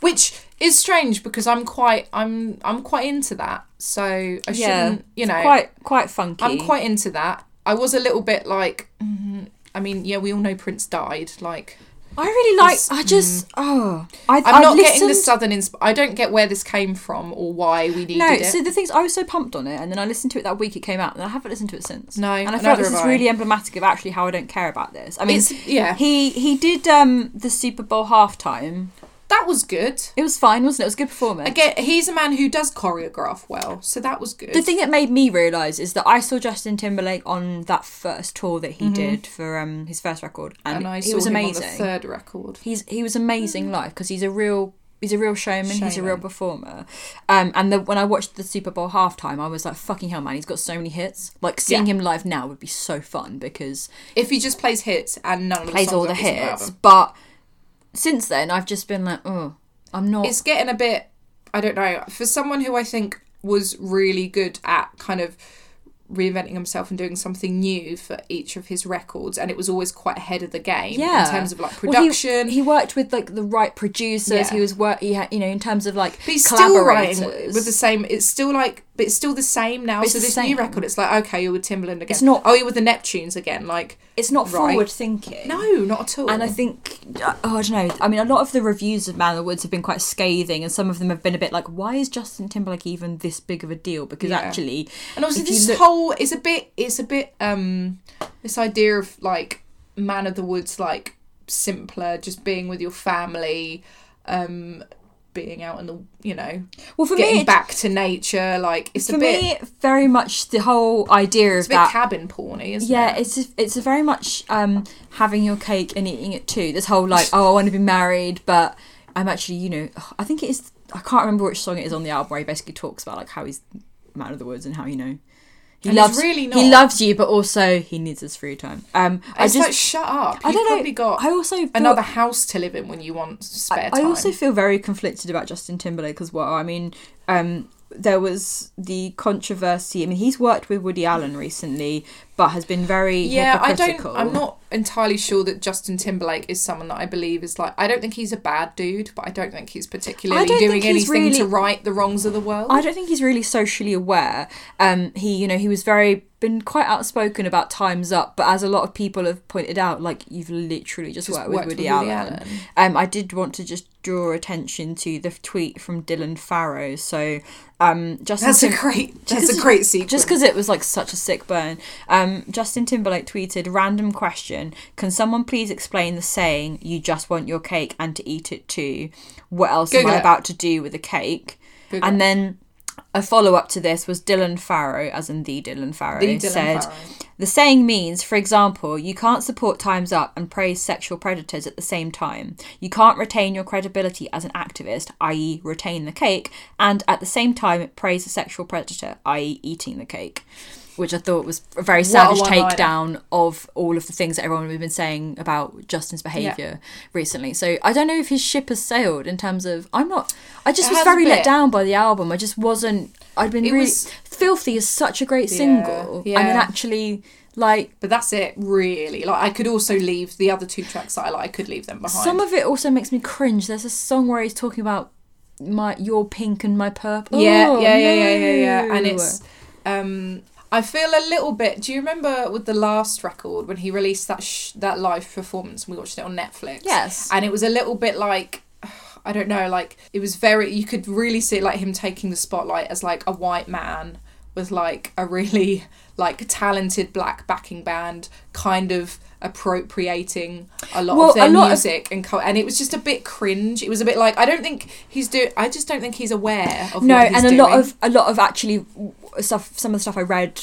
Speaker 2: which is strange because I'm quite I'm I'm quite into that. So I
Speaker 1: Yeah,
Speaker 2: shouldn't you
Speaker 1: it's
Speaker 2: know
Speaker 1: quite quite funky.
Speaker 2: I'm quite mm-hmm, into that. I was a little bit like, mm, I mean, yeah, we all know Prince died. Like
Speaker 1: I really like. I just. Oh, I,
Speaker 2: I'm
Speaker 1: I
Speaker 2: not getting
Speaker 1: listened.
Speaker 2: the southern insp- I don't get where this came from or why we needed
Speaker 1: no,
Speaker 2: it.
Speaker 1: so the things I was so pumped on it, and then I listened to it that week it came out, and I haven't listened to it since.
Speaker 2: No,
Speaker 1: and I feel like
Speaker 2: neither
Speaker 1: this
Speaker 2: have
Speaker 1: is
Speaker 2: I.
Speaker 1: really emblematic of actually how I don't care about this. I mean,
Speaker 2: It's- yeah.
Speaker 1: he he did um the Super Bowl halftime.
Speaker 2: that was good.
Speaker 1: It was fine, wasn't it? It was a good performance.
Speaker 2: Again, he's a man who does choreograph well, so that was good.
Speaker 1: the thing that made me realise is that I saw Justin Timberlake on that first tour that he did for um his first record, and,
Speaker 2: Mm-hmm. and I
Speaker 1: he
Speaker 2: saw
Speaker 1: was
Speaker 2: him
Speaker 1: amazing.
Speaker 2: on the third record.
Speaker 1: he's he was amazing live because he's a real he's a real Mm. showman, he's a real
Speaker 2: Showman.
Speaker 1: performer um and the, when i watched the super bowl halftime i was like fucking hell man he's got so many hits like seeing
Speaker 2: Yeah.
Speaker 1: him live now would be so fun because
Speaker 2: If he just plays hits and none of the
Speaker 1: plays
Speaker 2: songs
Speaker 1: all
Speaker 2: are
Speaker 1: the
Speaker 2: his new
Speaker 1: hits
Speaker 2: album.
Speaker 1: but since then i've just been like oh i'm not
Speaker 2: it's getting a bit. I don't know. For someone who I think was really good at kind of reinventing himself and doing something new for each of his records, and it was always quite ahead of the game
Speaker 1: yeah
Speaker 2: in terms of like
Speaker 1: Well, he-
Speaker 2: production.
Speaker 1: he, worked with like the right producers
Speaker 2: Yeah.
Speaker 1: he was work he had you know in terms of like
Speaker 2: But he's still
Speaker 1: collaborators
Speaker 2: writing with with the same. It's still like, but it's still the same now.
Speaker 1: It's
Speaker 2: So
Speaker 1: the
Speaker 2: this
Speaker 1: same.
Speaker 2: new record, it's like okay, you're with Timberland again.
Speaker 1: It's not-
Speaker 2: Oh, you're with the Neptunes again. Like
Speaker 1: it's not
Speaker 2: Right.
Speaker 1: forward thinking
Speaker 2: no, not at all.
Speaker 1: And I think, oh, I don't know. I mean, a lot of the reviews of Man of the Woods have been quite scathing, and some of them have been a bit like, why is Justin Timberlake even this big of a deal? Because
Speaker 2: Yeah.
Speaker 1: actually,
Speaker 2: And also
Speaker 1: if you
Speaker 2: this
Speaker 1: look-
Speaker 2: whole it's a bit it's a bit um this idea of like man of the woods like simpler, just being with your family, um being out in the you know
Speaker 1: well, for
Speaker 2: getting
Speaker 1: me, it-
Speaker 2: back to nature, like it's
Speaker 1: for
Speaker 2: a bit
Speaker 1: me, very much the whole idea
Speaker 2: it's
Speaker 1: of
Speaker 2: a bit
Speaker 1: that.
Speaker 2: cabin porny, isn't
Speaker 1: yeah,
Speaker 2: it?
Speaker 1: it's a, it's a very much um, having your cake and eating it too. This whole like, oh, I want to be married, but I'm actually, you know, I think it is. I can't remember which song it is on the album where he basically talks about like how he's man of the woods and how you know he
Speaker 2: And he's
Speaker 1: loves
Speaker 2: really
Speaker 1: he
Speaker 2: not.
Speaker 1: loves you, but also he needs his free time. Um, I
Speaker 2: It's
Speaker 1: just
Speaker 2: like shut up. You've
Speaker 1: I don't know.
Speaker 2: probably got
Speaker 1: I also feel,
Speaker 2: another house to live in when you want spare
Speaker 1: I
Speaker 2: time.
Speaker 1: also feel very conflicted about Justin Timberlake as well. I mean, um, there was the controversy. I mean, he's worked with Woody Allen recently, but has been very
Speaker 2: yeah, I don't.
Speaker 1: hypocritical.
Speaker 2: I'm not entirely sure that Justin Timberlake is someone that I believe is like. I don't think he's a bad dude, but I don't think he's particularly
Speaker 1: I don't
Speaker 2: doing
Speaker 1: think he's
Speaker 2: anything
Speaker 1: really-
Speaker 2: to right the wrongs of the world.
Speaker 1: I don't think he's really socially aware. Um, he, you know, he was very been quite outspoken about Times Up, but as a lot of people have pointed out, like you've literally just,
Speaker 2: Just
Speaker 1: worked, with
Speaker 2: worked
Speaker 1: Woody
Speaker 2: with
Speaker 1: Allen.
Speaker 2: Woody Allen.
Speaker 1: Um, I did want to just draw attention to the tweet from Dylan Farrow. So, um, Justin
Speaker 2: That's a
Speaker 1: Tim-
Speaker 2: great.
Speaker 1: Just
Speaker 2: That's a
Speaker 1: 'cause-
Speaker 2: great sequence.
Speaker 1: Just because it was like such a sick burn. Um, Justin Timberlake tweeted, random question. Can someone please explain the saying, you just want your cake and to eat it too? What else am
Speaker 2: Google
Speaker 1: I
Speaker 2: it.
Speaker 1: about to do with a cake?
Speaker 2: Google
Speaker 1: and
Speaker 2: it.
Speaker 1: then a follow up to this was Dylan Farrow, as in the Dylan Farrow,
Speaker 2: The Dylan
Speaker 1: said,
Speaker 2: Farrow.
Speaker 1: The saying means, for example, you can't support Time's Up and praise sexual predators at the same time. You can't retain your credibility as an activist, i.e., retain the cake, and at the same time praise a sexual predator, i.e., eating the cake. Which I thought was a very savage
Speaker 2: one-liner.
Speaker 1: takedown of all of the things that everyone we've been saying about Justin's behaviour recently. So I don't know if his ship has sailed in terms of I'm not I just
Speaker 2: It
Speaker 1: was
Speaker 2: has a
Speaker 1: very let
Speaker 2: bit.
Speaker 1: down by the album. I just wasn't I'd been
Speaker 2: It
Speaker 1: really
Speaker 2: was-
Speaker 1: Filthy is such a great single. And then
Speaker 2: yeah.
Speaker 1: actually like
Speaker 2: but that's it, really. Like I could also leave the other two tracks that I like. I could leave them behind.
Speaker 1: Some of it also makes me cringe. There's a song where he's talking about my your pink and my purple.
Speaker 2: yeah,
Speaker 1: Oh,
Speaker 2: yeah, yeah, yeah, yeah, yeah. And
Speaker 1: no.
Speaker 2: it's um I feel a little bit. Do you remember with the last record when he released that sh- that live performance and we watched it on Netflix?
Speaker 1: Yes.
Speaker 2: And it was a little bit like [SIGHS] I don't know, like it was very you could really see like him taking the spotlight as like a white man with like a really [LAUGHS] like talented black backing band kind of appropriating a lot
Speaker 1: Well,
Speaker 2: of their
Speaker 1: a lot of-
Speaker 2: music and co- and it was just a bit cringe it was a bit like i don't think he's do i just don't think he's aware of
Speaker 1: no,
Speaker 2: what he's
Speaker 1: and a lot
Speaker 2: doing.
Speaker 1: of a lot of actually w- stuff. Some of the stuff I read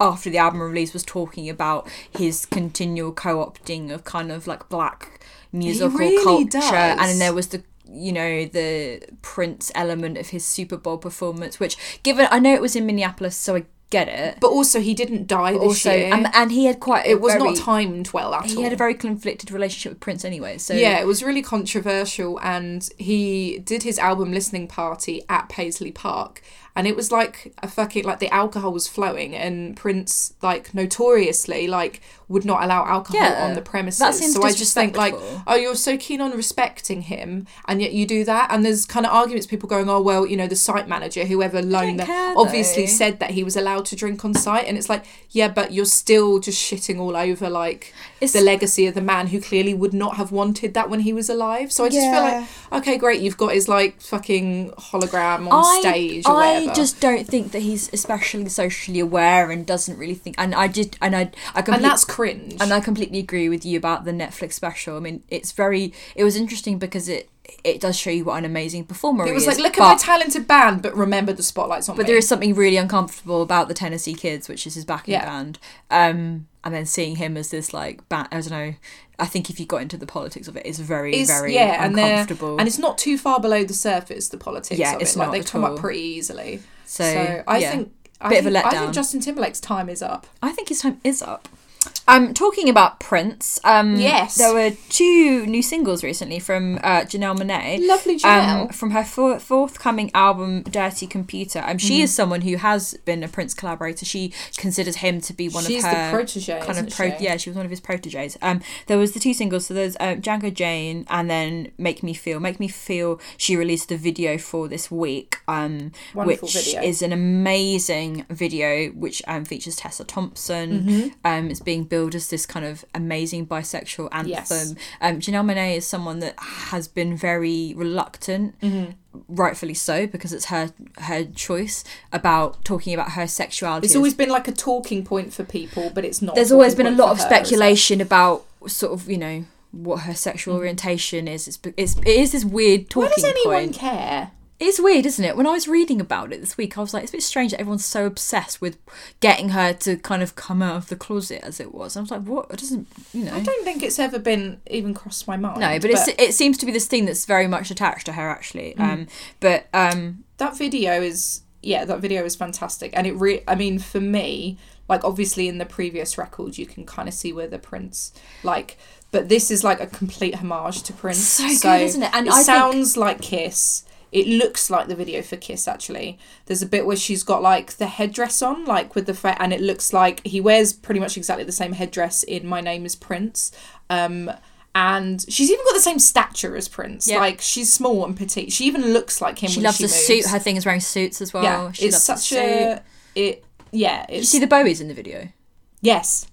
Speaker 1: after the album release was talking about his continual co-opting of kind of like black musical
Speaker 2: really
Speaker 1: culture,
Speaker 2: does.
Speaker 1: and then there was the you know the Prince element of his Super Bowl performance, which given I know it was in Minneapolis, so I get it.
Speaker 2: But also, he didn't die this
Speaker 1: also,
Speaker 2: year.
Speaker 1: and, and he had quite a
Speaker 2: it was
Speaker 1: very-
Speaker 2: not timed well at
Speaker 1: He
Speaker 2: all.
Speaker 1: had a very conflicted relationship with Prince anyway, so
Speaker 2: yeah, it was really controversial, and he did his album listening party at Paisley Park, and it was like a fucking like the alcohol was flowing and prince like notoriously like would not allow alcohol
Speaker 1: Yeah,
Speaker 2: on the
Speaker 1: that
Speaker 2: premises
Speaker 1: seems
Speaker 2: so i just think like
Speaker 1: disrespectful.
Speaker 2: oh you're so keen on respecting him and yet you do that and there's kind of arguments people going oh well you know the site manager whoever loaned that
Speaker 1: care,
Speaker 2: obviously
Speaker 1: though.
Speaker 2: said that he was allowed to drink on site and it's like yeah but you're still just shitting all over like
Speaker 1: It's-
Speaker 2: the legacy of the man who clearly would not have wanted that when he was alive so i just
Speaker 1: Yeah.
Speaker 2: feel like okay great you've got his like fucking hologram on
Speaker 1: I,
Speaker 2: stage or
Speaker 1: I
Speaker 2: whatever
Speaker 1: just don't think that he's especially socially aware and doesn't really think. And I just and I I
Speaker 2: and
Speaker 1: completely
Speaker 2: that's cringe
Speaker 1: And I completely agree with you about the Netflix special. I mean, it's very. It was interesting because it it does show you what an amazing performer
Speaker 2: it
Speaker 1: he
Speaker 2: was
Speaker 1: is,
Speaker 2: like look at
Speaker 1: but,
Speaker 2: my talented band but remember the spotlight's on
Speaker 1: but
Speaker 2: me.
Speaker 1: there is something really uncomfortable about the Tennessee Kids, which is his backing
Speaker 2: Yeah.
Speaker 1: band. Um, and then seeing him as this like ba- I don't know. I think if you got into the politics of it, it's very
Speaker 2: It's-
Speaker 1: very
Speaker 2: yeah, and they're-
Speaker 1: uncomfortable.
Speaker 2: and it's not too far below the surface the politics
Speaker 1: Yeah,
Speaker 2: of
Speaker 1: it's
Speaker 2: it like
Speaker 1: not
Speaker 2: they
Speaker 1: at
Speaker 2: come
Speaker 1: all.
Speaker 2: up pretty easily
Speaker 1: so,
Speaker 2: so, i
Speaker 1: yeah.
Speaker 2: think I
Speaker 1: Bit of a
Speaker 2: think- I
Speaker 1: letdown.
Speaker 2: think Justin Timberlake's time is up.
Speaker 1: I think his time is up. Um, talking about Prince, um,
Speaker 2: Yes.
Speaker 1: there were two new singles recently from uh, Janelle Monae.
Speaker 2: Lovely
Speaker 1: um,
Speaker 2: Janelle.
Speaker 1: from her for- forthcoming album Dirty Computer. Um, she
Speaker 2: Mm-hmm.
Speaker 1: is someone who has been a Prince collaborator. She considers him to be one
Speaker 2: She's
Speaker 1: of
Speaker 2: the
Speaker 1: her
Speaker 2: protege,
Speaker 1: kind
Speaker 2: isn't
Speaker 1: of pro-
Speaker 2: she?
Speaker 1: yeah, she was one of his proteges. Um, there was the two singles. So there's um, Django Jane and then Make Me Feel. Make Me Feel. She released the video for this week, um,
Speaker 2: Wonderful
Speaker 1: which
Speaker 2: video.
Speaker 1: is an amazing video which um, features Tessa Thompson.
Speaker 2: Mm-hmm.
Speaker 1: Um, it's being billed as this kind of amazing bisexual anthem.
Speaker 2: Yes.
Speaker 1: Um, Janelle Monae is someone that has been very reluctant
Speaker 2: Mm-hmm.
Speaker 1: rightfully so because it's her her choice about talking about her sexuality.
Speaker 2: It's always been like a talking point for people, but it's not.
Speaker 1: there's
Speaker 2: a
Speaker 1: always been
Speaker 2: talking
Speaker 1: a
Speaker 2: point
Speaker 1: lot of
Speaker 2: for her, is it?
Speaker 1: speculation about sort of you know what her sexual orientation is. It's it's it is this weird talking
Speaker 2: Mm-hmm. Why does anyone
Speaker 1: point.
Speaker 2: care?
Speaker 1: It's weird, isn't it? When I was reading about it this week, I was like, it's a bit strange that everyone's so obsessed with getting her to kind of come out of the closet as it was. I was like, what? It doesn't you know?
Speaker 2: I don't think it's ever been even crossed my mind. Mm.
Speaker 1: No, but, it's it seems to be this thing that's very much attached to her actually. Um, but um,
Speaker 2: that video is yeah, that video is fantastic, and it re. I mean, for me, like obviously in the previous record, you can kind of see where the Prince like, but this is like a complete homage to Prince.
Speaker 1: So good, isn't it? And I think-
Speaker 2: sounds like Kiss. It looks like the video for Kiss actually. There's a bit where she's got like the headdress on, like with the fa- and it looks like he wears pretty much exactly the same headdress in My Name Is Prince. Um, and she's even got the same stature as Prince.
Speaker 1: Yeah.
Speaker 2: Like she's small and petite. She even looks like him.
Speaker 1: she
Speaker 2: when
Speaker 1: loves
Speaker 2: she
Speaker 1: to
Speaker 2: moves.
Speaker 1: suit. Her thing is wearing suits as well.
Speaker 2: yeah,
Speaker 1: she
Speaker 2: it's
Speaker 1: loves
Speaker 2: such
Speaker 1: to suit.
Speaker 2: a it. Yeah,
Speaker 1: Did you
Speaker 2: it's
Speaker 1: see the Bowies in the video?
Speaker 2: yes.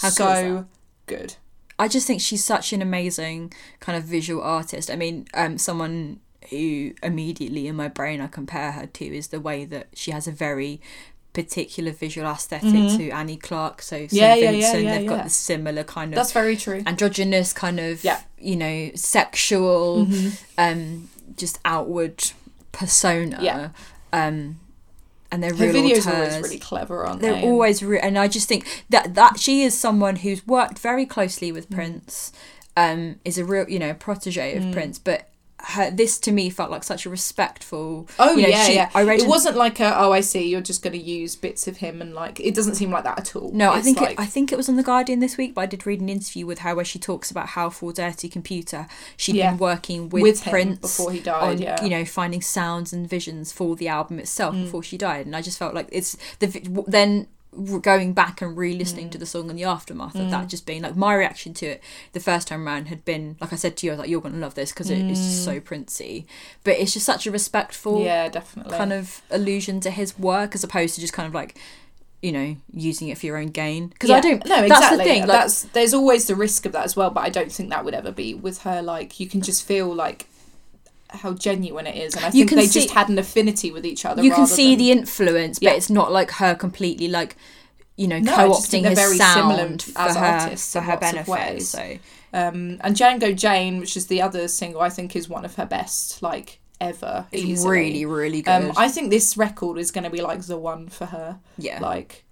Speaker 1: How cool is
Speaker 2: so good.
Speaker 1: I just think she's such an amazing kind of visual artist. I mean, um, someone who immediately in my brain I compare her to is the way that she has a very particular visual esthetic to Annie Clark. So St.
Speaker 2: Mm-hmm. Yeah, yeah, yeah,
Speaker 1: Vincent,
Speaker 2: yeah,
Speaker 1: they've
Speaker 2: yeah.
Speaker 1: got the similar kind of
Speaker 2: That's very true.
Speaker 1: androgynous kind of
Speaker 2: Yeah. Mm-hmm.
Speaker 1: you know sexual um just outward persona
Speaker 2: Yeah.
Speaker 1: um and they're
Speaker 2: Her
Speaker 1: real
Speaker 2: videos are
Speaker 1: auteurs.
Speaker 2: always really clever, aren't
Speaker 1: they're
Speaker 2: they?
Speaker 1: always re- and I just think that that she is someone who's worked very closely
Speaker 2: Mm.
Speaker 1: with Prince um is a real you know protege of Prince but her, this to me felt like such a respectful
Speaker 2: Oh
Speaker 1: you know,
Speaker 2: yeah,
Speaker 1: she-
Speaker 2: yeah.
Speaker 1: I read
Speaker 2: it
Speaker 1: an-
Speaker 2: wasn't like a oh I see you're just going to use bits of him and like it doesn't seem like that at all.
Speaker 1: No, I
Speaker 2: It's
Speaker 1: think
Speaker 2: like,
Speaker 1: it, I think it was on the Guardian this week, but I did read an interview with her where she talks about how for Dirty Computer she had
Speaker 2: Yeah.
Speaker 1: been working with,
Speaker 2: With him
Speaker 1: Prince
Speaker 2: before he died,
Speaker 1: on,
Speaker 2: Oh, yeah. Mm.
Speaker 1: you know, finding sounds and visions for the album itself before she died, and I just felt like it's the vi- w- then r- going back and re-listening
Speaker 2: Mm.
Speaker 1: to the song in the aftermath of that just being like my reaction to it the first time around had been like I said to you I was like you're gonna love this because it is just so princey but it's just such a respectful
Speaker 2: Mm. yeah, definitely.
Speaker 1: kind of allusion to his work as opposed to just kind of like you know using it for your own gain because i
Speaker 2: Yeah.
Speaker 1: don't
Speaker 2: No, exactly.
Speaker 1: that's the thing like,
Speaker 2: that's there's always the risk of that as well, but I don't think that would ever be with her. Like you can just feel like how genuine it is, and I
Speaker 1: You
Speaker 2: think
Speaker 1: can
Speaker 2: they
Speaker 1: see-
Speaker 2: just had an affinity with each other.
Speaker 1: you can
Speaker 2: rather
Speaker 1: see
Speaker 2: than-
Speaker 1: the influence
Speaker 2: Yeah.
Speaker 1: but it's not like her completely like you know
Speaker 2: No, I just think
Speaker 1: co-opting
Speaker 2: they're
Speaker 1: his
Speaker 2: very similar
Speaker 1: sound for
Speaker 2: as
Speaker 1: her
Speaker 2: artists
Speaker 1: for
Speaker 2: in
Speaker 1: her
Speaker 2: lots of
Speaker 1: benefit
Speaker 2: ways.
Speaker 1: so
Speaker 2: Um, and Django Jane, which is the other single, I think is one of her best, like ever.
Speaker 1: it's
Speaker 2: easily.
Speaker 1: really really good
Speaker 2: Um, I think this record is going to be like the one for her.
Speaker 1: yeah
Speaker 2: Like,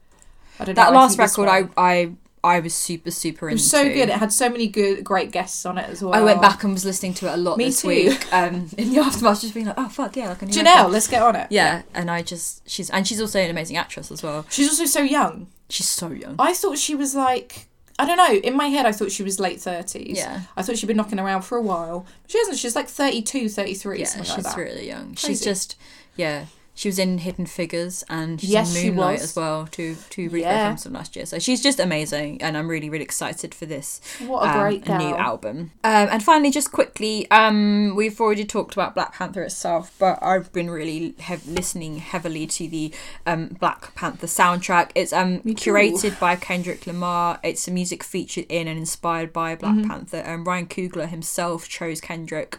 Speaker 2: I don't
Speaker 1: that
Speaker 2: know. I
Speaker 1: last
Speaker 2: think this
Speaker 1: record
Speaker 2: one-
Speaker 1: i i i was super super
Speaker 2: it
Speaker 1: into
Speaker 2: was so good. It had so many good, great guests on it as well.
Speaker 1: I went back and was listening to it a lot
Speaker 2: Me
Speaker 1: this
Speaker 2: too. [LAUGHS]
Speaker 1: week. Um, in the aftermath, just being like, "Oh fuck yeah!" I can hear that.
Speaker 2: Janelle, let's get on it.
Speaker 1: yeah. And I just she's and she's also an amazing actress as well.
Speaker 2: She's also so young.
Speaker 1: She's so young.
Speaker 2: I thought she was like, I don't know. In my head, I thought she was late thirties.
Speaker 1: Yeah.
Speaker 2: I thought she'd been knocking around for a while. But she hasn't. She's like 32, 33,
Speaker 1: yeah,
Speaker 2: something
Speaker 1: she's
Speaker 2: like that.
Speaker 1: really young. She's
Speaker 2: Crazy.
Speaker 1: just yeah. She was in Hidden Figures and she's
Speaker 2: Yes,
Speaker 1: in
Speaker 2: she
Speaker 1: Moonlight
Speaker 2: was.
Speaker 1: as well, two two really
Speaker 2: Yeah.
Speaker 1: great films from last year. So she's just amazing, and I'm really really excited for this
Speaker 2: What a
Speaker 1: um,
Speaker 2: great girl.
Speaker 1: new album. Um, and finally, just quickly, um, we've already talked about Black Panther itself, but I've been really hev- listening heavily to the um, Black Panther soundtrack. It's um,
Speaker 2: too.
Speaker 1: curated by Kendrick Lamar. It's a music featured in and inspired by Black
Speaker 2: Mm-hmm.
Speaker 1: Panther. And Ryan Coogler himself chose Kendrick.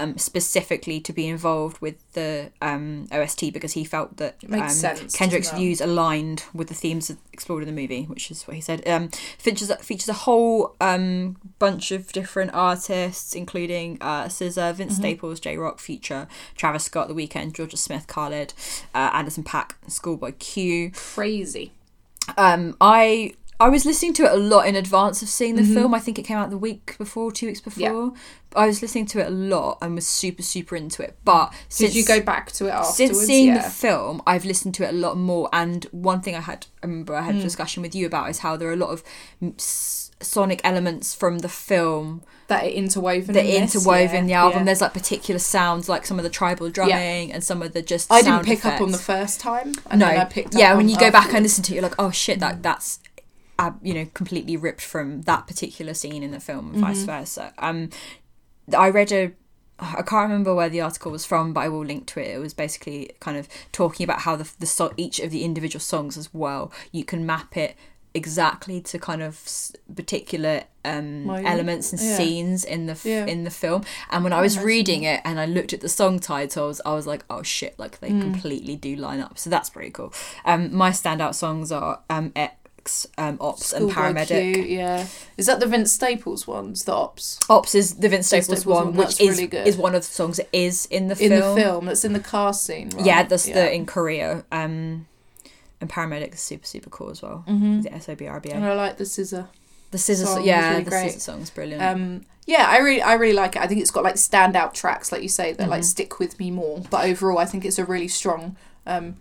Speaker 1: Um, specifically to be involved with the um, OST because he felt that
Speaker 2: It makes
Speaker 1: um,
Speaker 2: sense, doesn't
Speaker 1: Kendrick's
Speaker 2: it?
Speaker 1: views aligned with the themes explored in the movie, which is what he said. Um, features features a whole um, bunch of different artists, including uh, SZA, Vince
Speaker 2: Mm-hmm.
Speaker 1: Staples, J Rock, Future, Travis Scott, The Weeknd, Georgia Smith, Khaled, uh, Anderson Pack, Schoolboy Q.
Speaker 2: Crazy.
Speaker 1: Um, I I was listening to it a lot in advance of seeing the
Speaker 2: Mm-hmm.
Speaker 1: film. I think it came out the week before, two weeks before. I was listening to it a lot and was super super into it. But
Speaker 2: Did
Speaker 1: since
Speaker 2: you go back to it afterwards?
Speaker 1: since seeing
Speaker 2: yeah.
Speaker 1: the film, I've listened to it a lot more. And one thing I had, I remember I had
Speaker 2: Hmm.
Speaker 1: a discussion with you about is how there are a lot of mm, s- sonic elements from the film
Speaker 2: that are interwoven.
Speaker 1: that are
Speaker 2: in this,
Speaker 1: interwoven
Speaker 2: yeah,
Speaker 1: in the album.
Speaker 2: yeah.
Speaker 1: There's like particular sounds, like some of the tribal drumming and some of the just.
Speaker 2: I didn't
Speaker 1: sound
Speaker 2: pick up on the
Speaker 1: effects.
Speaker 2: first time, and
Speaker 1: no,
Speaker 2: then I picked.
Speaker 1: yeah.
Speaker 2: up
Speaker 1: When
Speaker 2: on
Speaker 1: you go back and
Speaker 2: afterwards. Mm.
Speaker 1: listen to it, you're like, oh shit, that that's. Uh, you know, completely ripped from that particular scene in the film, and
Speaker 2: Mm-hmm.
Speaker 1: vice versa. Um, I read a I can't remember where the article was from, but I will link to it. It was basically kind of talking about how the the so- each of the individual songs as well, you can map it exactly to kind of s- particular um,
Speaker 2: Moment.
Speaker 1: elements and
Speaker 2: Yeah.
Speaker 1: scenes in the f-
Speaker 2: Yeah. Oh,
Speaker 1: in the film. And when I was reading it and I looked at the song titles, I was like, oh shit, like
Speaker 2: Mm.
Speaker 1: they completely do line up. So that's pretty cool. Um, my standout songs are um, X, um, Ops, and
Speaker 2: Schoolboy
Speaker 1: Paramedic.
Speaker 2: Q, yeah, is that the Vince Staples ones? The ops
Speaker 1: Ops is the Vince Staples,
Speaker 2: Staples
Speaker 1: one,
Speaker 2: one,
Speaker 1: which
Speaker 2: that's
Speaker 1: is
Speaker 2: really good.
Speaker 1: is one of the songs that is in the
Speaker 2: in
Speaker 1: film.
Speaker 2: the film. That's in the car scene. Right?
Speaker 1: Yeah, that's the in Korea. Um, and paramedics is super super cool as well.
Speaker 2: Mhm.
Speaker 1: The SOBRBA.
Speaker 2: And I like the scissor.
Speaker 1: the scissor,
Speaker 2: song
Speaker 1: song,
Speaker 2: was
Speaker 1: yeah,
Speaker 2: really
Speaker 1: the
Speaker 2: great.
Speaker 1: scissor song's brilliant.
Speaker 2: Um, yeah, I really, I really like it. I think it's got like standout tracks, like you say, that like
Speaker 1: Mhm.
Speaker 2: stick with me more. But overall, I think it's a really strong um,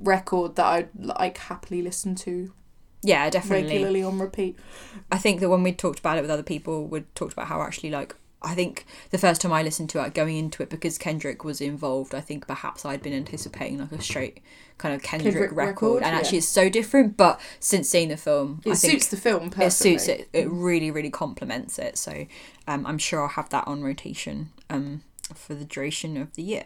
Speaker 2: record that I'd like happily listen to
Speaker 1: yeah, definitely.
Speaker 2: regularly on repeat.
Speaker 1: I think that when we talked about it with other people, we talked about how actually like I think the first time I listened to it, going into it because Kendrick was involved, I think perhaps I'd been anticipating like a straight kind of Kendrick,
Speaker 2: Kendrick
Speaker 1: record,
Speaker 2: record,
Speaker 1: and
Speaker 2: yeah.
Speaker 1: actually it's so different. But since seeing the film,
Speaker 2: It
Speaker 1: I think
Speaker 2: suits the film perfectly.
Speaker 1: it suits it. It really, really complements it. So um, I'm sure I'll have that on rotation um, for the duration of the year.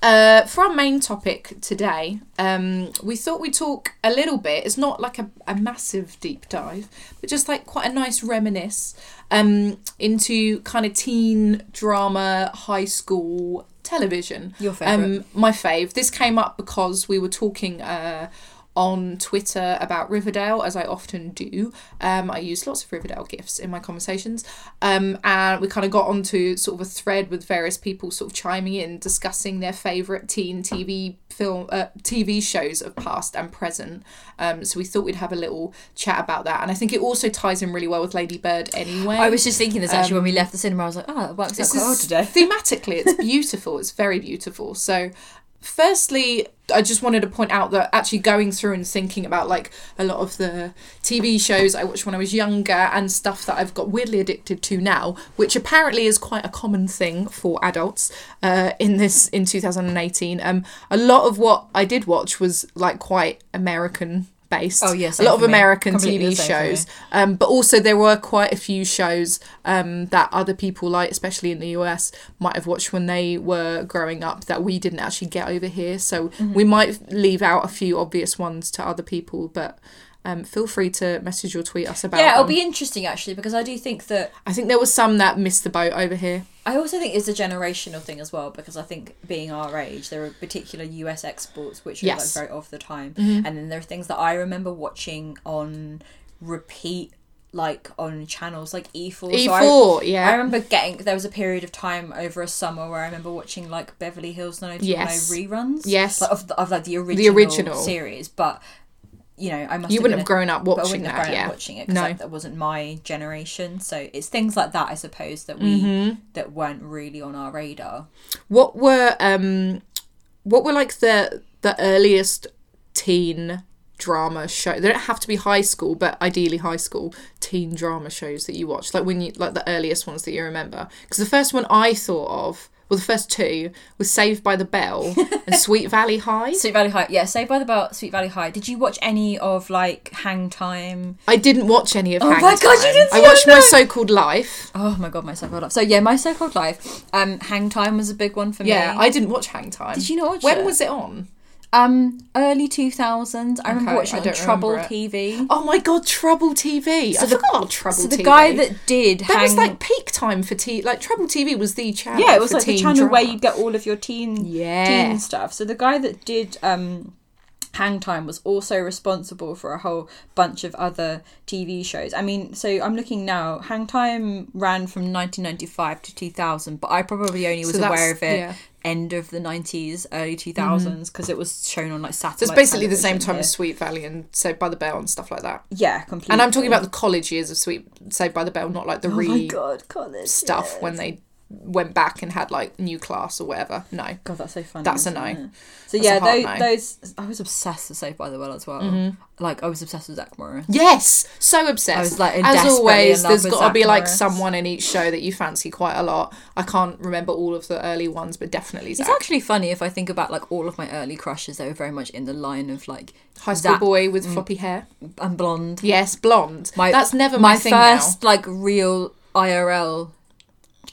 Speaker 2: Uh, for our main topic today, um, we thought we'd talk a little bit. It's not like a, a massive deep dive, but just like quite a nice reminisce um, into kind of teen drama, high school television.
Speaker 1: Your favourite.
Speaker 2: Um, my fave. This came up because we were talking. Uh, on Twitter about Riverdale, as I often do. Um, I use lots of Riverdale gifs in my conversations. Um, and we kind of got onto sort of a thread with various people sort of chiming in, discussing their favourite teen TV film, uh, TV shows of past and present. Um, so we thought we'd have a little chat about that. And I think it also ties in really well with Lady Bird anyway.
Speaker 1: I was just thinking this actually when we left the cinema. I was like, oh, it works out
Speaker 2: This
Speaker 1: quite well
Speaker 2: is-
Speaker 1: today. [LAUGHS]
Speaker 2: Thematically, it's beautiful. it's very beautiful. So, firstly, I just wanted to point out that actually going through and thinking about like a lot of the TV shows I watched when I was younger and stuff that I've got weirdly addicted to now, which apparently is quite a common thing for adults uh, in this in 2018. Um, a lot of what I did watch was like quite American based.
Speaker 1: Oh, yeah,
Speaker 2: a
Speaker 1: same
Speaker 2: lot of
Speaker 1: for me.
Speaker 2: American
Speaker 1: Completely the
Speaker 2: TV
Speaker 1: same for me.
Speaker 2: shows um, but also there were quite a few shows um, that other people like especially in the US might have watched when they were growing up that we didn't actually get over here so we
Speaker 1: Mm-hmm.
Speaker 2: might leave out a few obvious ones to other people but um, feel free to message or tweet us about
Speaker 1: Yeah, it'll
Speaker 2: them.
Speaker 1: be interesting actually because I do think that
Speaker 2: I think there was some that missed the boat over here
Speaker 1: I also think it's a generational thing as well because I think being our age, there are particular US exports which are
Speaker 2: Yes. Mm-hmm.
Speaker 1: like very of the time, and then there are things that I remember watching on repeat, like on channels like E4. So I-
Speaker 2: E4 E yeah
Speaker 1: I remember getting there was a period of time over a summer where I remember watching like Beverly Hills 90210
Speaker 2: Yes.
Speaker 1: reruns.
Speaker 2: Yes.
Speaker 1: like, of, the, of like the original,
Speaker 2: original.
Speaker 1: series, but you know I must
Speaker 2: you
Speaker 1: have
Speaker 2: wouldn't
Speaker 1: been
Speaker 2: have
Speaker 1: a-
Speaker 2: grown up
Speaker 1: but I
Speaker 2: watching
Speaker 1: wouldn't have
Speaker 2: that
Speaker 1: grown
Speaker 2: yeah
Speaker 1: up watching it
Speaker 2: No.
Speaker 1: because that wasn't my generation. So it's things like that I suppose that we
Speaker 2: Mm-hmm.
Speaker 1: that weren't really on our radar.
Speaker 2: what were um what were like the the earliest teen drama show they don't have to be high school but ideally high school teen drama shows that you watched like when you like the earliest ones that you remember because the first one i thought of well, the first two was Saved by the Bell
Speaker 1: [LAUGHS]
Speaker 2: and Sweet Valley High.
Speaker 1: Sweet Valley High. Yeah, Saved by the Bell, Sweet Valley High. Did you watch any of like Hang Time?
Speaker 2: I didn't watch any of.
Speaker 1: Oh
Speaker 2: Hang
Speaker 1: my God, you
Speaker 2: Time.
Speaker 1: didn't
Speaker 2: I
Speaker 1: see- oh
Speaker 2: watched my
Speaker 1: no.
Speaker 2: so-called life.
Speaker 1: Oh my god, my so-called life. So yeah, my so-called life. Um, Hang Time was a big one for
Speaker 4: Yeah,
Speaker 1: me.
Speaker 4: I didn't watch Hang Time.
Speaker 1: Did you not watch
Speaker 4: When
Speaker 1: it?
Speaker 4: was it on?
Speaker 1: um early 2000s. I remember
Speaker 4: Okay,
Speaker 1: watching
Speaker 4: I
Speaker 1: it on
Speaker 4: don't
Speaker 1: Trouble
Speaker 4: remember
Speaker 1: TV.
Speaker 2: Oh my god, Trouble TV. So I
Speaker 1: the-
Speaker 2: forgot about Trouble
Speaker 1: so the
Speaker 2: TV.
Speaker 1: guy that did
Speaker 2: that
Speaker 1: Hang
Speaker 2: was like peak time for T. Like Trouble TV was the channel.
Speaker 1: yeah, it was
Speaker 2: for
Speaker 1: like the
Speaker 2: teen
Speaker 1: channel where
Speaker 2: drama.
Speaker 1: you get all of your teen
Speaker 2: Yeah.
Speaker 1: teen stuff. So the guy that did um, Hang Time was also responsible for a whole bunch of other TV shows. I mean, so I'm looking now. Hang Time ran from 1995 to 2000, but I probably only was
Speaker 2: So that's-
Speaker 1: aware of it.
Speaker 2: yeah. Mm-hmm.
Speaker 1: End of the 90s, early 2000s, because it was shown on like Saturday.
Speaker 2: So it's basically the same time as Sweet Valley and Saved by the Bell and stuff like that.
Speaker 1: Yeah, completely.
Speaker 2: And I'm talking about the college years of Sweet Saved by the Bell, not like the
Speaker 1: oh my
Speaker 2: re
Speaker 1: god, college
Speaker 2: stuff
Speaker 1: yes.
Speaker 2: when they went back and had like new class or whatever. No.
Speaker 1: God, that's so funny.
Speaker 2: That's a
Speaker 1: isn't
Speaker 2: no.
Speaker 1: it? So
Speaker 2: That's a
Speaker 1: yeah,
Speaker 2: hard
Speaker 1: those,
Speaker 2: no. Mm-hmm.
Speaker 1: those I was obsessed with Saved by the Bell as well. Like I was obsessed with Zach Morris.
Speaker 2: Yes, so obsessed.
Speaker 1: I was, like,
Speaker 2: As
Speaker 1: desperately in
Speaker 2: always,
Speaker 1: love
Speaker 2: there's
Speaker 1: with
Speaker 2: got to
Speaker 1: Zach
Speaker 2: be like
Speaker 1: Morris.
Speaker 2: someone in each show that you fancy quite a lot. I can't remember all of the early ones, but definitely Zach.
Speaker 1: It's actually funny if I think about like all of my early crushes. They were very much in the line of like
Speaker 2: High school
Speaker 1: Zach
Speaker 2: boy with floppy hair.
Speaker 1: and blonde.
Speaker 2: Yes, blonde.
Speaker 1: My-
Speaker 2: That's never my,
Speaker 1: My
Speaker 2: thing
Speaker 1: first like real IRL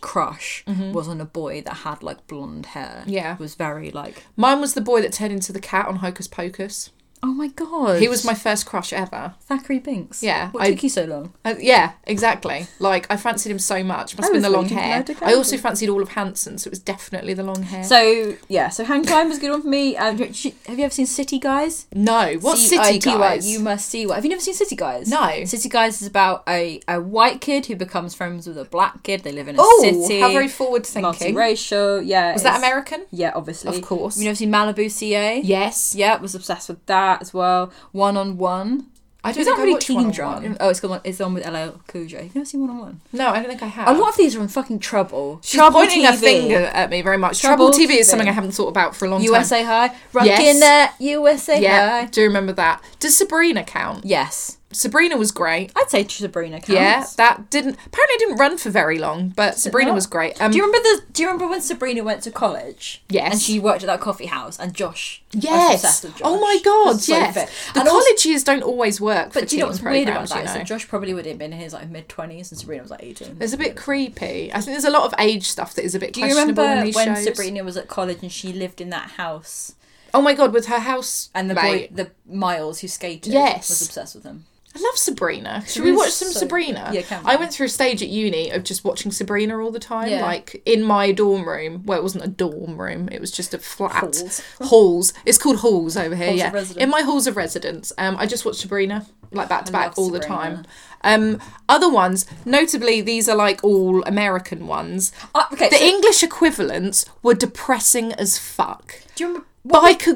Speaker 1: crush was on a boy that had like blonde hair.
Speaker 2: Mm-hmm. Yeah.
Speaker 1: was very like
Speaker 2: now. Mine was the boy that turned into the cat on Hocus Pocus.
Speaker 1: oh my god.
Speaker 2: He was my first crush ever.
Speaker 1: Thackeray Binks.
Speaker 2: Yeah,
Speaker 1: what
Speaker 2: I-
Speaker 1: took you so long?
Speaker 2: Uh, yeah, exactly. Like I fancied him so much. Must
Speaker 1: I
Speaker 2: have been the
Speaker 1: was
Speaker 2: long
Speaker 1: thinking
Speaker 2: hair.
Speaker 1: Leonardo
Speaker 2: I also
Speaker 1: DiCaprio.
Speaker 2: fancied all of Hanson, so it was definitely the long hair.
Speaker 1: So yeah, so Hang Time was a good one for me. Um, have you ever seen City Guys?
Speaker 2: no, what city
Speaker 1: CITY?
Speaker 2: guys?
Speaker 1: You must see what. Have you never seen City Guys?
Speaker 2: No.
Speaker 1: City Guys is about a, a white kid who becomes friends with a black kid. They live in a
Speaker 2: Oh,
Speaker 1: city.
Speaker 2: how very forward thinking. Was
Speaker 1: multiracial. Yeah.
Speaker 2: that
Speaker 1: it's-
Speaker 2: American?
Speaker 1: Yeah, obviously.
Speaker 2: Of course.
Speaker 1: Have you never seen Malibu CA?
Speaker 2: Yes.
Speaker 1: Yeah, was obsessed with that as well. One on one.
Speaker 2: I don't
Speaker 1: Is
Speaker 2: think
Speaker 1: that
Speaker 2: I
Speaker 1: really
Speaker 2: watched
Speaker 1: teen
Speaker 2: one on
Speaker 1: drama?
Speaker 2: one.
Speaker 1: Oh, it's the one. It's the one with LL Cool J. Have you never seen One on One?
Speaker 2: No, I don't think I have.
Speaker 1: A lot of these are in fucking trouble.
Speaker 2: She's
Speaker 1: trouble
Speaker 2: pointing
Speaker 1: TV.
Speaker 2: her finger at me very much.
Speaker 1: Trouble
Speaker 2: Trouble, TV,
Speaker 1: TV.
Speaker 2: is something I haven't thought about for a long time.
Speaker 1: USA High. Rocking
Speaker 2: Yes.
Speaker 1: that USA
Speaker 2: Yeah,
Speaker 1: High.
Speaker 2: do remember that. Does Sabrina count?
Speaker 1: Yes.
Speaker 2: Sabrina was great.
Speaker 1: I'd say Sabrina counts.
Speaker 2: Yeah, that didn't apparently it didn't run for very long, but Sabrina
Speaker 1: not?
Speaker 2: was great. Um,
Speaker 1: do you remember the? Do you remember when Sabrina went to college?
Speaker 2: Yes.
Speaker 1: And she worked at that coffee house, and Josh. I was obsessed
Speaker 2: yes.
Speaker 1: with Josh.
Speaker 2: Oh my
Speaker 1: He
Speaker 2: god,
Speaker 1: was so
Speaker 2: yes.
Speaker 1: fit.
Speaker 2: the
Speaker 1: And also-
Speaker 2: college years don't always work. for
Speaker 1: but do you know
Speaker 2: teen
Speaker 1: what's weird about
Speaker 2: programmes,
Speaker 1: that?
Speaker 2: you
Speaker 1: Is
Speaker 2: know?
Speaker 1: that Josh probably would have been in his like mid twenties, and Sabrina was like eighteen.
Speaker 2: There's a bit creepy. I think there's a lot of age stuff that is a bit
Speaker 1: Do you
Speaker 2: questionable
Speaker 1: remember
Speaker 2: in
Speaker 1: when
Speaker 2: these shows.
Speaker 1: Sabrina was at college and she lived in that house,
Speaker 2: Oh my god, with her house
Speaker 1: and the
Speaker 2: mate.
Speaker 1: boy, the Miles who skated,
Speaker 2: Yes.
Speaker 1: was obsessed with him.
Speaker 2: I love Sabrina. Should we
Speaker 1: Sabrina's
Speaker 2: watch some
Speaker 1: so-
Speaker 2: Sabrina?
Speaker 1: Yeah, can we?
Speaker 2: I went through a stage at uni of just watching Sabrina all the time,
Speaker 1: Yeah.
Speaker 2: like in my dorm room. Well, it wasn't a dorm room; it was just a flat
Speaker 1: Halls.
Speaker 2: [LAUGHS] halls. It's called halls over here.
Speaker 1: Halls of
Speaker 2: yeah,
Speaker 1: residence.
Speaker 2: in my halls of residence, um, I just watched Sabrina like back to
Speaker 1: I
Speaker 2: back
Speaker 1: love
Speaker 2: all the
Speaker 1: Sabrina.
Speaker 2: time. Um, other ones, notably, these are like all American ones.
Speaker 1: Ah, okay,
Speaker 2: The
Speaker 1: so-
Speaker 2: English equivalents were depressing as fuck.
Speaker 1: Do you remember?
Speaker 2: Biker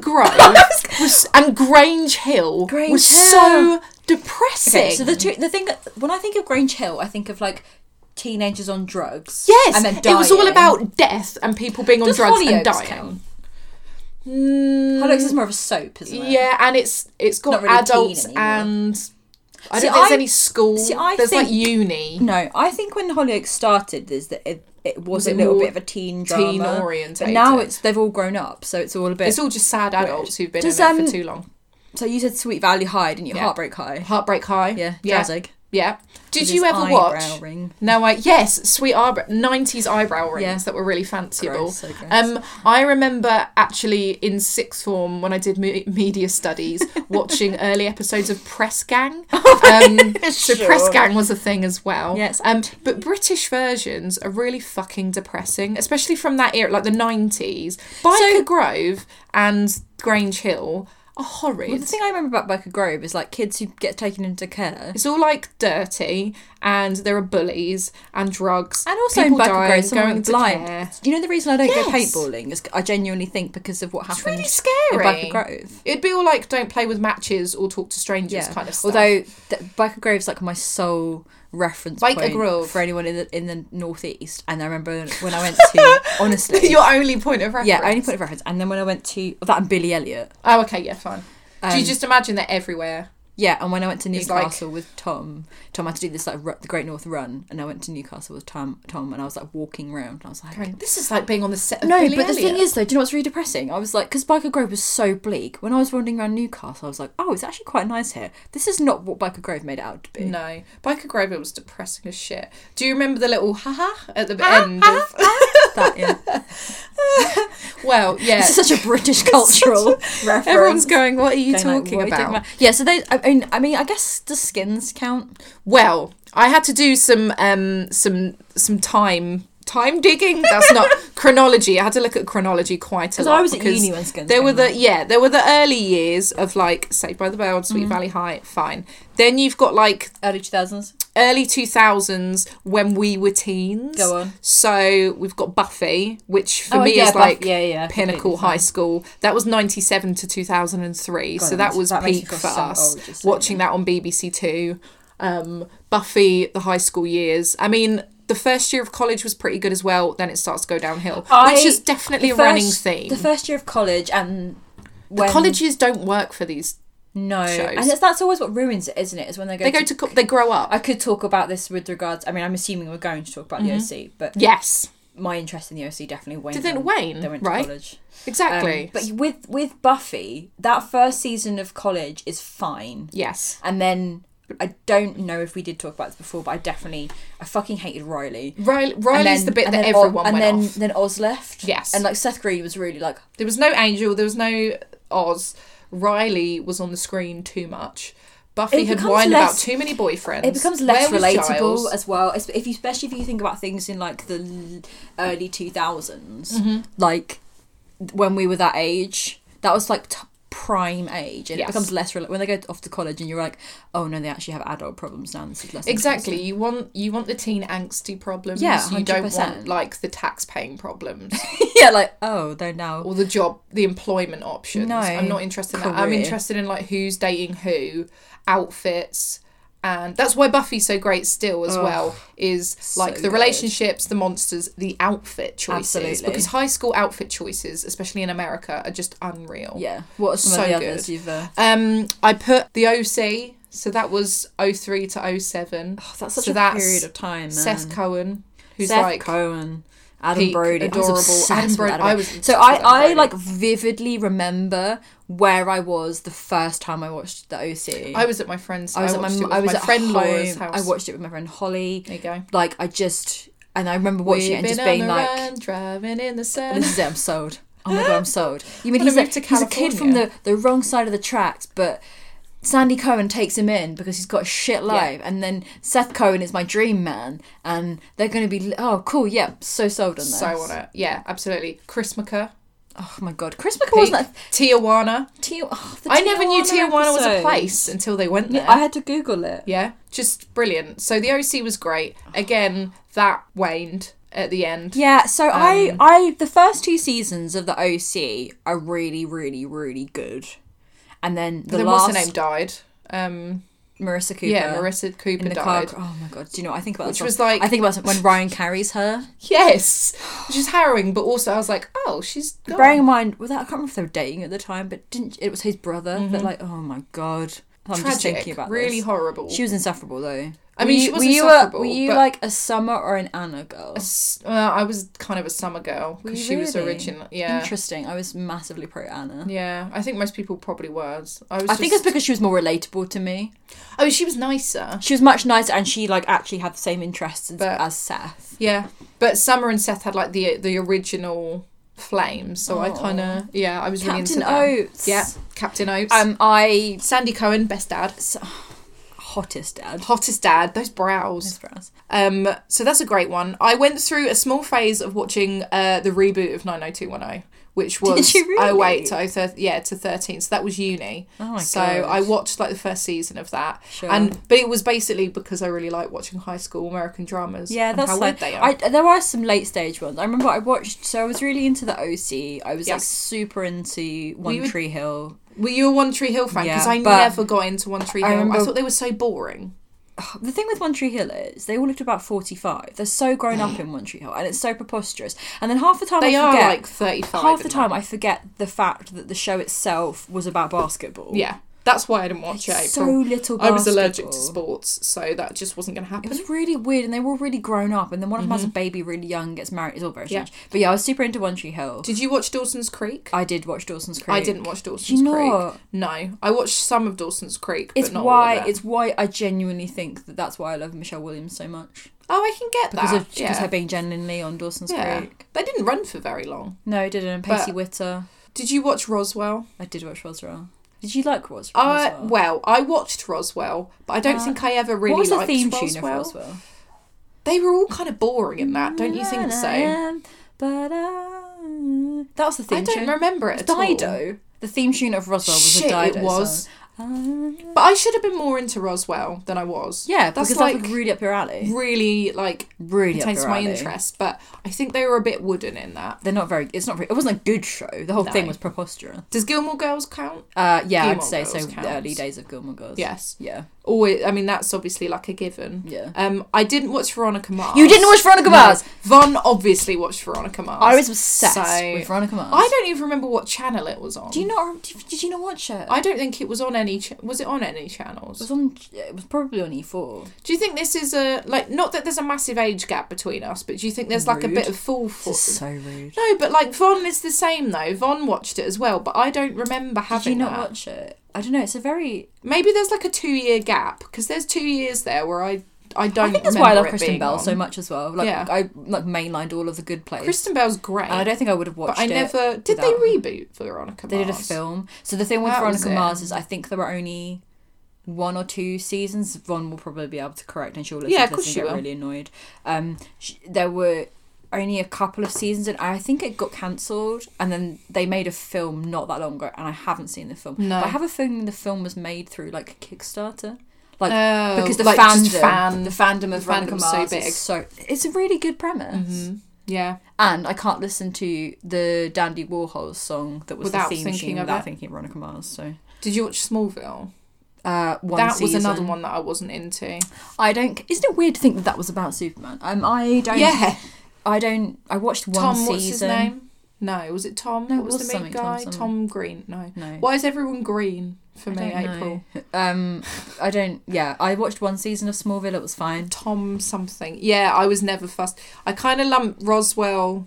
Speaker 1: [LAUGHS]
Speaker 2: Grove was, and Grange Hill
Speaker 1: Grange
Speaker 2: was
Speaker 1: Hill.
Speaker 2: so depressing.
Speaker 1: Okay, so the two, the thing when I think of Grange Hill, I think of like teenagers on drugs.
Speaker 2: Yes,
Speaker 1: and then
Speaker 2: it was all
Speaker 1: dying.
Speaker 2: about death and people being on
Speaker 1: Does
Speaker 2: drugs
Speaker 1: Hollyoaks
Speaker 2: and dying.
Speaker 1: count?
Speaker 2: Mm,
Speaker 1: Hollyoaks is more of a soap, isn't it?
Speaker 2: yeah, and it's it's got
Speaker 1: Not really
Speaker 2: adults
Speaker 1: teen anymore.
Speaker 2: and I
Speaker 1: See,
Speaker 2: don't think there's
Speaker 1: I-
Speaker 2: any school.
Speaker 1: see, I
Speaker 2: there's like
Speaker 1: think-
Speaker 2: uni.
Speaker 1: No, I think when Hollyoaks started, there's that it, it was, a
Speaker 2: it
Speaker 1: little
Speaker 2: more
Speaker 1: bit of a teen drama,
Speaker 2: teen
Speaker 1: But
Speaker 2: orientated?
Speaker 1: now it's they've all grown up, so it's all a bit.
Speaker 2: It's all just sad adults who've been
Speaker 1: Does,
Speaker 2: in it
Speaker 1: um,
Speaker 2: for too long.
Speaker 1: so you said Sweet Valley High, didn't you?
Speaker 2: Yeah.
Speaker 1: Heartbreak High.
Speaker 2: Heartbreak High.
Speaker 1: Yeah,
Speaker 2: yeah,
Speaker 1: Jazzig.
Speaker 2: yeah. Did
Speaker 1: With
Speaker 2: you
Speaker 1: his
Speaker 2: ever
Speaker 1: eyebrow
Speaker 2: watch?
Speaker 1: Ring.
Speaker 2: No, I yes, sweet eyebrow, nineties eyebrow rings
Speaker 1: Yeah.
Speaker 2: that were really fanciful.
Speaker 1: Gross, so gross.
Speaker 2: Um, I remember actually in sixth form when I did me-
Speaker 1: [LAUGHS]
Speaker 2: media studies, watching early episodes of Press Gang. Um, So
Speaker 1: Oh, Sure.
Speaker 2: Press Gang was a thing as well.
Speaker 1: Yes.
Speaker 2: Um, but British versions are really fucking depressing, especially from that era, like the nineties. Biker
Speaker 1: So-
Speaker 2: Grove and Grange Hill are horrid.
Speaker 1: The thing I remember about Biker Grove is like kids who get taken into care.
Speaker 2: It's all like dirty, and there are bullies and drugs,
Speaker 1: And also in
Speaker 2: people
Speaker 1: Biker
Speaker 2: dying,
Speaker 1: Grove, someone
Speaker 2: going
Speaker 1: went
Speaker 2: to
Speaker 1: blind.
Speaker 2: care.
Speaker 1: You know the reason I don't go
Speaker 2: Yes.
Speaker 1: paintballing is I genuinely think because of what happened.
Speaker 2: Really
Speaker 1: in
Speaker 2: scary.
Speaker 1: Biker Grove.
Speaker 2: It'd be all like don't play with matches or talk to strangers
Speaker 1: Yeah.
Speaker 2: kind of stuff.
Speaker 1: Although th- Biker Grove's like my sole reference
Speaker 2: Biker
Speaker 1: point
Speaker 2: Grove.
Speaker 1: for anyone in the in the northeast, and I remember when
Speaker 2: [LAUGHS]
Speaker 1: I went to honestly
Speaker 2: [LAUGHS] your only point of reference.
Speaker 1: Yeah, only point of reference. And then when I went to oh, that and Billy Elliot,
Speaker 2: Oh, okay, yeah, fine. Do
Speaker 1: Um,
Speaker 2: you just imagine that everywhere
Speaker 1: Yeah, and when I went to
Speaker 4: It's like-
Speaker 1: Newcastle with Tom, Tom had to do this like ru- the Great North Run, and I went to Newcastle with Tom, Tom, and I was like walking around, and I was like,
Speaker 4: This is like being on the set. Of
Speaker 1: no,
Speaker 4: Billy
Speaker 1: but the thing
Speaker 4: Elliot.
Speaker 1: is though, do you know what's really depressing? I was like, because Biker Grove was so bleak. When I was wandering around Newcastle, I was like, oh, it's actually quite nice here. This is not what Biker Grove made it out to be.
Speaker 2: [LAUGHS]
Speaker 4: No, Biker Grove it was depressing as shit. Do you remember the little haha at the end? of...
Speaker 1: That is,
Speaker 4: Well, yeah,
Speaker 1: [LAUGHS] this is such a British cultural reference.
Speaker 2: Everyone's going, what are you
Speaker 1: Going like,
Speaker 2: talking
Speaker 1: "What are you
Speaker 2: about?
Speaker 1: Yeah, so they. I mean, I mean, I guess the skins count.
Speaker 2: Well, I had to do some um some some time time digging. That's
Speaker 1: [LAUGHS]
Speaker 2: not chronology. I had to look at chronology quite a
Speaker 1: 'Cause
Speaker 2: lot.
Speaker 1: I was at
Speaker 2: because
Speaker 1: uni when Skins
Speaker 2: There were
Speaker 1: came
Speaker 2: the yeah, there were the early years of like Saved by the Bell,
Speaker 1: Mm.
Speaker 2: Sweet Valley High, fine. Then you've got like
Speaker 1: Early two thousands.
Speaker 2: early 2000s when we were teens.
Speaker 1: Go on.
Speaker 2: So we've got Buffy, which for
Speaker 1: Oh,
Speaker 2: me
Speaker 1: yeah,
Speaker 2: is
Speaker 1: Buff-
Speaker 2: like
Speaker 1: yeah, yeah, completely
Speaker 2: pinnacle
Speaker 1: fine.
Speaker 2: high school. That was 97 to 2003.
Speaker 1: God,
Speaker 2: so
Speaker 1: that
Speaker 2: that
Speaker 1: makes-
Speaker 2: was
Speaker 1: that makes me
Speaker 2: peak
Speaker 1: feel
Speaker 2: for
Speaker 1: so
Speaker 2: us.
Speaker 1: old just saying
Speaker 2: watching that on BBC Two. Um, Buffy, the high school years. I mean, the first year of college was pretty good as well. Then it starts to go downhill, which is definitely a running theme.
Speaker 1: The
Speaker 2: The,
Speaker 1: first year of college and when,
Speaker 2: college years don't work for these.
Speaker 1: no,
Speaker 2: shows.
Speaker 1: and it's, that's always what ruins it, isn't it? Is when they go.
Speaker 2: They go to co- they grow up.
Speaker 1: I could talk about this with regards. I mean, I'm assuming we're going to talk about
Speaker 2: Mm-hmm.
Speaker 1: the OC, but
Speaker 2: yes,
Speaker 1: my interest in the OC definitely waned.
Speaker 2: Did they
Speaker 1: when
Speaker 2: wane,
Speaker 1: They went to
Speaker 2: right?
Speaker 1: college. Um,
Speaker 2: exactly.
Speaker 1: but with with Buffy, that first season of college is fine.
Speaker 2: yes.
Speaker 1: And then I don't know if we did talk about this before, but I definitely I fucking hated Riley.
Speaker 2: Riley,
Speaker 1: And
Speaker 2: Riley's
Speaker 1: then-
Speaker 2: the bit
Speaker 1: and
Speaker 2: that
Speaker 1: then Oz-
Speaker 2: everyone
Speaker 1: and
Speaker 2: went
Speaker 1: then
Speaker 2: off.
Speaker 1: then Oz left.
Speaker 2: Yes.
Speaker 1: and like Seth Green was really like
Speaker 2: There was no Angel. There was no Oz. Riley was on the screen too much.
Speaker 1: It
Speaker 2: Buffy had
Speaker 1: becomes
Speaker 2: whined
Speaker 1: less-
Speaker 2: about too many boyfriends.
Speaker 1: it becomes less
Speaker 2: Where was
Speaker 1: relatable
Speaker 2: Giles?
Speaker 1: as well es- if you, especially if you think about things in like the l- early 2000s
Speaker 2: Mm-hmm.
Speaker 1: like when we were that age that was like t- prime age and
Speaker 2: Yes.
Speaker 1: it becomes less rela- when they go off to college and you're like oh no they actually have adult problems now this is less
Speaker 2: Exactly.
Speaker 1: interesting.
Speaker 2: You want you want the teen angsty problems.
Speaker 1: Yeah,
Speaker 2: You don't
Speaker 1: 100%.
Speaker 2: want like the tax paying problems
Speaker 1: [LAUGHS] yeah like oh they're now
Speaker 2: or the job, the employment options.
Speaker 1: No.
Speaker 2: I'm not interested in that. I'm
Speaker 1: Career.
Speaker 2: interested in like who's dating who, outfits. And that's why Buffy's so great still as well is like the
Speaker 1: good.
Speaker 2: relationships, the monsters, the outfit choices.
Speaker 1: Absolutely.
Speaker 2: Because high school outfit choices, especially in America, are just unreal.
Speaker 1: yeah what are some
Speaker 2: So
Speaker 1: of the
Speaker 2: good.
Speaker 1: others you've uh,
Speaker 2: Um, I put the OC, so that was 03 to 07.
Speaker 1: oh, that's such
Speaker 2: So
Speaker 1: a
Speaker 2: that's
Speaker 1: period of time man.
Speaker 2: Seth Cohen, who's
Speaker 1: Seth
Speaker 2: like
Speaker 1: Cohen, Adam
Speaker 2: peak,
Speaker 1: Brody, I
Speaker 2: adorable.
Speaker 1: was obsessed
Speaker 2: Adam
Speaker 1: with
Speaker 2: Brody-
Speaker 1: Adam
Speaker 2: I
Speaker 1: Brody.
Speaker 2: was
Speaker 1: so
Speaker 2: obsessed with
Speaker 1: I, I
Speaker 2: Adam
Speaker 1: like vividly remember where I was the first time I watched the OC.
Speaker 2: I was at my friend's.
Speaker 1: I was at
Speaker 2: watched
Speaker 1: my
Speaker 2: it with
Speaker 1: I was
Speaker 2: my
Speaker 1: at
Speaker 2: friend
Speaker 1: home.
Speaker 2: Laura's house.
Speaker 1: I watched it with my friend Holly.
Speaker 2: There you go.
Speaker 1: Like I just and I remember watching it and
Speaker 2: We've
Speaker 1: just
Speaker 2: been
Speaker 1: being
Speaker 2: on the
Speaker 1: like,
Speaker 2: run, driving in the sun.
Speaker 1: "This is it. I'm sold. Oh my god, I'm sold." You mean
Speaker 2: Wanna
Speaker 1: he's a,
Speaker 2: move to
Speaker 1: he's a kid from the
Speaker 2: California.
Speaker 1: the wrong side of the tracks, but. Sandy Cohen takes him in because he's got a shit life, and then Seth Cohen is my dream man, and they're going to be oh cool, yeah, so sold on this.
Speaker 2: So on it. Yeah, absolutely. Chris McCur.
Speaker 1: Oh my god, Chris McCall
Speaker 2: Peak.
Speaker 1: wasn't that
Speaker 2: Tijuana.
Speaker 1: Ti- oh, the
Speaker 2: I never knew
Speaker 1: Tijuana
Speaker 2: Tijuana was a
Speaker 1: episode.
Speaker 2: place until they went there.
Speaker 1: I had to Google it.
Speaker 2: yeah, just brilliant. So the OC was great. Again, that waned at the end.
Speaker 1: Yeah, so I, I, the first two seasons of the OC are really, really, really good, and then the
Speaker 2: then
Speaker 1: last
Speaker 2: what's her name died. Um,
Speaker 1: Marissa Cooper.
Speaker 2: yeah, Marissa Cooper
Speaker 1: in the car.
Speaker 2: died.
Speaker 1: cr- Oh my god, do you know? What I think about
Speaker 2: Which
Speaker 1: this
Speaker 2: was
Speaker 1: one-
Speaker 2: like-
Speaker 1: I think about it when Ryan carries her. [SIGHS]
Speaker 2: Yes, which is harrowing, but also I was like, oh, she's gone.
Speaker 1: Bearing in mind, well, that, I can't remember if they were dating at the time, but didn't it was his brother that like? Oh my god, I'm just
Speaker 2: Mm-hmm. tragic,
Speaker 1: thinking about
Speaker 2: really
Speaker 1: this.
Speaker 2: horrible.
Speaker 1: She was insufferable though.
Speaker 2: I
Speaker 1: Were
Speaker 2: mean, she
Speaker 1: you-
Speaker 2: was
Speaker 1: were you a-
Speaker 2: insufferable,
Speaker 1: Were you
Speaker 2: but-
Speaker 1: like a summer or an Anna girl?
Speaker 2: S- uh, I was kind of a summer girl
Speaker 1: Were
Speaker 2: because
Speaker 1: you
Speaker 2: she was
Speaker 1: really?
Speaker 2: original. Yeah,
Speaker 1: Interesting. I was massively pro Anna.
Speaker 2: yeah. I think most people probably was. I was.
Speaker 1: I think it's
Speaker 2: just-
Speaker 1: because she was more relatable to me.
Speaker 2: oh, she was nicer.
Speaker 1: She was much nicer, and she like actually had the same interests as,
Speaker 2: But-
Speaker 1: as Seth.
Speaker 2: Yeah, but Summer and Seth had like the the original flame, so I kind of yeah, I was really into
Speaker 1: Captain
Speaker 2: them.
Speaker 1: Oates.
Speaker 2: Yeah, Captain Oates.
Speaker 1: Um, I
Speaker 2: Sandy Cohen, best dad,
Speaker 1: hottest dad.
Speaker 2: hottest dad. Those brows.
Speaker 1: Hottest for us.
Speaker 2: Um, so that's a great one. I went through a small phase of watching uh, the reboot of 90210, oh, which was
Speaker 1: you
Speaker 2: oh
Speaker 1: really?
Speaker 2: wait to oh, thir- yeah to 13. So that was uni.
Speaker 1: Oh my
Speaker 2: so
Speaker 1: God.
Speaker 2: I watched like the first season of that,
Speaker 1: Sure.
Speaker 2: and but it was basically because I really like watching high school American dramas.
Speaker 1: Yeah,
Speaker 2: and
Speaker 1: that's
Speaker 2: how
Speaker 1: like
Speaker 2: weird they are.
Speaker 1: I, there are some late stage ones. I remember I watched. So I was really into the OC. I was like
Speaker 2: Yes.
Speaker 1: super into One
Speaker 2: would-
Speaker 1: Tree Hill.
Speaker 2: Were you a One Tree Hill fan? Because
Speaker 1: Yeah,
Speaker 2: I
Speaker 1: but
Speaker 2: never got into One Tree
Speaker 1: I
Speaker 2: Hill. I,
Speaker 1: remember-
Speaker 2: thought they were so boring.
Speaker 1: The thing with One Tree Hill is they all looked about forty five. They're so grown up in One Tree Hill, and it's so preposterous. And then half the time
Speaker 2: They
Speaker 1: I
Speaker 2: are
Speaker 1: forget,
Speaker 2: like 35.
Speaker 1: half the
Speaker 2: and-
Speaker 1: time I forget the fact that the show itself was about basketball.
Speaker 2: [LAUGHS] Yeah. That's why I didn't watch it.
Speaker 1: so
Speaker 2: April.
Speaker 1: little.
Speaker 2: I was allergic to
Speaker 1: basketball.
Speaker 2: sports, so that just wasn't going to
Speaker 1: It
Speaker 2: happen.
Speaker 1: was really weird, and they were all really grown up. And then one of them has a baby really young, gets married. It's all very
Speaker 2: Mm-hmm. Yeah.
Speaker 1: strange. But yeah, I was super into One Tree Hill.
Speaker 2: Did you watch Dawson's Creek?
Speaker 1: I did watch Dawson's Creek.
Speaker 2: I didn't watch Dawson's
Speaker 1: Do you
Speaker 2: Creek.
Speaker 1: not?
Speaker 2: No, I watched some of Dawson's Creek, but
Speaker 1: It's
Speaker 2: not
Speaker 1: why
Speaker 2: all of it.
Speaker 1: it's why I genuinely think that that's why I love Michelle Williams so much
Speaker 2: Oh, I can get
Speaker 1: because
Speaker 2: that
Speaker 1: of because
Speaker 2: yeah.
Speaker 1: her being Jen Linley on Dawson's
Speaker 2: yeah.
Speaker 1: Creek.
Speaker 2: They didn't run for very long.
Speaker 1: No, I didn't.
Speaker 2: But-
Speaker 1: Pacey Witter.
Speaker 2: Did you watch Roswell?
Speaker 1: I did watch Roswell. Did you like Ros- Roswell?
Speaker 2: Uh, well, I watched Roswell, but I don't
Speaker 1: Uh,
Speaker 2: think I ever really
Speaker 1: what was the
Speaker 2: liked
Speaker 1: theme
Speaker 2: Roswell.
Speaker 1: tune of Roswell?
Speaker 2: They were all kind of boring in that, don't you think so? I
Speaker 1: But I- that was the theme
Speaker 2: don't
Speaker 1: tune.
Speaker 2: remember it at all.
Speaker 1: Dido. The theme tune of Roswell was
Speaker 2: Shit,
Speaker 1: a Dido
Speaker 2: it was.
Speaker 1: song. Uh,
Speaker 2: But I should have been more into Roswell than I was.
Speaker 1: yeah,
Speaker 2: that's
Speaker 1: because
Speaker 2: like
Speaker 1: that was really up your alley.
Speaker 2: really like
Speaker 1: Really up
Speaker 2: pertains
Speaker 1: your
Speaker 2: to my
Speaker 1: alley.
Speaker 2: interest. But I think they were a bit wooden in that.
Speaker 1: They're not very. It's not. Very, it wasn't a good show. The whole thing
Speaker 2: No.
Speaker 1: was preposterous.
Speaker 2: Does Gilmore Girls count?
Speaker 1: Uh, yeah,
Speaker 2: Gilmore
Speaker 1: I'd say
Speaker 2: Girls
Speaker 1: so.
Speaker 2: counts.
Speaker 1: The early days of Gilmore Girls.
Speaker 2: Yes.
Speaker 1: Yeah.
Speaker 2: Always. I mean, that's obviously like a given.
Speaker 1: Yeah.
Speaker 2: Um, I didn't watch Veronica Mars.
Speaker 1: You didn't watch Veronica Mars.
Speaker 2: Von obviously watched Veronica Mars.
Speaker 1: I was obsessed
Speaker 2: So-
Speaker 1: with Veronica Mars.
Speaker 2: I don't even remember what channel it was on.
Speaker 1: Do you not? Did did you not watch it?
Speaker 2: I don't think it was on any. Cha- was it on any
Speaker 1: It was
Speaker 2: channels?
Speaker 1: on. It was probably on E four.
Speaker 2: Do you think this is a like? Not that there's a massive age gap between us, but do you think there's like a
Speaker 1: Rude.
Speaker 2: bit of fall for?
Speaker 1: rude.
Speaker 2: No, but like Von is the same though. Von watched it as well, but I don't remember
Speaker 1: Did
Speaker 2: having
Speaker 1: you not
Speaker 2: that.
Speaker 1: watch it? I don't know. It's a very.
Speaker 2: Maybe there's like a two year gap because there's two years there where I I don't.
Speaker 1: I think that's
Speaker 2: remember
Speaker 1: why I love
Speaker 2: it
Speaker 1: Kristen
Speaker 2: being
Speaker 1: Bell
Speaker 2: on.
Speaker 1: so much as well. Like
Speaker 2: Yeah.
Speaker 1: I like mainlined all of the good plays.
Speaker 2: Kristen Bell's great.
Speaker 1: and I don't think I would have watched
Speaker 2: but I
Speaker 1: it
Speaker 2: never did. They
Speaker 1: without-
Speaker 2: reboot Veronica.
Speaker 1: They did a
Speaker 2: Mars?
Speaker 1: film. So the thing with
Speaker 2: That was
Speaker 1: Veronica
Speaker 2: it.
Speaker 1: Mars is I think there were only one or two seasons. Von will probably be able to correct, and she'll listen
Speaker 2: Yeah, of
Speaker 1: to
Speaker 2: course
Speaker 1: this and
Speaker 2: she
Speaker 1: get
Speaker 2: will.
Speaker 1: really annoyed. Um, sh there were only a couple of seasons, and I think it got cancelled. And then they made a film not that long ago, and I haven't seen the film.
Speaker 2: No.
Speaker 1: but I have a feeling the film was made through like Kickstarter. Like
Speaker 2: Oh,
Speaker 1: because the
Speaker 2: like,
Speaker 1: fandom,
Speaker 2: just fan-
Speaker 1: the fandom of
Speaker 2: the
Speaker 1: Veronica
Speaker 2: fandom's so
Speaker 1: Mars
Speaker 2: big. Mm-hmm.
Speaker 1: is so it's a really good premise.
Speaker 2: Yeah.
Speaker 1: And I can't listen to the Dandy Warhol song that was
Speaker 2: Without
Speaker 1: the theme
Speaker 2: thinking
Speaker 1: tune
Speaker 2: of
Speaker 1: without
Speaker 2: it.
Speaker 1: thinking of Veronica Mars. So
Speaker 2: Did you watch Smallville?
Speaker 1: uh, one
Speaker 2: that was
Speaker 1: season.
Speaker 2: another one that I wasn't into.
Speaker 1: I don't. Isn't it weird to think that that was about Superman? Um, I don't.
Speaker 2: Yeah.
Speaker 1: I don't. I watched one
Speaker 2: Tom,
Speaker 1: season.
Speaker 2: what's his name? No, was it Tom?
Speaker 1: No, it
Speaker 2: what was,
Speaker 1: was
Speaker 2: the
Speaker 1: something
Speaker 2: main
Speaker 1: Tom
Speaker 2: guy? Tom,
Speaker 1: something.
Speaker 2: Green. No.
Speaker 1: No.
Speaker 2: Why is everyone green for
Speaker 1: I
Speaker 2: me,
Speaker 1: don't know.
Speaker 2: April?
Speaker 1: [LAUGHS] Um, I don't. Yeah, I watched one season of Smallville. It was fine.
Speaker 2: Tom something. Yeah, I was never fussed. I kind of lump Roswell.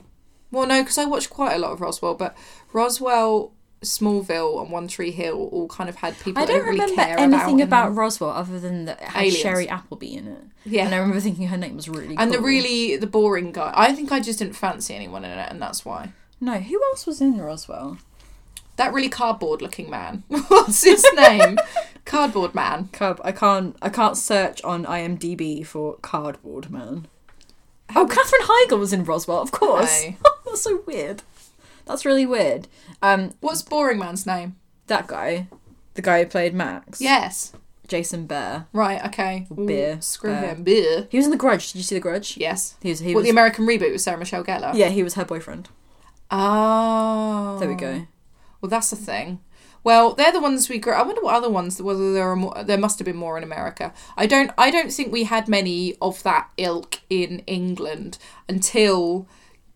Speaker 2: Well, no, because I watched quite a lot of Roswell, but Roswell, Smallville, and One Tree Hill all kind of had people.
Speaker 1: I don't
Speaker 2: really
Speaker 1: remember
Speaker 2: care
Speaker 1: anything
Speaker 2: about,
Speaker 1: about,
Speaker 2: in them.
Speaker 1: Roswell other than that it had
Speaker 2: Aliens.
Speaker 1: Sherry Appleby in it.
Speaker 2: Yeah.
Speaker 1: and I remember thinking her name was really.
Speaker 2: and the
Speaker 1: cool.
Speaker 2: really the boring guy. I think I just didn't fancy anyone in it, and that's why.
Speaker 1: no. Who else was in Roswell?
Speaker 2: That really cardboard looking man. [LAUGHS]
Speaker 1: [LAUGHS]
Speaker 2: What's his name? cardboard man.
Speaker 1: Cub, I can't I can't search on IMDb for cardboard man.
Speaker 2: Um,
Speaker 1: Oh, Catherine Heigl was in Roswell, of course.
Speaker 2: No.
Speaker 1: [LAUGHS] That's so weird. That's really weird. Um,
Speaker 2: What's boring man's name?
Speaker 1: that guy, the guy who played Max,
Speaker 2: Yes.
Speaker 1: Jason Bear.
Speaker 2: Right. Okay. Ooh,
Speaker 1: Beer.
Speaker 2: Screw
Speaker 1: Bear.
Speaker 2: him. Beer.
Speaker 1: He was in The Grudge. Did you see The Grudge?
Speaker 2: Yes.
Speaker 1: He was. He
Speaker 2: What
Speaker 1: was.
Speaker 2: the American reboot with Sarah Michelle Gellar?
Speaker 1: yeah, he was her boyfriend.
Speaker 2: Oh.
Speaker 1: There we go.
Speaker 2: Well, that's the thing. Well, they're the ones we grew. I wonder what other ones. Whether there are more, there must have been more in America. I don't. I don't think we had many of that ilk in England until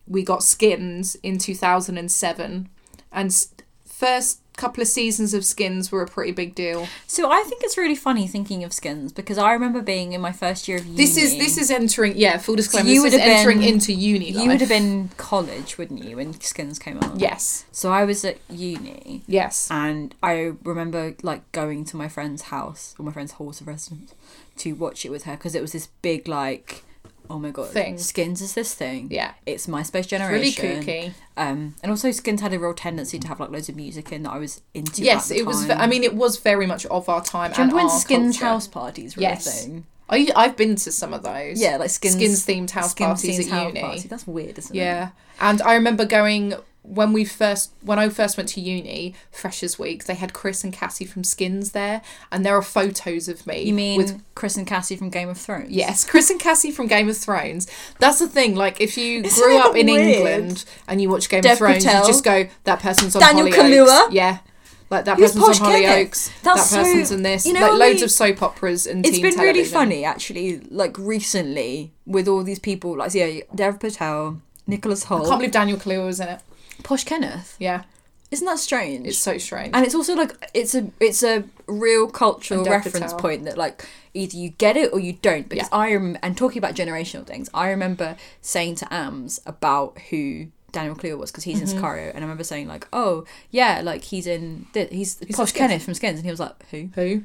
Speaker 2: we got Skins in two thousand and seven, and s- first couple of seasons of Skins were a pretty big deal.
Speaker 1: So I think it's really funny thinking of skins because I remember being in my first year of uni.
Speaker 2: This is this is entering. Yeah, full disclaimer.
Speaker 1: you
Speaker 2: You
Speaker 1: would
Speaker 2: this is
Speaker 1: have been-
Speaker 2: entering into uni.
Speaker 1: You would have been college, wouldn't you, when skins came out?
Speaker 2: Yes.
Speaker 1: So I was at uni.
Speaker 2: Yes.
Speaker 1: and I remember like going to my friend's house or my friend's horse of residence to watch it with her because it was this big like oh my god
Speaker 2: Thing.
Speaker 1: skins is this thing
Speaker 2: Yeah.
Speaker 1: it's MySpace
Speaker 2: Really
Speaker 1: generation
Speaker 2: kooky.
Speaker 1: um and also skins had a real tendency to have like loads of music in that I was into
Speaker 2: Yes,
Speaker 1: at the
Speaker 2: it was. ve-
Speaker 1: time.
Speaker 2: I mean, it was very much of our time.
Speaker 1: do you remember
Speaker 2: and
Speaker 1: when
Speaker 2: our
Speaker 1: skins
Speaker 2: culture.
Speaker 1: house parties were
Speaker 2: Yes.
Speaker 1: a thing
Speaker 2: I, I've been to some of those.
Speaker 1: yeah like skins
Speaker 2: skins themed house
Speaker 1: Skins
Speaker 2: parties
Speaker 1: themed
Speaker 2: at
Speaker 1: house
Speaker 2: uni.
Speaker 1: party. that's weird isn't it
Speaker 2: Yeah, and I remember going when we first when I first went to uni, Freshers Week. They had Chris and Cassie from Skins there, and there are photos of me.
Speaker 1: you mean
Speaker 2: with
Speaker 1: with Chris and Cassie from Game of Thrones
Speaker 2: yes, Chris and Cassie from Game of Thrones. That's the thing. Like if you
Speaker 1: Isn't
Speaker 2: grew
Speaker 1: it
Speaker 2: up in
Speaker 1: weird?
Speaker 2: England and you watch Game
Speaker 1: Dev
Speaker 2: of Thrones,
Speaker 1: Patel.
Speaker 2: you just go that person's on
Speaker 1: Daniel
Speaker 2: Hollyoaks.
Speaker 1: Kaluuya.
Speaker 2: Yeah. Like that
Speaker 1: He was
Speaker 2: person's on
Speaker 1: Posh Kenneth.
Speaker 2: Hollyoaks,
Speaker 1: That's
Speaker 2: that person's
Speaker 1: so-
Speaker 2: in this,
Speaker 1: you know
Speaker 2: like
Speaker 1: what I
Speaker 2: loads
Speaker 1: mean?
Speaker 2: of soap operas and
Speaker 1: It's
Speaker 2: teen
Speaker 1: been really
Speaker 2: television.
Speaker 1: funny actually like recently with all these people like yeah dev patel nicholas
Speaker 2: I can't
Speaker 1: holt
Speaker 2: believe Daniel Kaluuya was in it.
Speaker 1: posh kenneth
Speaker 2: Yeah,
Speaker 1: Isn't that strange?
Speaker 2: It's so strange.
Speaker 1: and it's also like it's a it's a real cultural
Speaker 2: Under the
Speaker 1: reference
Speaker 2: towel.
Speaker 1: point that like either you get it or you don't because I rem- and talking about generational things I remember saying to Ams about who Daniel Clear was because he's in Sicario and I remember saying like oh yeah like he's in th- he's, Posh
Speaker 2: Skins.
Speaker 1: Kenneth from Skins and he was like who
Speaker 2: Who?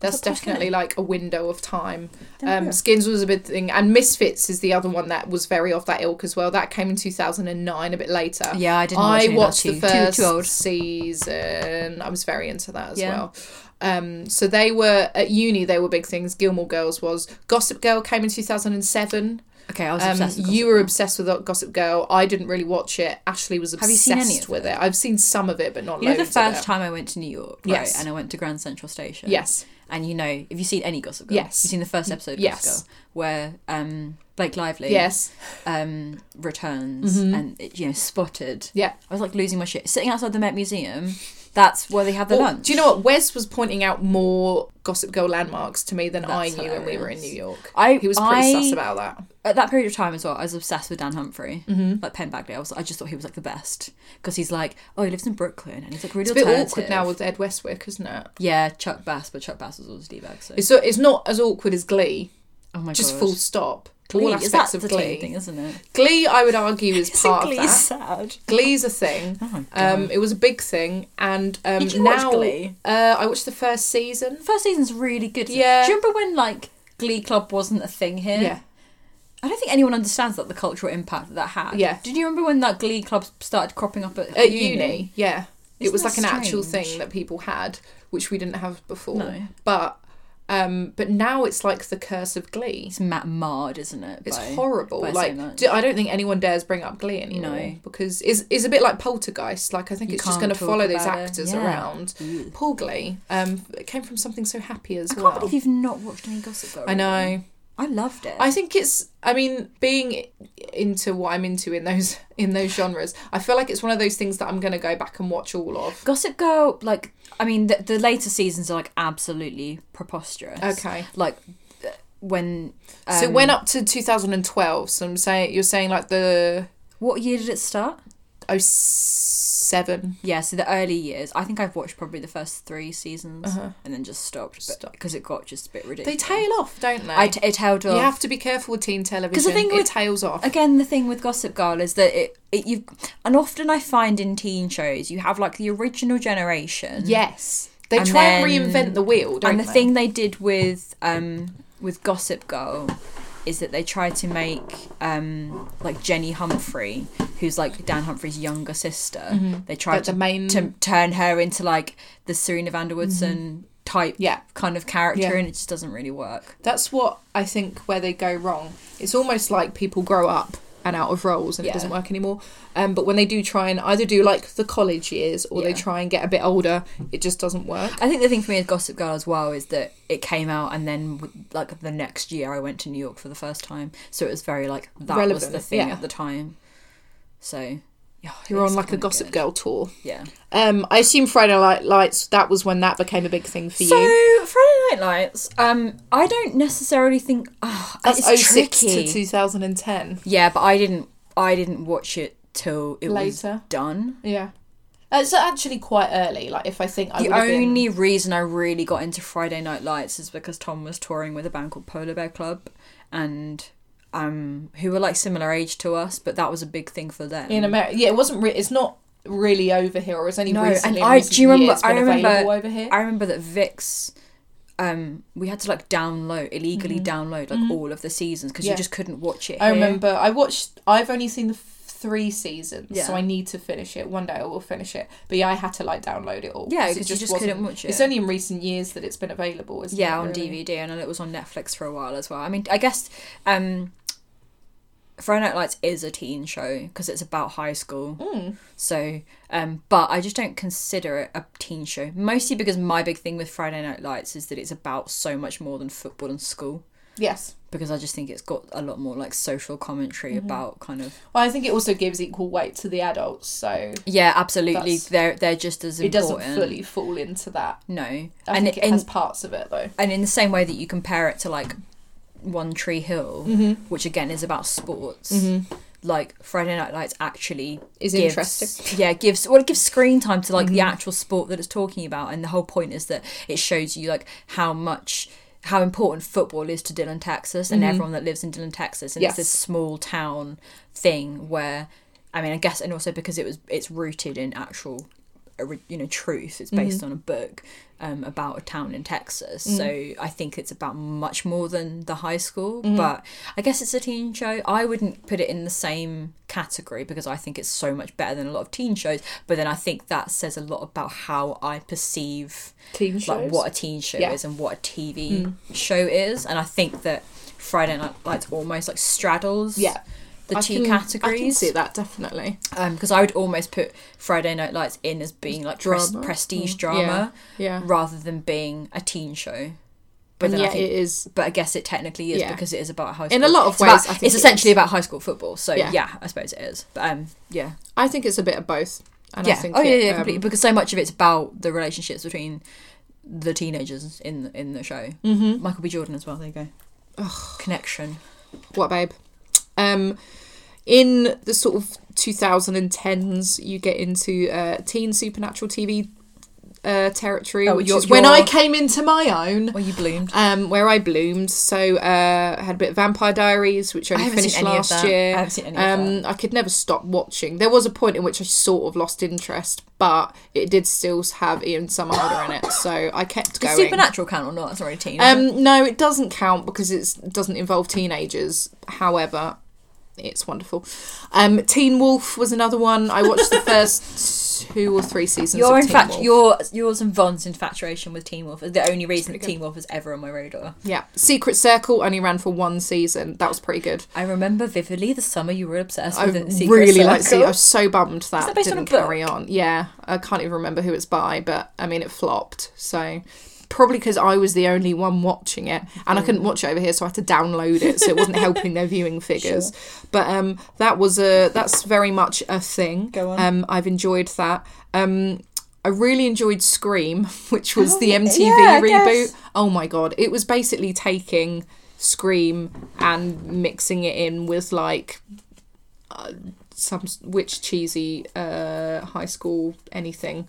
Speaker 2: That's
Speaker 1: Of course,
Speaker 2: definitely
Speaker 1: can
Speaker 2: like a window of time.
Speaker 1: There we
Speaker 2: Um,
Speaker 1: are.
Speaker 2: Skins was a big thing, and Misfits is the other one that was very off that ilk as well. That came in two thousand and nine, a bit later.
Speaker 1: yeah I didn't watch
Speaker 2: I
Speaker 1: any of that
Speaker 2: watched the
Speaker 1: too. Too-
Speaker 2: first
Speaker 1: too old
Speaker 2: season. I was very into that as
Speaker 1: Yeah.
Speaker 2: well. Um, so they were at uni. They were big things. Gilmore Girls was Gossip Girl came in two thousand and seven.
Speaker 1: okay I was
Speaker 2: Um,
Speaker 1: obsessed with
Speaker 2: you
Speaker 1: Gossip
Speaker 2: were
Speaker 1: Girl.
Speaker 2: obsessed with Gossip Girl. I didn't really watch it. Ashley was obsessed
Speaker 1: Have you seen any of
Speaker 2: with
Speaker 1: it?
Speaker 2: it? I've seen some of it, but not
Speaker 1: you know the
Speaker 2: loads of
Speaker 1: first
Speaker 2: it.
Speaker 1: time I went to New York right
Speaker 2: Yes.
Speaker 1: and I went to Grand Central Station
Speaker 2: Yes.
Speaker 1: and you know if you've seen any Gossip Girl
Speaker 2: Yes.
Speaker 1: you've seen the first episode of
Speaker 2: Yes.
Speaker 1: Gossip Girl where um Blake Lively
Speaker 2: Yes.
Speaker 1: um, returns and it, you know spotted.
Speaker 2: Mm-hmm. Yeah.
Speaker 1: I was like losing my shit. Sitting outside the Met Museum, that's where they have their
Speaker 2: Well,
Speaker 1: lunch.
Speaker 2: Oh, Do you know what? Wes was pointing out more Gossip Girl landmarks to me than I
Speaker 1: That's
Speaker 2: knew when we were in
Speaker 1: hilarious.
Speaker 2: New York.
Speaker 1: I-
Speaker 2: he was pretty
Speaker 1: I-
Speaker 2: sus about that.
Speaker 1: At that period of time as well, I was obsessed with Dan Humphrey,
Speaker 2: Mm-hmm.
Speaker 1: like Penn Bagley. I was, I just thought he was like the best because he's like, oh, he lives in Brooklyn and he's like really
Speaker 2: It's a bit
Speaker 1: alternative.
Speaker 2: awkward now with Ed Westwick, isn't it?
Speaker 1: yeah, Chuck Bass, but Chuck Bass was also a bag. So
Speaker 2: It's so, it's not as awkward as Glee.
Speaker 1: oh my
Speaker 2: Just
Speaker 1: god,
Speaker 2: full stop.
Speaker 1: Glee.
Speaker 2: All
Speaker 1: Is
Speaker 2: aspects
Speaker 1: that
Speaker 2: of
Speaker 1: the
Speaker 2: Glee.
Speaker 1: thing, isn't it?
Speaker 2: Glee, I would argue,
Speaker 1: [LAUGHS]
Speaker 2: is
Speaker 1: Isn't
Speaker 2: part
Speaker 1: Glee
Speaker 2: of that.
Speaker 1: sad.
Speaker 2: Glee's a thing.
Speaker 1: my
Speaker 2: um, it was a big thing, and um,
Speaker 1: Did you watch
Speaker 2: now
Speaker 1: Glee?
Speaker 2: Uh, I watched the first season.
Speaker 1: The first season's really good.
Speaker 2: Yeah.
Speaker 1: Do you remember when like Glee Club wasn't a thing here?
Speaker 2: Yeah.
Speaker 1: I don't think anyone understands that the cultural impact that, that had.
Speaker 2: Yeah.
Speaker 1: Did you remember when that Glee Club started cropping up at,
Speaker 2: at uni. Yeah, it
Speaker 1: Isn't
Speaker 2: was
Speaker 1: that
Speaker 2: like an actual
Speaker 1: strange?
Speaker 2: thing that people had, which we didn't have before.
Speaker 1: No.
Speaker 2: But um, but now it's like the curse of Glee.
Speaker 1: It's Matt Marred, isn't it?
Speaker 2: It's
Speaker 1: by-
Speaker 2: horrible.
Speaker 1: by so
Speaker 2: Like
Speaker 1: much.
Speaker 2: do, I don't think anyone dares bring up Glee anymore
Speaker 1: No.
Speaker 2: because it's it's a bit like Poltergeist. Like I think
Speaker 1: You
Speaker 2: it's just
Speaker 1: can't
Speaker 2: going to
Speaker 1: talk
Speaker 2: follow those
Speaker 1: about it.
Speaker 2: actors
Speaker 1: Yeah.
Speaker 2: around. Paul Glee um, it came from something so happy as
Speaker 1: I can't
Speaker 2: well.
Speaker 1: believe you've not watched any Gossip Girl.
Speaker 2: I know.
Speaker 1: I loved it.
Speaker 2: I think it's. I mean, being into what I'm into in those [LAUGHS] in those genres, I feel like it's one of those things that I'm going to go back and watch all of.
Speaker 1: Gossip Girl, like, I mean, the, the later seasons are like absolutely preposterous.
Speaker 2: Okay.
Speaker 1: Like, th- when. Um,
Speaker 2: so it went up to 2012. So I'm saying you're saying like the
Speaker 1: What year did it start?
Speaker 2: 07.
Speaker 1: Yeah, so the early years. I think I've watched probably the first three seasons
Speaker 2: Uh-huh.
Speaker 1: and then just stopped
Speaker 2: Stop.
Speaker 1: because it got just a bit ridiculous.
Speaker 2: They tail off, don't they?
Speaker 1: I t- it held
Speaker 2: you
Speaker 1: off.
Speaker 2: have to be careful with teen television.
Speaker 1: 'Cause the thing
Speaker 2: it
Speaker 1: with-
Speaker 2: tails off.
Speaker 1: again the thing with gossip girl is that it, it you and often i find in teen shows you have like the original generation
Speaker 2: Yes, they
Speaker 1: And
Speaker 2: try
Speaker 1: then-
Speaker 2: and reinvent the wheel, don't
Speaker 1: and the
Speaker 2: they?
Speaker 1: thing they did with um with gossip girl is that they tried to make um like jenny humphrey who's like dan humphrey's younger sister they tried
Speaker 2: Like Mm-hmm.
Speaker 1: to,
Speaker 2: the main-
Speaker 1: to turn her into like the serena vanderwoodson
Speaker 2: Mm-hmm.
Speaker 1: type
Speaker 2: Yeah.
Speaker 1: kind of character
Speaker 2: Yeah.
Speaker 1: and it just doesn't really work
Speaker 2: That's what I think where they go wrong. It's almost like people grow up and out of roles and
Speaker 1: Yeah.
Speaker 2: it doesn't work anymore. Um, but when they do try and either do like the college years or they
Speaker 1: Yeah.
Speaker 2: try and get a bit older, it just doesn't work.
Speaker 1: I think the thing for me with Gossip Girl as well is that it came out and then w- like the next year I went to New York for the first time, so it was very like that was
Speaker 2: Relevant,
Speaker 1: the thing
Speaker 2: yeah.
Speaker 1: at the time. So yeah, it
Speaker 2: You're
Speaker 1: was
Speaker 2: on like a
Speaker 1: kinda
Speaker 2: Gossip
Speaker 1: good.
Speaker 2: Girl tour.
Speaker 1: Yeah.
Speaker 2: Um, I assume Friday Night Lights. That was when that became a big thing for
Speaker 1: So
Speaker 2: you.
Speaker 1: Friday Night Lights, um, I don't necessarily think oh,
Speaker 2: That's
Speaker 1: it's
Speaker 2: 06
Speaker 1: tricky.
Speaker 2: to 2010.
Speaker 1: Yeah, but I didn't. I didn't watch it till it was
Speaker 2: Later.
Speaker 1: done.
Speaker 2: Yeah, it's actually quite early. Like if I think I
Speaker 1: The
Speaker 2: would have been-
Speaker 1: only reason I really got into Friday Night Lights is because Tom was touring with a band called Polar Bear Club, and um, who were like similar age to us, but that was a big thing for them.
Speaker 2: in America. Yeah, it wasn't. Re- it's not really over here, or it's only
Speaker 1: no, and
Speaker 2: recently. in
Speaker 1: I
Speaker 2: recent
Speaker 1: do you remember?
Speaker 2: years
Speaker 1: I
Speaker 2: been
Speaker 1: remember
Speaker 2: available over here.
Speaker 1: I remember that Vix, um, we had to like download illegally download like all of the seasons because you
Speaker 2: Yeah.
Speaker 1: just couldn't watch it.
Speaker 2: I
Speaker 1: here.
Speaker 2: remember. I watched. I've only seen the f- three seasons,
Speaker 1: Yeah.
Speaker 2: so I need to finish it. One day I will finish it. But yeah, I had to like download it all.
Speaker 1: Yeah,
Speaker 2: 'cause it
Speaker 1: because you just
Speaker 2: wasn't-
Speaker 1: couldn't watch it.
Speaker 2: It's only in recent years that it's been available, isn't
Speaker 1: yeah
Speaker 2: it,
Speaker 1: on
Speaker 2: really?
Speaker 1: DVD and then it was on Netflix for a while as well. I mean, I guess um, Friday Night Lights is a teen show because it's about high school.
Speaker 2: Hmm,
Speaker 1: So, um, but I just don't consider it a teen show mostly because my big thing with Friday Night Lights is that it's about so much more than football and school
Speaker 2: Yes.
Speaker 1: because I just think it's got a lot more like social commentary
Speaker 2: Mm-hmm.
Speaker 1: about kind of
Speaker 2: Well, I think it also gives equal weight to the adults, so
Speaker 1: yeah, absolutely.
Speaker 2: That's-
Speaker 1: They're they're just as
Speaker 2: it
Speaker 1: important.
Speaker 2: doesn't fully fall into that.
Speaker 1: no,
Speaker 2: I
Speaker 1: and
Speaker 2: think it
Speaker 1: and-
Speaker 2: has parts of it though.
Speaker 1: and in the same way that
Speaker 2: Mm-hmm.
Speaker 1: you compare it to like One Tree Hill, which again is about sports, like Friday Night Lights actually
Speaker 2: Is
Speaker 1: gives-
Speaker 2: interesting.
Speaker 1: [LAUGHS]
Speaker 2: Mm-hmm.
Speaker 1: Yeah, gives well, it gives screen time to like the actual sport that it's talking about, and the whole point is that it shows you like how much how important football is to Dillon, Texas, and everyone that lives in Dillon, Texas, and
Speaker 2: Yes.
Speaker 1: it's this small town thing where, I mean, I guess, and also because it was it's rooted in actual, ori- you know, truth. It's based on a book. Um, about a town in Texas, so I think it's about much more than the high school. But I guess it's a teen show. I wouldn't put it in the same category because I think it's so much better than a lot of teen shows. But then I think that says a lot about how I perceive
Speaker 2: Teen
Speaker 1: like
Speaker 2: shows.
Speaker 1: what a teen show
Speaker 2: Yeah. Hmm.
Speaker 1: is and what a TV show is. And I think that Friday Night Lights almost like straddles
Speaker 2: Yeah.
Speaker 1: the
Speaker 5: I
Speaker 1: two
Speaker 5: can- I can
Speaker 1: categories.
Speaker 5: see that definitely.
Speaker 1: Because I would almost put Friday Night Lights in as being like pres-
Speaker 5: Drama.
Speaker 2: Hmm.
Speaker 1: prestige drama
Speaker 5: Yeah.
Speaker 1: rather than being a teen show. But
Speaker 2: And
Speaker 1: then I
Speaker 2: yet
Speaker 1: think
Speaker 2: it is
Speaker 1: but I guess it technically is
Speaker 2: Yeah.
Speaker 1: because it is about high school.
Speaker 2: In a lot of
Speaker 1: It's about-
Speaker 2: ways, I think
Speaker 1: it's
Speaker 2: it
Speaker 1: essentially about high school football. So yeah.
Speaker 2: Yeah.
Speaker 1: I suppose it is. But um, yeah,
Speaker 2: I think it's a bit of both. And
Speaker 1: yeah.
Speaker 2: I think
Speaker 1: oh yeah,
Speaker 2: it,
Speaker 1: yeah,
Speaker 2: um,
Speaker 1: completely. Because so much of it's about the relationships between the teenagers in the, in the show. Mm-hmm. Michael B. Jordan as well. There you go. Connection.
Speaker 2: What babe? Um, in the sort of 2010s, you get into uh, teen supernatural TV uh, territory,
Speaker 1: Oh,
Speaker 2: which
Speaker 1: your-
Speaker 2: is when
Speaker 1: your-
Speaker 2: I came into my own,
Speaker 1: Well, you bloomed.
Speaker 2: um, where I bloomed. So uh, I had a bit of Vampire Diaries, which
Speaker 1: I
Speaker 2: I only
Speaker 1: haven't
Speaker 2: finished
Speaker 1: seen any
Speaker 2: last
Speaker 1: of that.
Speaker 2: year.
Speaker 1: I haven't seen any of that.
Speaker 2: Um, I could never stop watching. There was a point in which I sort of lost interest, but it did still have Ian Somerhalder in it, so I kept
Speaker 1: Does
Speaker 2: going.
Speaker 1: Supernatural count or not? It's already teen. is it?
Speaker 2: Um, no, it doesn't count because it's, it doesn't involve teenagers. However, it's wonderful. Um, Teen Wolf was another one. I
Speaker 1: [LAUGHS]
Speaker 2: watched the first two or three seasons.
Speaker 1: Your
Speaker 2: of Teen
Speaker 1: infatu-
Speaker 2: Wolf.
Speaker 1: your yours and Von's infatuation with Teen Wolf is the only reason that Teen Wolf is ever on my radar.
Speaker 2: yeah, Secret Circle only ran for one season. That was pretty good.
Speaker 1: I remember vividly the summer you were obsessed
Speaker 2: I
Speaker 1: with it. Secret
Speaker 2: really like.
Speaker 1: Circle.
Speaker 2: I was so bummed that,
Speaker 1: that based on a
Speaker 2: didn't
Speaker 1: book?
Speaker 2: carry on. Yeah, I can't even remember who it's by, but I mean it flopped. So probably because I was the only one watching it, and
Speaker 1: Mm.
Speaker 2: I couldn't watch it over here, so I had to download it. So it wasn't helping
Speaker 1: [LAUGHS]
Speaker 2: their viewing figures. But um, that was a that's very much a thing.
Speaker 1: Go on.
Speaker 2: Um, I've enjoyed that. Um. I really enjoyed Scream, [LAUGHS] which was
Speaker 1: Oh,
Speaker 2: the MTV
Speaker 1: yeah, I
Speaker 2: reboot.
Speaker 1: guess.
Speaker 2: Oh my god, it was basically taking Scream and mixing it in with like uh, some which cheesy uh high school anything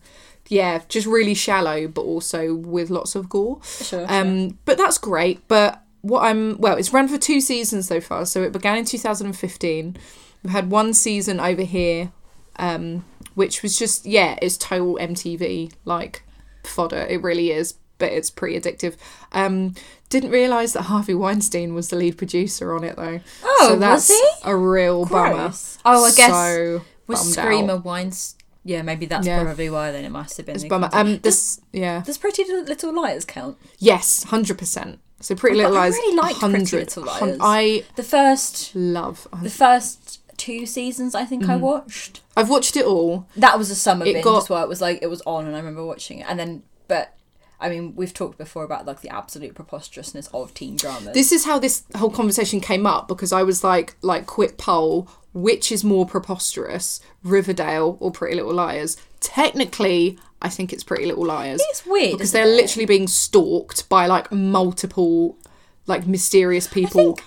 Speaker 2: yeah just really shallow but also with lots of gore
Speaker 1: Sure,
Speaker 2: um but that's great but what i'm well it's ran for two seasons so far so it began in 2015 we've had one season over here um which was just yeah it's total mtv like fodder it really is but it's pretty addictive um didn't realize that harvey weinstein was the lead producer on it though
Speaker 1: Oh,
Speaker 2: so
Speaker 1: was
Speaker 2: that's
Speaker 1: he?
Speaker 2: a real bummer
Speaker 1: Gross. Oh, I guess
Speaker 2: so
Speaker 1: was
Speaker 2: bummed
Speaker 1: Scream
Speaker 2: out.
Speaker 1: a wine? s- Yeah, maybe that's
Speaker 2: Yeah.
Speaker 1: probably why. Then it must have been.
Speaker 2: It's
Speaker 1: the
Speaker 2: bummer.
Speaker 1: content.
Speaker 2: Um, this yeah,
Speaker 1: does Pretty Little- Little Liars count?
Speaker 2: yes, hundred percent. So Pretty
Speaker 1: But
Speaker 2: Little
Speaker 1: I
Speaker 2: Lies,
Speaker 1: really liked Pretty
Speaker 2: 100,
Speaker 1: Little
Speaker 2: hun-
Speaker 1: Liars.
Speaker 2: I
Speaker 1: The first,
Speaker 2: love.
Speaker 1: the first two seasons, I think I
Speaker 2: Mm-hmm.
Speaker 1: watched.
Speaker 2: I've watched it all.
Speaker 1: That was a summer
Speaker 2: It
Speaker 1: binge
Speaker 2: got-
Speaker 1: as well. It was like it was on, and I remember watching it. And then, but I mean, we've talked before about like the absolute preposterousness of teen dramas.
Speaker 2: This is how this whole conversation came up because I was like, like quick poll: which is more preposterous, Riverdale or Pretty Little Liars? Technically, I think it's Pretty Little Liars.
Speaker 1: It's weird
Speaker 2: because
Speaker 1: isn't
Speaker 2: they're
Speaker 1: it?
Speaker 2: literally being stalked by like multiple, like mysterious people,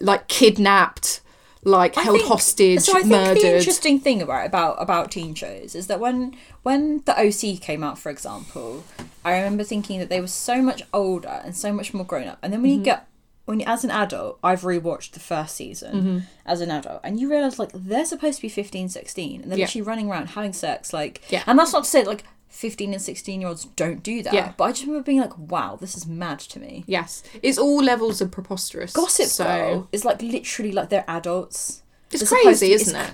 Speaker 2: like kidnapped, like
Speaker 1: I
Speaker 2: held
Speaker 1: think-
Speaker 2: hostage,
Speaker 1: So I think
Speaker 2: murdered.
Speaker 1: the interesting thing about about about teen shows is that when when the OC came out, for example, I remember thinking that they were so much older and so much more grown up. And then
Speaker 2: Mm-hmm.
Speaker 1: when you get when you, as an adult, I've rewatched the first season
Speaker 2: Mm-hmm.
Speaker 1: as an adult, and you realise like they're supposed to be 15, 16, and they're
Speaker 2: Yeah.
Speaker 1: literally running around having sex. Like,
Speaker 2: Yeah.
Speaker 1: and that's not to say that, like. 15 and 16 year olds don't do that
Speaker 2: Yeah.
Speaker 1: but i just remember being like wow this is mad to me
Speaker 2: Yes, it's all levels of preposterous.
Speaker 1: gossip
Speaker 2: so
Speaker 1: girl is like literally like they're adults
Speaker 2: it's
Speaker 1: They're supposed
Speaker 2: crazy,
Speaker 1: to-
Speaker 2: isn't it?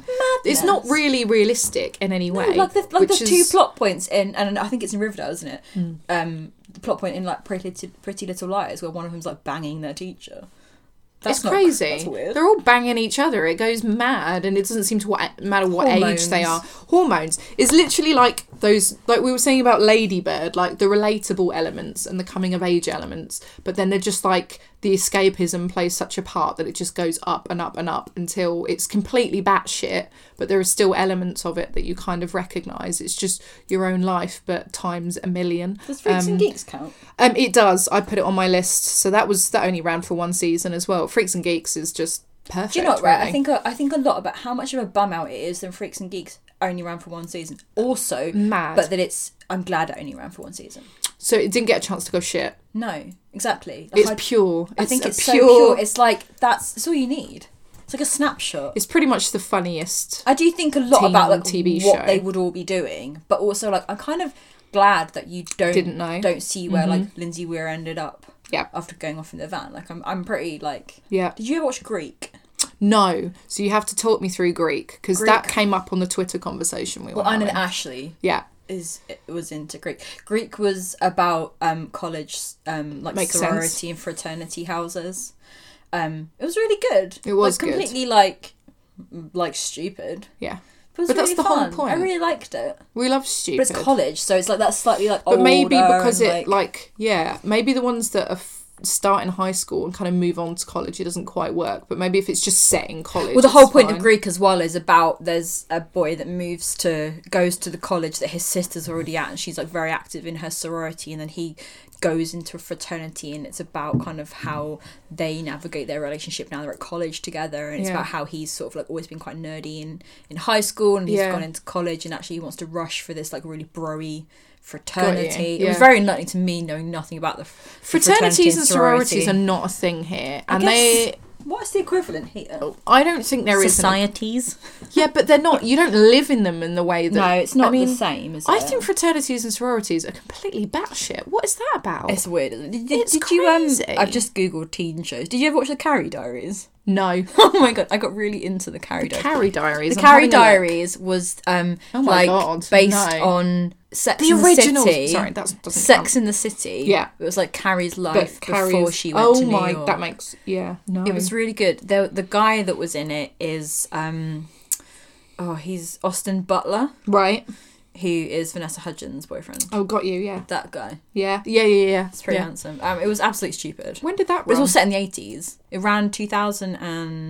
Speaker 2: It's not
Speaker 1: madness.
Speaker 2: really realistic in any way.
Speaker 1: No, like there's, like
Speaker 2: which
Speaker 1: there's
Speaker 2: is- Hmm.
Speaker 1: two plot points in, and I think it's in Riverdale, isn't it? Um, the plot point in like Pretty, Little- Pretty Little Liars, where one of them's like banging their teacher. That's
Speaker 2: it's
Speaker 1: not-
Speaker 2: crazy.
Speaker 1: That's weird.
Speaker 2: They're all banging each other. It goes mad, and it doesn't seem to what, matter what age they are.
Speaker 1: Hormones.
Speaker 2: Hormones is literally like those, like we were saying about Ladybird, like the relatable elements and the coming of age elements. But then they're just like the escapism plays such a part that it just goes up and up and up until it's completely batshit. But there are still elements of it that you kind of recognise. It's just your own life, but times a million.
Speaker 1: Does Freaks
Speaker 2: Um,
Speaker 1: and Geeks count?
Speaker 2: um, it does. I put it on my list. So that was that only ran for one season as well. Freaks and Geeks is just perfect.
Speaker 1: Do you know what, right? I
Speaker 2: really.
Speaker 1: think I think a lot about how much of a bum out it is that Freaks and Geeks only ran for one season. Also,
Speaker 2: Mad.
Speaker 1: but that it's I'm glad it only ran for one season.
Speaker 2: so it didn't get a chance to go shit.
Speaker 1: No, exactly. Like,
Speaker 2: It's
Speaker 1: I,
Speaker 2: pure.
Speaker 1: I think
Speaker 2: a
Speaker 1: it's so pure. It's like that's, that's all you need. It's like a snapshot.
Speaker 2: It's pretty much the funniest.
Speaker 1: I do think a lot
Speaker 2: teen
Speaker 1: about like
Speaker 2: TV
Speaker 1: what
Speaker 2: show.
Speaker 1: they would all be doing, but also like I'm kind of glad that you don't
Speaker 2: Didn't know. Mm-hmm.
Speaker 1: don't see where like Lindsay Weir ended up.
Speaker 2: Yeah.
Speaker 1: After going off in the van, like I'm I'm pretty like.
Speaker 2: Yeah.
Speaker 1: Did you ever watch Greek?
Speaker 2: No. So you have to talk me through Greek because that
Speaker 1: Greek.
Speaker 2: came up on the Twitter conversation we were
Speaker 1: Well, I know
Speaker 2: having.
Speaker 1: that Ashley
Speaker 2: Yeah.
Speaker 1: is was into Greek. Greek was about um college um like
Speaker 2: Makes
Speaker 1: sorority
Speaker 2: sense.
Speaker 1: and fraternity houses. Um, it was really good.
Speaker 2: It was
Speaker 1: But
Speaker 2: good.
Speaker 1: completely like like stupid.
Speaker 2: Yeah.
Speaker 1: But, it was
Speaker 2: But that's
Speaker 1: really
Speaker 2: the whole
Speaker 1: fun. I
Speaker 2: point.
Speaker 1: really liked it.
Speaker 2: We love
Speaker 1: But
Speaker 2: stupid.
Speaker 1: it's um, college, so it's like that's slightly like.
Speaker 2: But maybe
Speaker 1: older
Speaker 2: because
Speaker 1: and,
Speaker 2: it like, yeah, maybe the ones that are f- start in high school and kind of move on to college, it doesn't quite work. But maybe if it's just set in college,
Speaker 1: Well, the whole
Speaker 2: it's
Speaker 1: point of
Speaker 2: fine.
Speaker 1: Greek as well is about there's a boy that moves to goes to the college that his sister's already at, and she's like very active in her sorority, and then he goes into a fraternity, and it's about kind of how they navigate their relationship now they're at college together, and it's
Speaker 2: Yeah.
Speaker 1: about how he's sort of like always been quite nerdy in in high school, and he's
Speaker 2: Yeah.
Speaker 1: gone into college, and actually he wants to rush for this like really broy fraternity. It was
Speaker 2: yeah.
Speaker 1: very enlightening to me knowing nothing about the f- the fraternity
Speaker 2: fraternities and sororities
Speaker 1: sorority.
Speaker 2: are not a thing here, and
Speaker 1: guess-
Speaker 2: they.
Speaker 1: What's the equivalent here?
Speaker 2: I don't think there is. an-
Speaker 1: Societies.
Speaker 2: Yeah, but they're not. You don't live in them in the way that.
Speaker 1: No, it's not
Speaker 2: I mean,
Speaker 1: the same. Is
Speaker 2: I
Speaker 1: it?
Speaker 2: think fraternities and sororities are completely batshit. What is that about?
Speaker 1: It's weird. Isn't it? Did,
Speaker 2: Oh. It's
Speaker 1: did you um?
Speaker 2: crazy.
Speaker 1: I've just googled teen shows. Did you ever watch the Carrie Diaries? [LAUGHS]
Speaker 2: no.
Speaker 1: Oh my god, I got really into the Carrie Diaries.
Speaker 2: Carrie Diaries.
Speaker 1: the
Speaker 2: I'm
Speaker 1: Carrie
Speaker 2: having a look.
Speaker 1: Diaries was um
Speaker 2: my
Speaker 1: like
Speaker 2: God,
Speaker 1: based
Speaker 2: no.
Speaker 1: on Sex
Speaker 2: The
Speaker 1: in
Speaker 2: original.
Speaker 1: the City.
Speaker 2: Sorry, that doesn't
Speaker 1: Sex
Speaker 2: count.
Speaker 1: in the City.
Speaker 2: Yeah.
Speaker 1: it was like Carrie's life
Speaker 2: But
Speaker 1: before
Speaker 2: Carrie's-
Speaker 1: she went
Speaker 2: oh
Speaker 1: to New
Speaker 2: my,
Speaker 1: York.
Speaker 2: that makes yeah. No,
Speaker 1: It was really good. The the guy that was in it is um, oh he's Austin Butler,
Speaker 2: right.
Speaker 1: who is Vanessa Hudgens' boyfriend.
Speaker 2: Oh, got you. Yeah,
Speaker 1: That guy.
Speaker 2: yeah, yeah, yeah, yeah.
Speaker 1: It's pretty
Speaker 2: yeah.
Speaker 1: handsome. Um, it was absolutely stupid.
Speaker 2: When did that
Speaker 1: It was
Speaker 2: run?
Speaker 1: all set in the eighties. It ran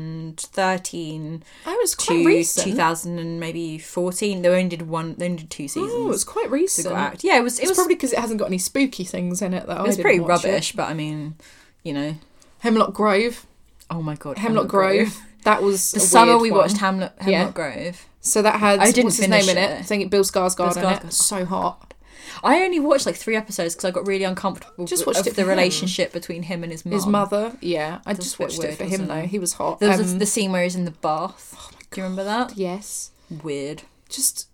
Speaker 1: 2013
Speaker 2: I oh, was quite
Speaker 1: to
Speaker 2: recent.
Speaker 1: 2000 and maybe 14. They only did one. They only did two seasons.
Speaker 2: Oh, it was quite
Speaker 1: So it
Speaker 2: recent.
Speaker 1: got act- Yeah, it was. It
Speaker 2: It's
Speaker 1: was.
Speaker 2: probably because it hasn't got any spooky things in it that I
Speaker 1: it was
Speaker 2: didn't
Speaker 1: pretty
Speaker 2: watch it.
Speaker 1: rubbish. But I mean, you know.
Speaker 2: Hemlock Grove,
Speaker 1: Oh my god.
Speaker 2: Hemlock Grove. That was
Speaker 1: The
Speaker 2: a
Speaker 1: summer
Speaker 2: weird
Speaker 1: we
Speaker 2: one.
Speaker 1: watched Hemlock, Hemlock
Speaker 2: Yeah.
Speaker 1: Grove.
Speaker 2: So that had
Speaker 1: I didn't
Speaker 2: what's his
Speaker 1: finish
Speaker 2: name in
Speaker 1: it.
Speaker 2: it. I think it Bill Skarsgård
Speaker 1: Bill
Speaker 2: in
Speaker 1: Skarsgård.
Speaker 2: it. So hot.
Speaker 1: I only watched like three episodes because I got really uncomfortable.
Speaker 2: Just
Speaker 1: with- of
Speaker 2: watched it
Speaker 1: the
Speaker 2: for him.
Speaker 1: relationship between him and his mum.
Speaker 2: His mother. Yeah, I
Speaker 1: That's a
Speaker 2: just
Speaker 1: bit
Speaker 2: watched
Speaker 1: weird,
Speaker 2: it for him
Speaker 1: wasn't
Speaker 2: though.
Speaker 1: it?
Speaker 2: He was hot.
Speaker 1: There was
Speaker 2: Um, oh
Speaker 1: the scene where he's in the bath. Do you remember that?
Speaker 2: yes,
Speaker 1: Weird.
Speaker 2: just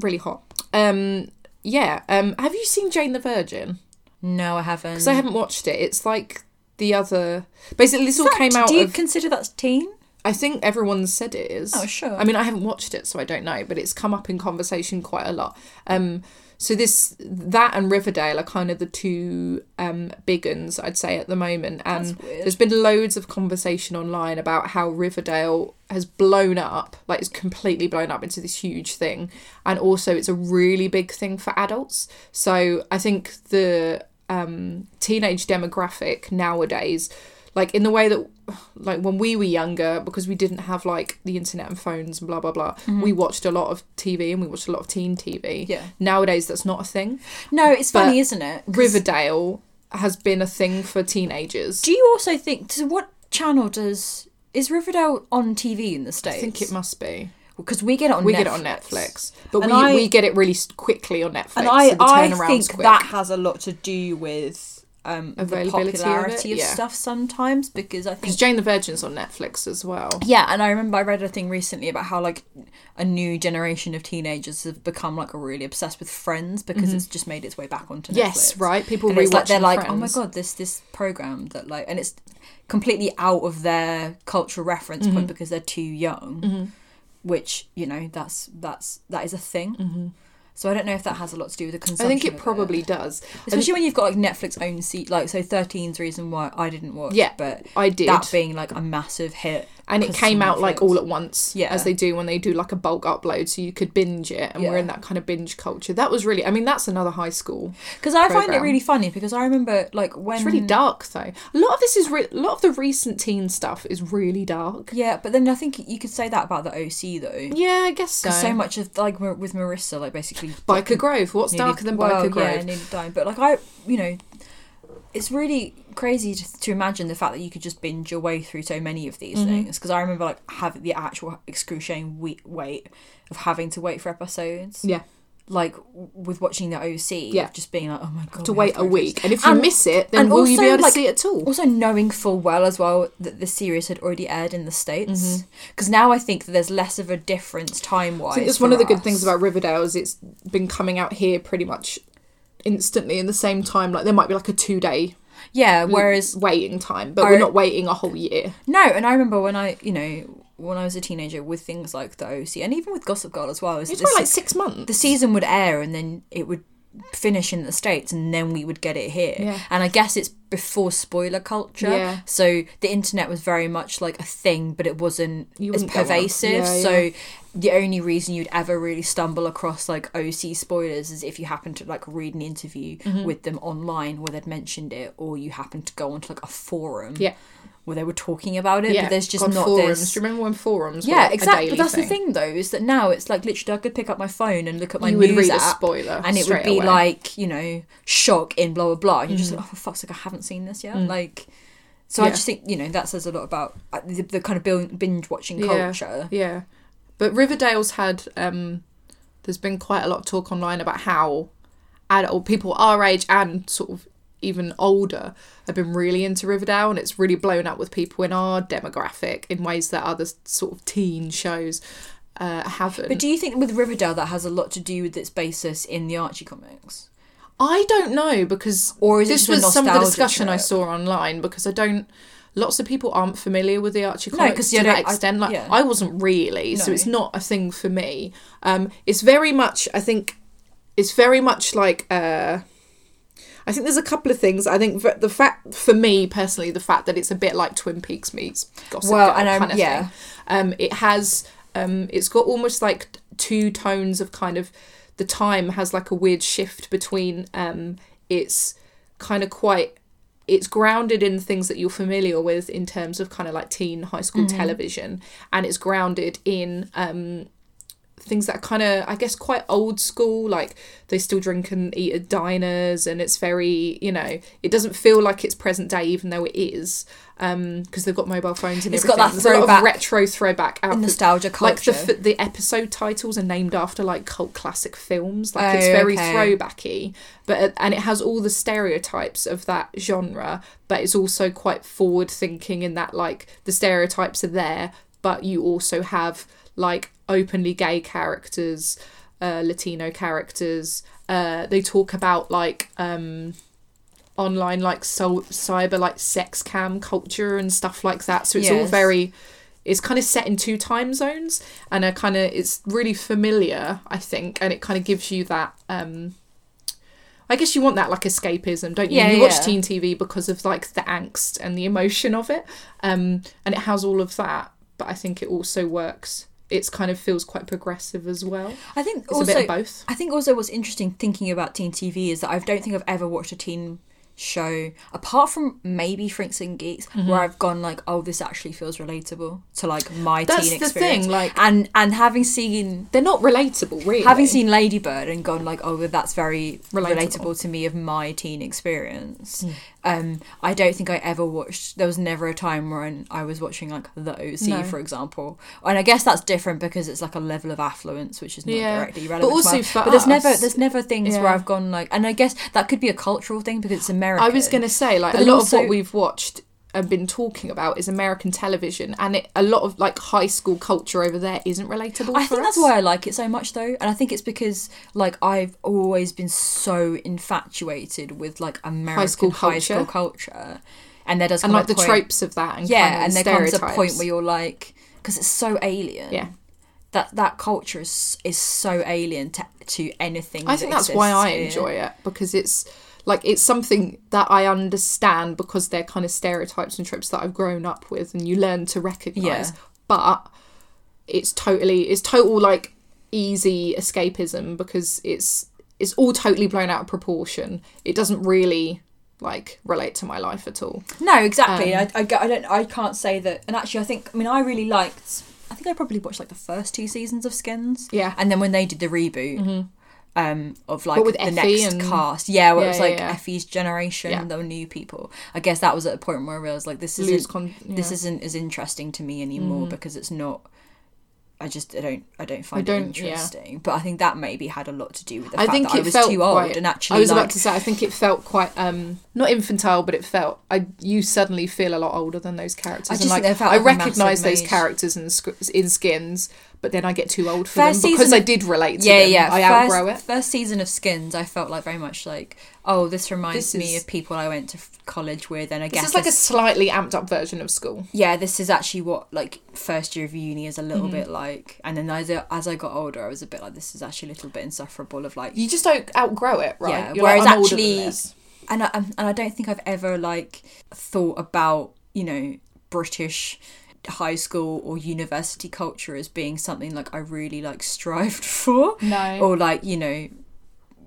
Speaker 2: really hot. Um, yeah. Um, have you seen Jane the Virgin?
Speaker 1: No, I haven't.
Speaker 2: Because I haven't watched it. It's like the other. Basically, this all came out
Speaker 1: Do you
Speaker 2: of.
Speaker 1: consider that's teen?
Speaker 2: I think everyone said it is.
Speaker 1: Oh, sure.
Speaker 2: I mean, I haven't watched it, so I don't know, but it's come up in conversation quite a lot. Um, so this that and Riverdale are kind of the two um big uns I'd say at the moment, and
Speaker 1: That's weird.
Speaker 2: there's been loads of conversation online about how Riverdale has blown up, like it's completely blown up into this huge thing, and also it's a really big thing for adults. So I think the um teenage demographic nowadays like in the way that like when we were younger because we didn't have like the internet and phones and blah blah blah we watched a lot of tv and we watched a lot of teen tv
Speaker 1: Mm-hmm. Yeah.
Speaker 2: nowadays that's not a thing
Speaker 1: No, it's
Speaker 2: But
Speaker 1: funny, isn't it? 'Cause
Speaker 2: riverdale has been a thing for teenagers
Speaker 1: Do you also think? So what channel does is Riverdale on TV in the states?
Speaker 2: i think it must be
Speaker 1: because we get it on
Speaker 2: we
Speaker 1: Netflix.
Speaker 2: get it on netflix but
Speaker 1: And
Speaker 2: we,
Speaker 1: I-
Speaker 2: we get it really s- quickly on netflix
Speaker 1: and I
Speaker 2: so the
Speaker 1: I
Speaker 2: turnaround's
Speaker 1: think
Speaker 2: quick.
Speaker 1: that has a lot to do with um, the
Speaker 2: Availability of it,
Speaker 1: popularity of
Speaker 2: yeah.
Speaker 1: stuff sometimes because I think
Speaker 2: because jane the virgin's on netflix as well
Speaker 1: Yeah, and I remember I read a thing recently about how like a new generation of teenagers have become like really obsessed with Friends because it's just made its way back onto Netflix.
Speaker 2: Mm-hmm. Yes, right, people
Speaker 1: and it's like they're
Speaker 2: rewatching
Speaker 1: like, oh my
Speaker 2: Friends.
Speaker 1: god, this this program that like, and it's completely out of their cultural reference point because they're too young. Which you know that's that's that is a thing. So I don't know if that has a lot to do with the
Speaker 2: i
Speaker 1: consumption.
Speaker 2: think
Speaker 1: of
Speaker 2: it probably does And-
Speaker 1: Especially when you've got like Netflix own seat, like so 13's reason why I didn't watch.
Speaker 2: Yeah,
Speaker 1: but
Speaker 2: I did.
Speaker 1: that being like a massive hit,
Speaker 2: and it
Speaker 1: 'cause
Speaker 2: came out
Speaker 1: Netflix.
Speaker 2: like all at once
Speaker 1: Yeah.
Speaker 2: as they do when they do like a bulk upload so you could binge it and
Speaker 1: Yeah.
Speaker 2: we're in that kind of binge culture that was really i mean that's another high school
Speaker 1: Because I find it
Speaker 2: programme.
Speaker 1: really funny because I remember like when
Speaker 2: it's really dark though a lot of this is re- a lot of the recent teen stuff is really dark
Speaker 1: Yeah, but then I think you could say that about the OC though.
Speaker 2: yeah i guess so,
Speaker 1: Because so much of like Mar- with Marissa, like basically
Speaker 2: biker grove what's
Speaker 1: nearly-
Speaker 2: darker than
Speaker 1: well,
Speaker 2: biker grove
Speaker 1: Yeah, nearly dying. But like I, you know, it's really crazy to, to imagine the fact that you could just binge your way through so many of
Speaker 2: Mm-hmm.
Speaker 1: these things because i remember like having the actual excruciating we- wait of having to wait for episodes
Speaker 2: Yeah.
Speaker 1: like w- with watching the oc
Speaker 2: Yeah.
Speaker 1: of just being like oh my god
Speaker 2: To
Speaker 1: we
Speaker 2: wait
Speaker 1: have
Speaker 2: a week, and if you
Speaker 1: And-
Speaker 2: miss it, then
Speaker 1: and
Speaker 2: will you
Speaker 1: also,
Speaker 2: be able to
Speaker 1: like-
Speaker 2: see it at all?
Speaker 1: also knowing full well as well that the series had already aired in the states because now i think that there's less of a difference time wise
Speaker 2: Mm-hmm. I think that's one of the good things about Riverdale is it's been coming out here pretty much instantly in the same time. Like there might be like a two day
Speaker 1: yeah whereas
Speaker 2: waiting time, but
Speaker 1: I-
Speaker 2: we're not waiting a whole year.
Speaker 1: No, and I remember when I, you know, when I was a teenager with things like the OC and even with Gossip Girl as well, is
Speaker 2: It's
Speaker 1: the,
Speaker 2: probably like
Speaker 1: se-
Speaker 2: six months.
Speaker 1: the season would air and then it would finish in the States and then we would get it here.
Speaker 2: Yeah.
Speaker 1: And I guess it's before spoiler culture.
Speaker 2: Yeah.
Speaker 1: So the internet was very much like a thing, but it wasn't
Speaker 2: You
Speaker 1: as
Speaker 2: wouldn't go on.
Speaker 1: pervasive.
Speaker 2: Yeah,
Speaker 1: So the only reason you'd ever really stumble across like OC spoilers is if you happen to like read an interview
Speaker 2: Mm-hmm.
Speaker 1: with them online where they'd mentioned it or you happen to go onto like a forum
Speaker 2: Yeah.
Speaker 1: where they were talking about it.
Speaker 2: Yeah,
Speaker 1: But there's just
Speaker 2: God,
Speaker 1: not
Speaker 2: forums.
Speaker 1: this
Speaker 2: Do you remember when forums?
Speaker 1: yeah,
Speaker 2: were
Speaker 1: exactly.
Speaker 2: A
Speaker 1: But
Speaker 2: daily
Speaker 1: that's
Speaker 2: thing.
Speaker 1: the thing, though, is that now it's like literally I could pick up my phone and look at my
Speaker 2: You would
Speaker 1: news
Speaker 2: read a
Speaker 1: app,
Speaker 2: spoiler
Speaker 1: and it would
Speaker 2: straight
Speaker 1: be
Speaker 2: away. Mm.
Speaker 1: like you know shock in blah blah blah. And you're just like, oh for fuck's sake, I haven't seen this yet. Like, so I
Speaker 2: Yeah.
Speaker 1: just think you know that says a lot about uh, the, the kind of bil- binge watching
Speaker 2: Yeah.
Speaker 1: culture.
Speaker 2: Yeah, but Riverdale's had. um There's been quite a lot of talk online about how adult people our age and sort of even older have been really into Riverdale, and it's really blown up with people in our demographic in ways that other sort of teen shows uh, haven't.
Speaker 1: But do you think with Riverdale that has a lot to do with its basis in the Archie comics?
Speaker 2: I don't know because
Speaker 1: Or is it
Speaker 2: this
Speaker 1: just a
Speaker 2: was some of the
Speaker 1: nostalgia
Speaker 2: discussion I
Speaker 1: trip?
Speaker 2: saw online because I don't. Lots of people aren't familiar with the Archie
Speaker 1: No,
Speaker 2: comics
Speaker 1: 'cause you
Speaker 2: to that
Speaker 1: don't- I-
Speaker 2: extent. like
Speaker 1: yeah.
Speaker 2: I wasn't really, so
Speaker 1: No.
Speaker 2: it's not a thing for me. Um, it's very much. I think it's very much like. Uh, I think there's a couple of things. I think that the fact for me personally, the fact that it's a bit like Twin Peaks meets Gossip
Speaker 1: Well,
Speaker 2: Girl
Speaker 1: and I'm-
Speaker 2: kind of
Speaker 1: yeah.
Speaker 2: thing. Um, it has. Um, it's got almost like two tones of kind of. The time has like a weird shift between. Um, it's kind of quite. It's grounded in things that you're familiar with in terms of kind of like teen high school
Speaker 1: Mm-hmm.
Speaker 2: television, and it's grounded in um, things that are kind of i guess quite old school like they still drink and eat at diners and it's very you know it doesn't feel like it's present day even though it is um because they've got mobile phones and
Speaker 1: It's got
Speaker 2: everything.
Speaker 1: that
Speaker 2: There's a lot of
Speaker 1: throwback-
Speaker 2: retro throwback outfit.
Speaker 1: nostalgia
Speaker 2: like
Speaker 1: culture.
Speaker 2: the, f- the episode titles are named after like cult classic films like it's
Speaker 1: Oh,
Speaker 2: very
Speaker 1: okay.
Speaker 2: throwbacky but uh, and it has all the stereotypes of that genre but it's also quite forward thinking in that like the stereotypes are there but you also have like openly gay characters uh, latino characters uh, they talk about like um online like so cyber like sex cam culture and stuff like that so it's all
Speaker 1: Yes.
Speaker 2: very it's kind of set in two time zones and a kind of it's really familiar i think and it kind of gives you that um i guess you want that like escapism don't you
Speaker 1: Yeah,
Speaker 2: you
Speaker 1: yeah.
Speaker 2: watch teen tv because of like the angst and the emotion of it um and it has all of that but i think it also works it's kind of feels quite progressive as well
Speaker 1: I think
Speaker 2: it's
Speaker 1: also
Speaker 2: a bit of both
Speaker 1: I think also what's interesting thinking about teen TV is that I don't think I've ever watched a teen show apart from maybe Frinks and Geeks
Speaker 2: Mm-hmm.
Speaker 1: where I've gone like, oh, this actually feels relatable to like my
Speaker 2: That's
Speaker 1: teen
Speaker 2: the
Speaker 1: experience.
Speaker 2: thing, like-
Speaker 1: and and having seen
Speaker 2: they're not relatable really
Speaker 1: having seen Ladybird and gone like, oh, that's very relatable,
Speaker 2: Relatable. Hmm.
Speaker 1: to me of my teen experience. Um, I don't think I ever watched. There was never a time when I was watching like The OC,
Speaker 2: No.
Speaker 1: for example. And I guess that's different because it's like a level of affluence which is not
Speaker 2: Yeah.
Speaker 1: directly
Speaker 2: But
Speaker 1: relevant. to
Speaker 2: also
Speaker 1: my-
Speaker 2: for
Speaker 1: but there's never
Speaker 2: us-
Speaker 1: there's never things where
Speaker 2: Yeah.
Speaker 1: I've gone like, and I guess that could be a cultural thing because it's American.
Speaker 2: I was going to say, like,
Speaker 1: But
Speaker 2: a
Speaker 1: then
Speaker 2: lot
Speaker 1: also-
Speaker 2: of what we've watched and been talking about is American television, and it, a lot of like high school culture over there isn't relatable.
Speaker 1: I
Speaker 2: for
Speaker 1: think
Speaker 2: us.
Speaker 1: that's why I like it so much though, and I think it's because like I've always been so infatuated with like American high school
Speaker 2: school
Speaker 1: culture,
Speaker 2: culture.
Speaker 1: and there does
Speaker 2: and
Speaker 1: come
Speaker 2: like
Speaker 1: a
Speaker 2: the
Speaker 1: point,
Speaker 2: tropes of that, and
Speaker 1: yeah,
Speaker 2: kind of
Speaker 1: and there comes
Speaker 2: stereotypes.
Speaker 1: a point where you're like, because it's so alien,
Speaker 2: yeah.
Speaker 1: that that culture is is so alien to to anything.
Speaker 2: I think
Speaker 1: that
Speaker 2: that's why
Speaker 1: exists
Speaker 2: I
Speaker 1: here.
Speaker 2: enjoy it because it's like it's something that I understand because they're kind of stereotypes and tropes that I've grown up with, and you learn to recognize.
Speaker 1: Yeah.
Speaker 2: But it's totally it's total like easy escapism because it's it's all totally blown out of proportion. It doesn't really like relate to my life at all.
Speaker 1: No, exactly.
Speaker 2: Um,
Speaker 1: I, I, g- I don't. I can't say that. And actually, I think. I mean, I really liked. I think I probably watched like the first two seasons of Skins.
Speaker 2: Yeah.
Speaker 1: And then when they did the reboot, um, of like
Speaker 6: Mm-hmm. What, with
Speaker 1: the
Speaker 6: Effie
Speaker 1: next
Speaker 6: and-
Speaker 1: cast. Yeah, where it
Speaker 6: Yeah,
Speaker 1: was
Speaker 6: yeah,
Speaker 1: like
Speaker 6: yeah.
Speaker 1: Effie's generation,
Speaker 6: Yeah.
Speaker 1: the new people. I guess that was at a point where I realized like this
Speaker 6: Lose
Speaker 1: isn't
Speaker 6: con-
Speaker 1: this
Speaker 6: yeah. Mm-hmm.
Speaker 1: isn't as interesting to me anymore because it's not. I just I don't I don't find
Speaker 6: don't-
Speaker 1: it
Speaker 6: yeah.
Speaker 1: interesting. But I think that maybe had a lot to do with the
Speaker 6: I
Speaker 1: fact
Speaker 6: think
Speaker 1: that I
Speaker 6: it
Speaker 1: was
Speaker 6: felt
Speaker 1: too old
Speaker 6: quite-
Speaker 1: and actually
Speaker 6: I was
Speaker 1: like,
Speaker 6: about to say, I think it felt quite um
Speaker 2: not infantile, but it felt I you suddenly feel a lot older than those characters.
Speaker 1: I
Speaker 2: and,
Speaker 1: just
Speaker 2: like,
Speaker 1: think they felt
Speaker 2: I
Speaker 1: like a massive
Speaker 2: recognise those
Speaker 1: mage.
Speaker 2: characters in sc- in skins, but then I get too old for
Speaker 1: First
Speaker 2: them because
Speaker 1: season-
Speaker 2: I did relate to
Speaker 1: yeah,
Speaker 2: them.
Speaker 1: yeah.
Speaker 2: I
Speaker 1: first,
Speaker 2: outgrow it.
Speaker 1: First season of Skins, I felt like very much like, oh, this reminds
Speaker 2: This
Speaker 1: me
Speaker 2: is-
Speaker 1: of people I went to f- college with, and I
Speaker 2: This
Speaker 1: guess
Speaker 2: is like a slightly amped up version of school.
Speaker 1: yeah, this is actually what like first year of uni is a
Speaker 2: Mm-hmm.
Speaker 1: little bit like. And then as I, as I got older, I was a bit like, this is actually a little bit insufferable of like.
Speaker 2: You just don't outgrow it, right?
Speaker 1: Yeah,
Speaker 2: You're like,
Speaker 1: whereas
Speaker 2: "I'm older than
Speaker 1: actually-
Speaker 2: this."
Speaker 1: And I um, and I don't think I've ever like thought about you know British high school or university culture as being something like I really like strived [LAUGHS] for
Speaker 2: no,
Speaker 1: or like you know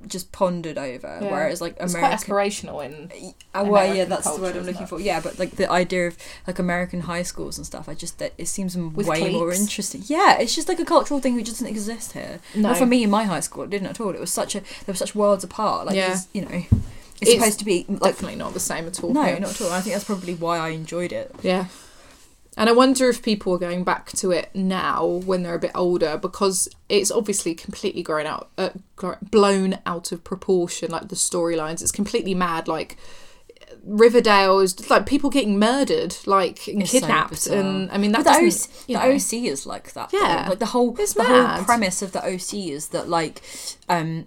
Speaker 1: just pondered over.
Speaker 2: Yeah.
Speaker 1: Whereas like
Speaker 2: it's
Speaker 1: American.
Speaker 2: quite aspirational in
Speaker 1: Oh, well, yeah,
Speaker 2: American
Speaker 1: that's the
Speaker 2: culture,
Speaker 1: word I'm
Speaker 2: isn't
Speaker 1: looking
Speaker 2: it?
Speaker 1: for. Yeah, but like the idea of like American high schools and stuff, I just that it seems way more
Speaker 2: cliques.
Speaker 1: interesting. Yeah, it's just like a cultural thing which doesn't exist here.
Speaker 2: No.
Speaker 1: Not for me in my high school, it didn't at all. It was such a there were such worlds apart. Like
Speaker 2: Yeah.
Speaker 1: it's- you know, it's,
Speaker 2: It's
Speaker 1: supposed to be like
Speaker 2: definitely not the same at all.
Speaker 1: no,
Speaker 2: yeah.
Speaker 1: not at all. I think that's probably why I enjoyed it.
Speaker 2: Yeah. And I wonder if people are going back to it now when they're a bit older because it's obviously completely grown out, uh, gr- blown out of proportion. Like the storylines, it's completely mad. Like Riverdale is like people getting murdered, like and
Speaker 1: It's so
Speaker 2: kidnapped,
Speaker 1: bizarre.
Speaker 2: and I mean that
Speaker 1: But the,
Speaker 2: doesn't.
Speaker 1: OC,
Speaker 2: you
Speaker 1: the
Speaker 2: know.
Speaker 1: OC is like that.
Speaker 2: Yeah.
Speaker 1: though. like the whole
Speaker 2: It's
Speaker 1: the whole
Speaker 2: mad.
Speaker 1: premise of the OC is that like, um,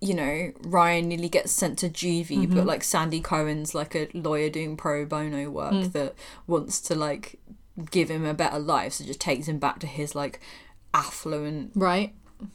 Speaker 1: you know, Ryan nearly gets sent to juvie,
Speaker 2: Mm-hmm.
Speaker 1: but like Sandy Cohen's like a lawyer doing pro bono work
Speaker 2: Mm.
Speaker 1: that wants to like give him a better life, so just takes him back to his like affluent
Speaker 2: right?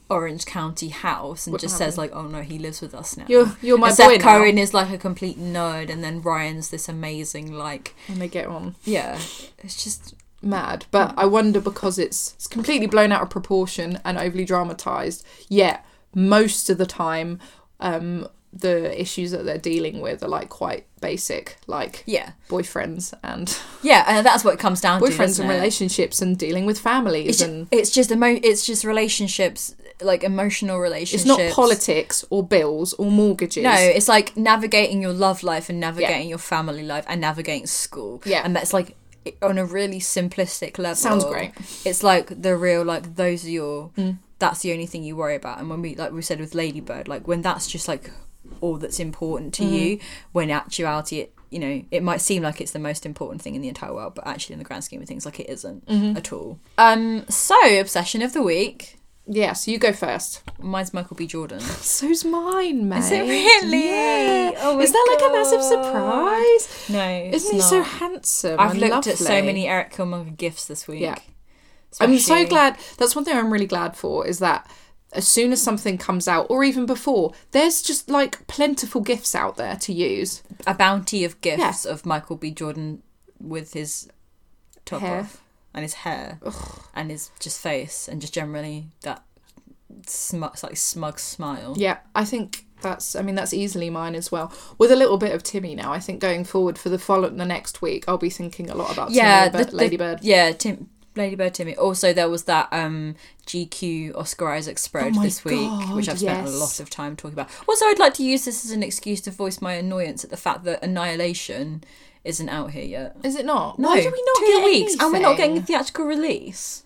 Speaker 1: Orange County house and just says like, "Oh no, he lives with us now."
Speaker 2: You're you're my
Speaker 1: And Seth
Speaker 2: boy now.
Speaker 1: Cohen is like a complete nerd, and then Ryan's this amazing like,
Speaker 2: and they get on.
Speaker 1: yeah, it's just
Speaker 2: mad but i wonder because it's it's completely blown out of proportion and overly dramatized yet most of the time um the issues that they're dealing with are like quite basic like
Speaker 1: yeah.
Speaker 2: boyfriends and
Speaker 1: Yeah, and that's what it comes down to.
Speaker 2: boyfriends
Speaker 1: doesn't
Speaker 2: and
Speaker 1: it?
Speaker 2: relationships and dealing with families
Speaker 1: It's just,
Speaker 2: and
Speaker 1: it's just emo- it's just relationships, like emotional relationships.
Speaker 2: it's not politics or bills or mortgages
Speaker 1: No, it's like navigating your love life and navigating your family life and navigating school.
Speaker 2: Yeah.
Speaker 1: and that's like it- on a really simplistic level.
Speaker 2: Sounds great. Mm.
Speaker 1: It's like the real like those are your. That's the only thing you worry about. And when we like we said with Ladybird, like when that's just like all that's important to
Speaker 2: Mm.
Speaker 1: you, when in actuality it you know it might seem like it's the most important thing in the entire world, but actually in the grand scheme of things, like it isn't
Speaker 2: Mm-hmm.
Speaker 1: at all. Um, so obsession of the week.
Speaker 2: yeah so you go first
Speaker 1: Mine's Michael B.
Speaker 2: [LAUGHS]
Speaker 1: Jordan.
Speaker 2: so's mine mate
Speaker 1: Is it really?
Speaker 2: yeah
Speaker 1: Oh my
Speaker 2: is that like a massive
Speaker 1: God.
Speaker 2: surprise
Speaker 1: No, it's
Speaker 2: isn't he so
Speaker 1: not.
Speaker 2: handsome
Speaker 1: I've
Speaker 2: and
Speaker 1: looked at so
Speaker 2: lovely?
Speaker 1: many Eric Killmonger gifts this week.
Speaker 2: Yeah. I'm so
Speaker 1: Especially-
Speaker 2: glad. That's one thing I'm really glad for is that as soon as something comes out, or even before, there's just like plentiful gifts out there to use.
Speaker 1: A bounty of gifts of Michael B. Jordan with his top
Speaker 2: Hair.
Speaker 1: off and his hair and his just face and just generally that smug, like smug smile.
Speaker 2: Yeah, I think that's. I mean, that's easily mine as well. With a little bit of Timmy now, I think going forward for the follow the next week, I'll be thinking a lot about
Speaker 1: Yeah,
Speaker 2: Timmy,
Speaker 1: the-
Speaker 2: but
Speaker 1: the-
Speaker 2: Ladybird.
Speaker 1: Yeah, Tim. Ladybird Timmy. Also, there was that um, GQ Oscar Isaac spread
Speaker 2: Oh my
Speaker 1: this week, which
Speaker 2: God,
Speaker 1: I've spent a
Speaker 2: yes.
Speaker 1: lot of time talking about. Also, I'd like to use this as an excuse to voice my annoyance at the fact that Annihilation isn't out here yet.
Speaker 2: Is it not?
Speaker 1: No,
Speaker 2: Why do we not
Speaker 1: two
Speaker 2: get
Speaker 1: weeks, and we're not
Speaker 2: anything?
Speaker 1: getting a theatrical release.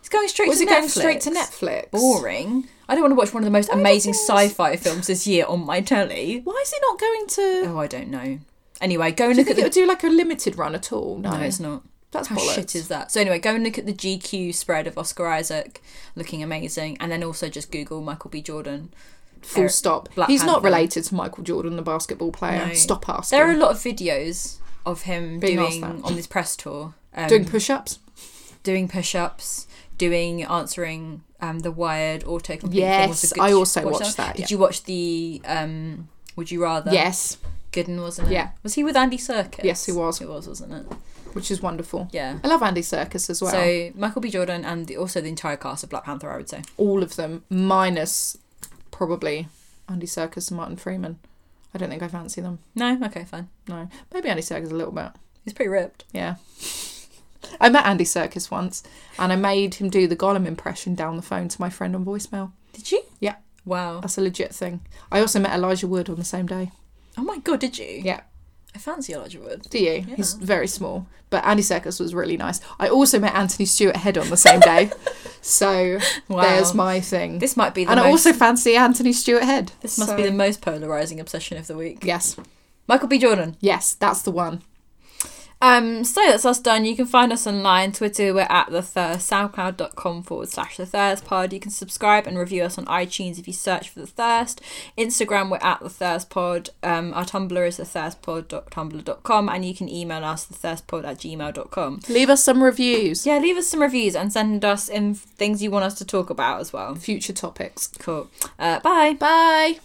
Speaker 1: It's going straight.
Speaker 2: Was
Speaker 1: to
Speaker 2: it
Speaker 1: Netflix.
Speaker 2: going straight to Netflix?
Speaker 1: Boring. I don't want to watch one of the most amazing
Speaker 2: doesn't it?
Speaker 1: sci-fi films this year on my telly.
Speaker 2: Why is it not going to?
Speaker 1: Oh, I don't know. Anyway, go and
Speaker 2: Do you
Speaker 1: look at
Speaker 2: think
Speaker 1: the.
Speaker 2: it would do like a limited run at all? No,
Speaker 1: No, it's not.
Speaker 2: That's
Speaker 1: How
Speaker 2: bollocks.
Speaker 1: shit is that? So anyway, go and look at the GQ spread of Oscar Isaac looking amazing, and then also just Google Michael B. Jordan.
Speaker 2: Full
Speaker 1: Eric-
Speaker 2: stop.
Speaker 1: Black
Speaker 2: He's not
Speaker 1: Panther.
Speaker 2: related to Michael Jordan, the basketball player.
Speaker 1: No.
Speaker 2: Stop asking.
Speaker 1: There are a lot of videos of him
Speaker 2: Being asked
Speaker 1: doing
Speaker 2: that.
Speaker 1: on this press tour, um,
Speaker 2: doing push-ups.
Speaker 1: doing push-ups, doing answering um, the Wired autocomplete. thing.
Speaker 2: Yes,
Speaker 1: Was a
Speaker 2: I also
Speaker 1: did you watch
Speaker 2: watched that,
Speaker 1: Did
Speaker 2: yeah.
Speaker 1: you watch the? Um, would you rather?
Speaker 2: Yes,
Speaker 1: Gooden wasn't it?
Speaker 2: Yeah.
Speaker 1: Was he with Andy Serkis?
Speaker 2: Yes, he was.
Speaker 1: It was, wasn't it?
Speaker 2: which is wonderful.
Speaker 1: Yeah.
Speaker 2: I love Andy Circus as well.
Speaker 1: So Michael B. Jordan and the, also the entire cast of Black Panther, I would say.
Speaker 2: All of them, minus probably Andy Circus and Martin Freeman. I don't think I fancy them.
Speaker 1: No, okay, fine.
Speaker 2: No, maybe Andy Circus a little bit.
Speaker 1: He's pretty ripped.
Speaker 2: Yeah. [LAUGHS] I met Andy Circus once, and I made him do the Gollum impression down the phone to my friend on voicemail.
Speaker 1: Did you?
Speaker 2: Yeah.
Speaker 1: Wow.
Speaker 2: That's a legit thing. I also met Elijah Wood on the same day.
Speaker 1: Oh my god, did you?
Speaker 2: Yeah.
Speaker 1: I fancy Elijah Wood.
Speaker 2: Do you? E. He's very small. But Andy Serkis was really nice. I also met Anthony Stewart Head on the same
Speaker 1: [LAUGHS]
Speaker 2: day. so
Speaker 1: Wow.
Speaker 2: there's my thing.
Speaker 1: This might be the
Speaker 2: and
Speaker 1: most,
Speaker 2: I also fancy Anthony Stewart Head.
Speaker 1: this must be the most polarizing obsession of the week.
Speaker 2: Yes.
Speaker 1: Michael B. Jordan.
Speaker 2: Yes, that's the one.
Speaker 1: Um, so that's us done. You can find us online, Twitter, we're at the thirst, soundcloud.com forward slash the thirst pod. You can subscribe and review us on iTunes if you search for the thirst. Instagram, we're at the thirst pod. Um, our Tumblr is the thirstpod.tumblr.com and you can email us the thirstpod at gmail.com.
Speaker 2: Leave us some reviews.
Speaker 1: Yeah, leave us some reviews and send us in things you want us to talk about as well.
Speaker 2: Future topics.
Speaker 1: Cool. Uh, bye.
Speaker 2: Bye.